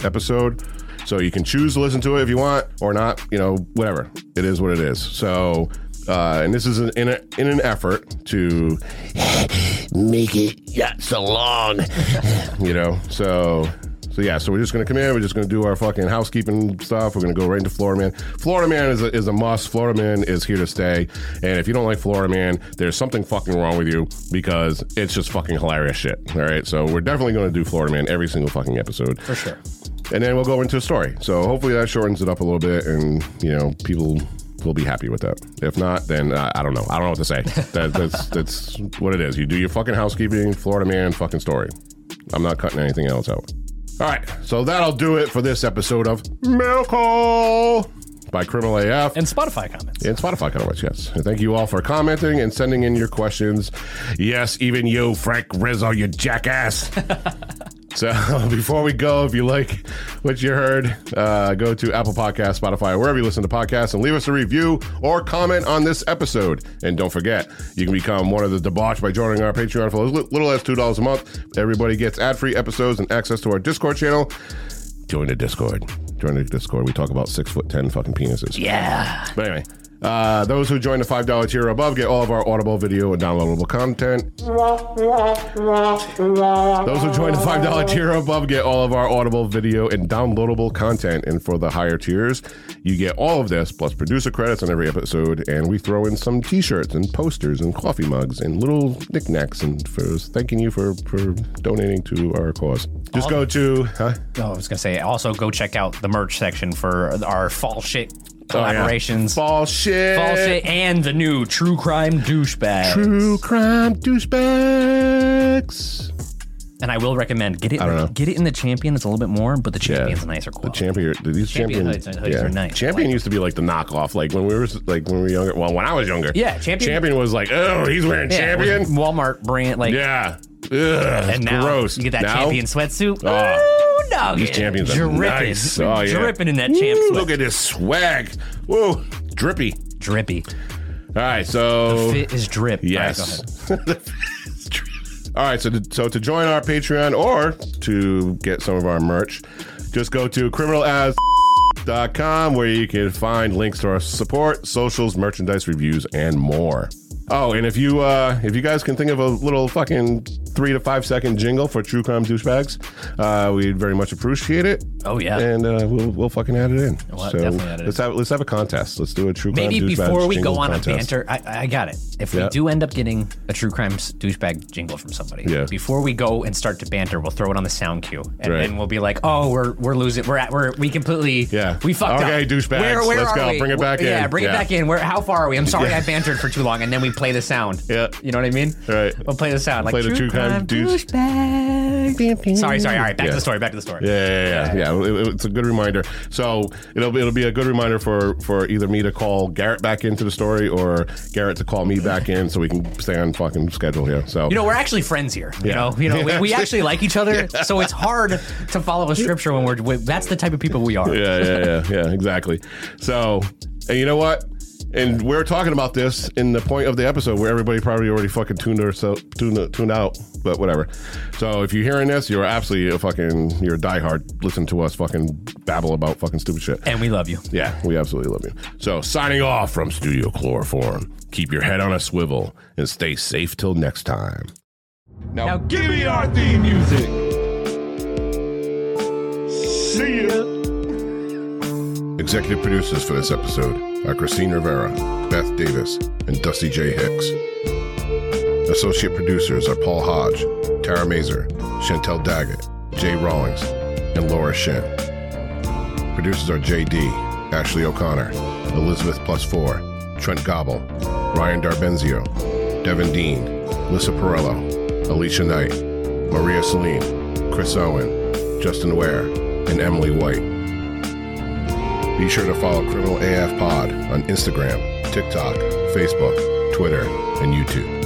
S2: episode. So you can choose to listen to it if you want or not, you know, whatever. It is what it is. So, uh, and this is an, in, a, in an effort to make it not so long, (laughs) you know. So, so yeah, so we're just going to come in. We're just going to do our fucking housekeeping stuff. We're going to go right into Florida Man. Florida Man is a, is a must. Florida Man is here to stay. And if you don't like Florida Man, there's something fucking wrong with you because it's just fucking hilarious shit. All right. So we're definitely going to do Florida Man every single fucking episode. For
S5: sure.
S2: And then we'll go into a story. So hopefully that shortens it up a little bit and, you know, people will be happy with that. If not, then uh, I don't know. I don't know what to say. That, that's, that's what it is. You do your fucking housekeeping, Florida Man fucking story. I'm not cutting anything else out. All right, so that'll do it for this episode of Miracle by Criminal AF
S5: And Spotify comments.
S2: and Spotify comments. Yes, and thank you all for commenting and sending in your questions. Yes, even you, Frank Rizzo, you jackass. (laughs) so (laughs) before we go, if you like what you heard, uh, go to Apple Podcasts, Spotify, wherever you listen to podcasts, and leave us a review or comment on this episode. And don't forget, you can become one of the debauched by joining our Patreon for as li- little as two dollars a month. Everybody gets ad-free episodes and access to our Discord channel. Join the Discord. Join the Discord. We talk about six foot ten fucking penises.
S5: Yeah.
S2: But anyway, uh, those who join the five dollar tier or above get all of our Audible video and downloadable content. Those who join the five dollar tier or above get all of our Audible video and downloadable content. And for the higher tiers, you get all of this plus producer credits on every episode, and we throw in some T-shirts and posters and coffee mugs and little knickknacks and for thanking you for for donating to our cause. Just go to huh?
S5: Oh, I was gonna say. Also, go check out the merch section for our fall shit collaborations.
S2: Oh, Fall shit.
S5: Fall shit and the new true crime douchebag.
S2: True crime douchebags.
S3: And I will recommend get it.
S2: don't know.
S3: Get it in the champion. It's a little bit more, but the champion's nicer
S2: The
S3: quality.
S2: champion, these champion,
S3: Champion hoods- hoods are nice.
S2: Champion
S3: Like-
S2: used to be like the knockoff, like when we were like when we were younger. Well, when I was younger,
S3: Yeah, Champion-
S2: Champion was like, oh, he's wearing
S3: Yeah, it was
S2: champion,
S3: Walmart brand. Like
S2: yeah, Ugh,
S3: and now
S2: gross.
S3: you get that
S2: Now,
S3: champion sweatsuit.
S2: Oh.
S3: Ooh, dog.
S2: These champions are
S3: dripping,
S2: nice. Oh, yeah.
S3: dripping in that
S2: Woo,
S3: champ sweat.
S2: Look at this swag. Whoa, drippy.
S3: Drippy.
S2: All right, so
S3: Fit is drip. All right, go ahead.
S2: Oh. Yes. (laughs) All right, so to, so to join our Patreon or to get some of our merch, just go to criminalass.com where you can find links to our support, socials, merchandise reviews, and more. Oh, and if you uh, if you guys can think of a little fucking three to five second jingle for True Crime Douchebags, uh, we'd very much appreciate it.
S3: Oh, yeah.
S2: and uh, we'll we'll fucking add it in.
S3: We'll
S2: so
S3: definitely add it in.
S2: let's have let's have a contest. Let's do a True Crime
S3: Maybe
S2: Douchebags
S3: before we
S2: jingle
S3: go on a
S2: contest.
S3: banter, I, I got it. If
S2: Yeah.
S3: we do end up getting a true crime s- douchebag jingle from somebody,
S2: Yeah.
S3: before we go and start to banter, we'll throw it on the sound cue, and
S2: Right.
S3: then we'll be like, "Oh, we're we're losing. We're at. We're we completely.
S2: Yeah.
S3: we fucked up.
S2: Okay, douchebags,
S3: Where, where
S2: let's
S3: are
S2: go.
S3: we?
S2: Bring it back
S3: yeah,
S2: in.
S3: bring
S2: Yeah.
S3: it back in. Where? How far are we? I'm sorry, I bantered for too long, and then we play the sound.
S2: Yeah.
S3: you know what I mean.
S2: Right.
S3: We'll play the sound.
S2: Play
S3: like
S2: the true crime douche-
S3: douchebag. sorry, sorry. All right, back
S2: Yeah.
S3: to the story. Back to the story.
S2: Yeah, yeah, yeah. yeah. It- it- it's a good reminder. So it'll be, it'll be a good reminder for for either me to call Garrett back into the story or Garrett to call me back in, so we can stay on fucking schedule here. So
S3: You know, we're actually friends here. You
S2: Yeah.
S3: know, you know,
S2: (laughs)
S3: we, we actually like each other, so it's hard to follow a scripture when we're. We, that's the type of people we are.
S2: yeah, yeah, yeah, yeah. Exactly. So, and you know what? And we're talking about this in the point of the episode where everybody probably already fucking tuned or so tuned, tuned out, but whatever. So if you're hearing this, you're absolutely a fucking you're a diehard. Listen to us fucking babble about fucking stupid shit.
S3: And we love you.
S2: Yeah, we absolutely love you. So, signing off from Studio Chloroform. Keep your head on a swivel and stay safe till next time. Now, give me our theme music. See ya. Executive producers for this episode are Christine Rivera, Beth Davis, and Dusty J. Hicks. Associate producers are Paul Hodge, Tara Mazer, Chantel Daggett, Jay Rawlings, and Laura Shin. Producers are JD, Ashley O'Connor, Elizabeth Plus Four, Trent Gobble, Ryan Darbenzio, Devin Dean, Lisa Perello, Alicia Knight, Maria Celine, Chris Owen, Justin Ware, and Emily White. Be sure to follow Criminal AF Pod on Instagram, TikTok, Facebook, Twitter, and YouTube.